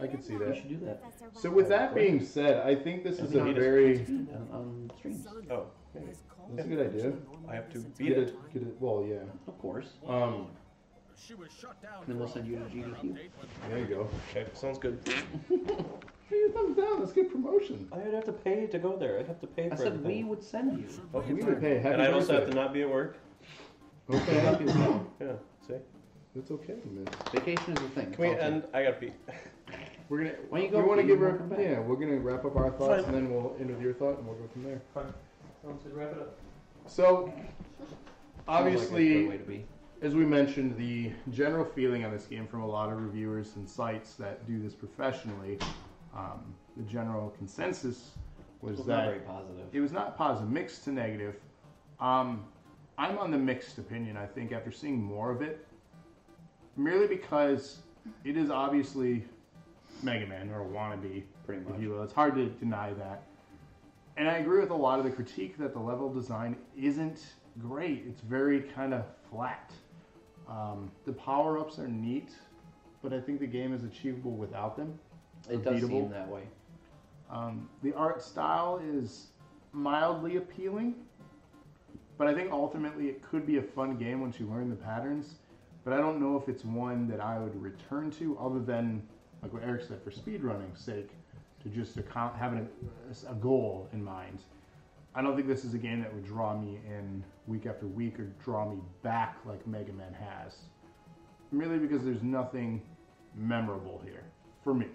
Speaker 2: I could see
Speaker 1: We
Speaker 2: that.
Speaker 1: should do that
Speaker 2: so with that being said, I think this is a
Speaker 8: Yeah.
Speaker 2: very
Speaker 1: on, on um, streams.
Speaker 7: Sun
Speaker 8: Oh, maybe.
Speaker 7: has called
Speaker 2: that's a good idea.
Speaker 8: I have to
Speaker 7: since
Speaker 8: beat
Speaker 2: Get
Speaker 8: it.
Speaker 2: it, get it. Well, yeah.
Speaker 1: Of course.
Speaker 2: Um,
Speaker 6: She was shut down.
Speaker 1: Then we'll
Speaker 6: for a
Speaker 1: send you to
Speaker 6: proper
Speaker 1: GDQ.
Speaker 6: update when
Speaker 2: there you go.
Speaker 8: Okay, sounds good.
Speaker 2: Give me a thumbs down. That's good promotion.
Speaker 8: I'd have to pay to go there. I'd have to pay for
Speaker 1: I said we
Speaker 8: everything.
Speaker 1: would send you.
Speaker 2: Oh, we would pay. Happy
Speaker 8: and I'd also have to
Speaker 2: birthday.
Speaker 8: not be at work.
Speaker 2: Okay,
Speaker 8: Yeah, see?
Speaker 2: that's okay, man.
Speaker 1: Vacation is a thing.
Speaker 8: Can we
Speaker 1: Culture.
Speaker 8: end? I gotta pee.
Speaker 2: We're gonna.
Speaker 1: Why don't you
Speaker 2: we
Speaker 1: go
Speaker 2: want to
Speaker 1: pee and
Speaker 2: give her.
Speaker 1: we'll come back?
Speaker 2: Yeah, we're gonna wrap up our thoughts and
Speaker 8: Fine.
Speaker 2: then we'll end with your thought and we'll go from there.
Speaker 8: Fine. Sounds good. Wrap it up.
Speaker 2: So,
Speaker 1: Sounds like a good
Speaker 2: obviously,
Speaker 1: way to be.
Speaker 2: as we mentioned, the general feeling on this game from a lot of reviewers and sites that do this professionally, um, the general consensus was
Speaker 1: It's not
Speaker 2: that
Speaker 1: very positive.
Speaker 2: it was not positive, mixed to negative. Um, I'm on the mixed opinion, I think, after seeing more of it, merely because it is obviously Mega Man or wannabe,
Speaker 1: Pretty
Speaker 2: if
Speaker 1: much.
Speaker 2: you will. It's hard to deny that. And I agree with a lot of the critique that the level design isn't great. It's very kind of flat. Um, the power ups are neat, but I think the game is achievable without them.
Speaker 1: It does seem
Speaker 2: beatable.
Speaker 1: that way.
Speaker 2: Um, the art style is mildly appealing, but I think ultimately it could be a fun game once you learn the patterns. But I don't know if it's one that I would return to, other than like what Eric said, for speedrunning's sake, to just account, having a, a goal in mind. I don't think this is a game that would draw me in week after week or draw me back like Mega Man has. Merely because there's nothing memorable here for me.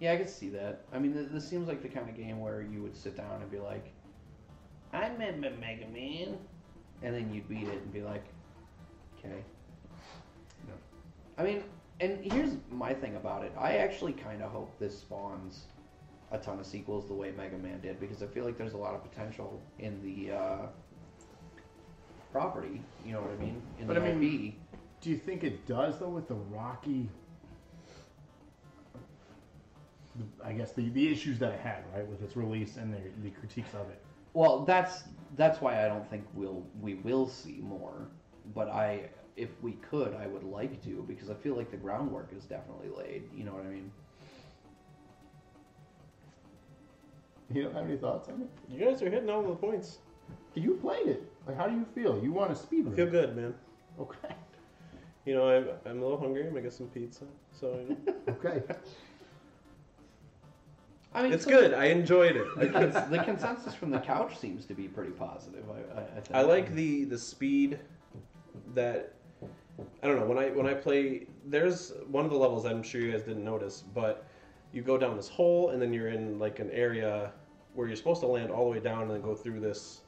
Speaker 1: Yeah, I could see that. I mean, th- this seems like the kind of game where you would sit down and be like, I remember Mega Man. And then you'd beat it and be like, okay.
Speaker 2: No.
Speaker 1: I mean, and here's my thing about it. I actually kind of hope this spawns a ton of sequels the way Mega Man did because I feel like there's a lot of potential in the uh, property. You know what I mean? In
Speaker 2: But
Speaker 1: the
Speaker 2: I mean-
Speaker 1: IP.
Speaker 2: Do you think it does though with the rocky? the- I guess the, the issues that it had, right, with its release and the, the critiques of it.
Speaker 1: Well, that's that's why I don't think we'll we will see more. But I, if we could, I would like to because I feel like the groundwork is definitely laid. You know what I mean?
Speaker 2: You don't have any thoughts on it?
Speaker 3: You guys are hitting all the points.
Speaker 2: You played it. Like, how do you feel? You want to speed
Speaker 3: I feel good, man.
Speaker 2: Okay.
Speaker 3: You know, I'm, I'm a little hungry. I'm gonna get some pizza. So you know.
Speaker 2: Okay.
Speaker 1: I mean,
Speaker 3: it's
Speaker 1: so
Speaker 3: good. I enjoyed
Speaker 1: The,
Speaker 3: it.
Speaker 1: cons- the consensus from the couch seems to be pretty positive. I, I, I, think.
Speaker 3: I like the the speed that I don't know when I when I play. There's one of the levels I'm sure you guys didn't notice, but you go down this hole and then you're in like an area where you're supposed to land all the way down and then go through this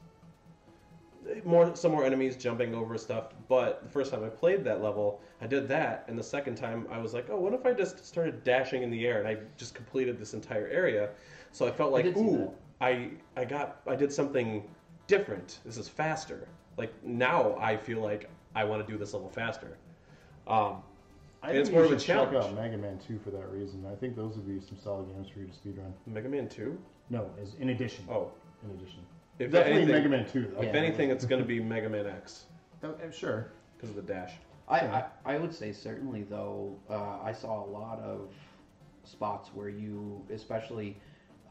Speaker 3: more some more enemies jumping over stuff but the first time i played that level i did that and the second time i was like oh what if i just started dashing in the air and i just completed this entire area so i felt like
Speaker 1: did see
Speaker 3: ooh
Speaker 1: that.
Speaker 3: i i got i did something different this is faster like now i feel like i want to do this level faster um
Speaker 2: I
Speaker 3: And it's
Speaker 2: think
Speaker 3: more
Speaker 2: you
Speaker 3: of a
Speaker 2: should check
Speaker 3: challenge.
Speaker 2: out Mega Man 2 for that reason. I think those would be some solid games for you to speedrun.
Speaker 3: mega man 2
Speaker 2: No, as in addition.
Speaker 3: oh
Speaker 2: In addition.
Speaker 3: if
Speaker 2: Definitely
Speaker 3: anything
Speaker 2: Mega Man 2, though.
Speaker 3: if anything it's going to be mega man x
Speaker 2: Uh, sure.
Speaker 3: because of the dash
Speaker 1: I, I, I would say certainly though uh, I saw a lot of spots where you especially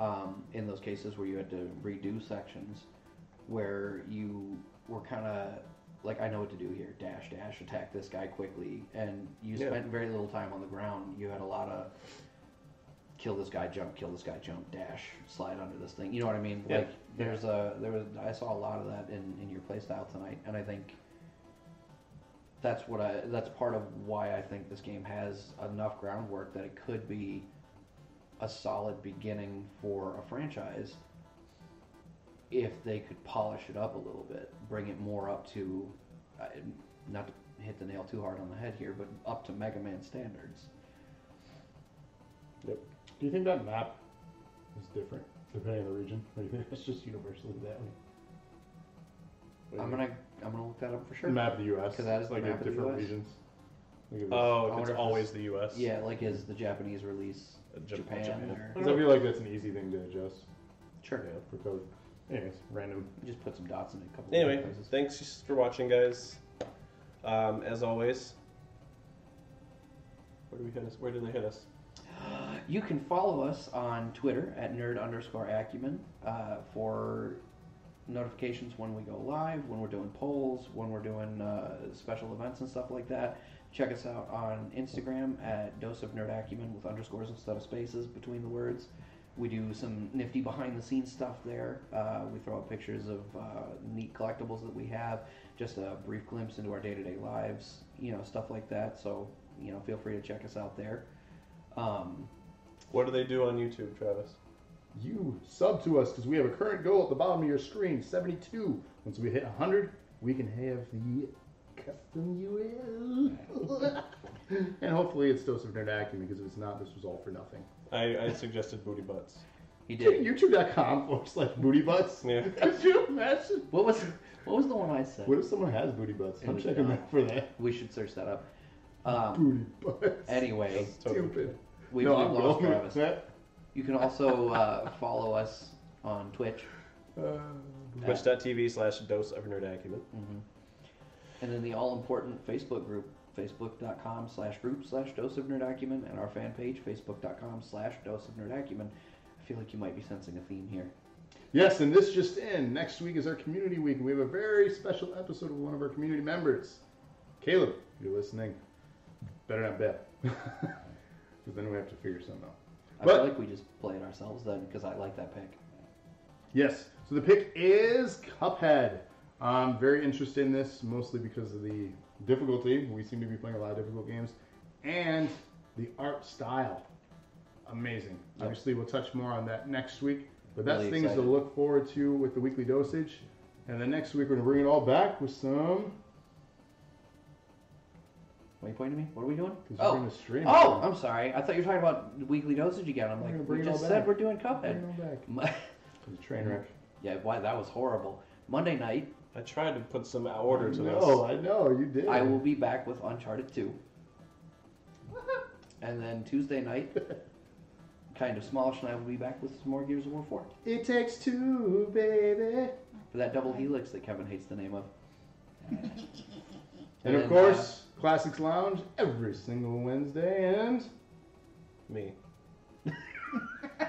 Speaker 1: um, in those cases where you had to redo sections where you were kind of like I know what to do here dash dash attack this guy quickly and you
Speaker 3: Yeah.
Speaker 1: spent very little time on the ground you had a lot of kill this guy jump kill this guy jump dash slide under this thing you know what I mean
Speaker 3: Yeah.
Speaker 1: like there's a there was I saw a lot of that in in your playstyle tonight and I think that's what I that's part of why I think this game has enough groundwork that it could be a solid beginning for a franchise if they could polish it up a little bit, bring it more up to uh, not to hit the nail too hard on the head here, but up to Mega Man standards.
Speaker 2: Do you think that map is different depending on the region? Or do you think it's just universally that way?
Speaker 1: I'm gonna I'm gonna look that up for sure.
Speaker 2: The map of the U.S.
Speaker 1: 'Cause that is the
Speaker 2: like
Speaker 1: map of the
Speaker 2: in different
Speaker 1: US.
Speaker 2: regions. Look at this.
Speaker 3: oh
Speaker 1: I
Speaker 3: if
Speaker 1: wonder
Speaker 3: it's
Speaker 1: if
Speaker 3: always the us
Speaker 1: Yeah, like is the Japanese release
Speaker 3: Uh, Jap-
Speaker 1: Japan,
Speaker 3: Japan.
Speaker 1: or-
Speaker 2: I feel like that's an easy thing to adjust
Speaker 1: sure.
Speaker 2: for code. Anyways, random.
Speaker 1: Just put some dots in a couple.
Speaker 3: Anyway,
Speaker 1: of places.
Speaker 3: thanks for watching, guys. Um, as always, where do we hit us? Where did they hit us?
Speaker 1: You can follow us on Twitter at nerd underscore acumen uh, for notifications when we go live, when we're doing polls, when we're doing uh, special events and stuff like that. Check us out on Instagram at dose of nerd acumen with underscores instead of spaces between the words. We do some nifty behind the scenes stuff there. Uh, we throw up pictures of uh, neat collectibles that we have, just a brief glimpse into our day to day lives, you know, stuff like that. So, you know, feel free to check us out there. Um,
Speaker 3: What do they do on YouTube, Travis?
Speaker 2: You sub to us because we have a current goal at the bottom of your screen, 72. Once we hit 100, we can have the custom UL. and hopefully it's Dose of Nerd Acumen because if it's not, this was all for nothing.
Speaker 3: I, I suggested booty butts.
Speaker 1: he did.
Speaker 2: YouTube.com forward slash booty butts.
Speaker 3: Yeah.
Speaker 2: Could you imagine?
Speaker 1: What was what was the one I said?
Speaker 2: What if someone has booty butts? I'm
Speaker 1: It-
Speaker 2: checking out for that.
Speaker 1: We should search that up. Um,
Speaker 2: Booty butts.
Speaker 1: anyway,
Speaker 3: That's totally
Speaker 2: Stupid.
Speaker 1: we've,
Speaker 2: no,
Speaker 1: we've
Speaker 2: I'm
Speaker 1: lost
Speaker 2: going
Speaker 1: Travis.
Speaker 2: with that.
Speaker 1: You can also uh, follow us on Twitch,
Speaker 2: Uh,
Speaker 3: true. Twitch.tv slash dose of nerd acumen.
Speaker 1: and then the all important Facebook group, facebook.com slash group slash dose of nerdacumen, and our fan page, facebook.com slash dose of nerdacumen. I feel like you might be sensing a theme here.
Speaker 2: Yes, and this just in. Next week is our community week, and we have a very special episode of one of our community members. Caleb, if you're listening, better not bet. Because then we have to figure something out.
Speaker 1: I
Speaker 2: But-
Speaker 1: feel like we just play it ourselves then because I like that pick.
Speaker 2: Yes. So the pick is Cuphead. I'm very interested in this, mostly because of the difficulty. We seem to be playing a lot of difficult games, and the art style. Amazing. Obviously, we'll touch more on that next week. But that's
Speaker 1: Really
Speaker 2: things
Speaker 1: excited.
Speaker 2: to look forward to with the weekly dosage. And then next week, we're going to bring it all back with some.
Speaker 1: Oh. Why are you pointing at me? What are we doing?
Speaker 2: 'cause we're
Speaker 1: Oh.
Speaker 2: gonna stream
Speaker 1: Oh,
Speaker 2: it.
Speaker 1: I'm sorry. I thought you were talking about weekly dosage again. I'm
Speaker 2: We're
Speaker 1: like,
Speaker 2: gonna bring
Speaker 1: we
Speaker 2: it all
Speaker 1: just
Speaker 2: back.
Speaker 1: said we're doing
Speaker 2: Bring it
Speaker 1: Cuphead.
Speaker 2: all back.
Speaker 1: My-
Speaker 2: It was a train wreck.
Speaker 1: yeah, why that was horrible. Monday night,
Speaker 8: I tried to put some order to this.
Speaker 2: No, I know you did.
Speaker 1: I will be back with Uncharted 2. And then Tuesday night, kind of smallish, and I will be back with some more Gears of War 4.
Speaker 2: It takes two, baby.
Speaker 1: For that double helix that Kevin hates the name of.
Speaker 2: And, uh, of
Speaker 1: then,
Speaker 2: course, Classics Lounge every single Wednesday. And
Speaker 8: Me.
Speaker 1: uh,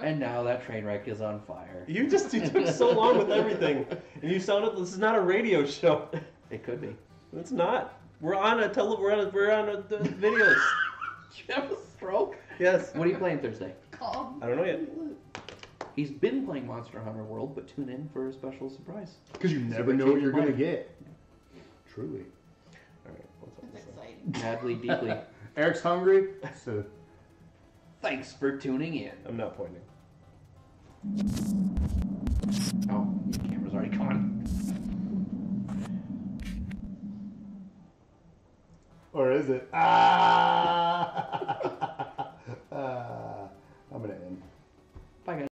Speaker 1: and now that train wreck is on fire.
Speaker 8: You just you took so long with everything, and you sounded. This is not a radio show.
Speaker 1: It could be.
Speaker 8: It's not. We're on a tele. We're on. A, we're on a, the videos.
Speaker 1: Did you have a stroke?
Speaker 8: Yes.
Speaker 1: What are you playing Thursday?
Speaker 4: Calm.
Speaker 8: I don't know yet.
Speaker 1: He's been playing Monster Hunter World, but tune in for a special surprise.
Speaker 2: because you never
Speaker 1: they
Speaker 2: know what
Speaker 1: keep
Speaker 2: you're going to
Speaker 1: playing.
Speaker 2: get. Truly.
Speaker 8: All right. What's up?
Speaker 5: It's
Speaker 8: with that?
Speaker 5: exciting.
Speaker 1: Madly, deeply.
Speaker 2: Eric's hungry, so
Speaker 1: Thanks for tuning in.
Speaker 8: I'm not pointing.
Speaker 1: Oh, your camera's already gone.
Speaker 2: or is it? Ah. Ah,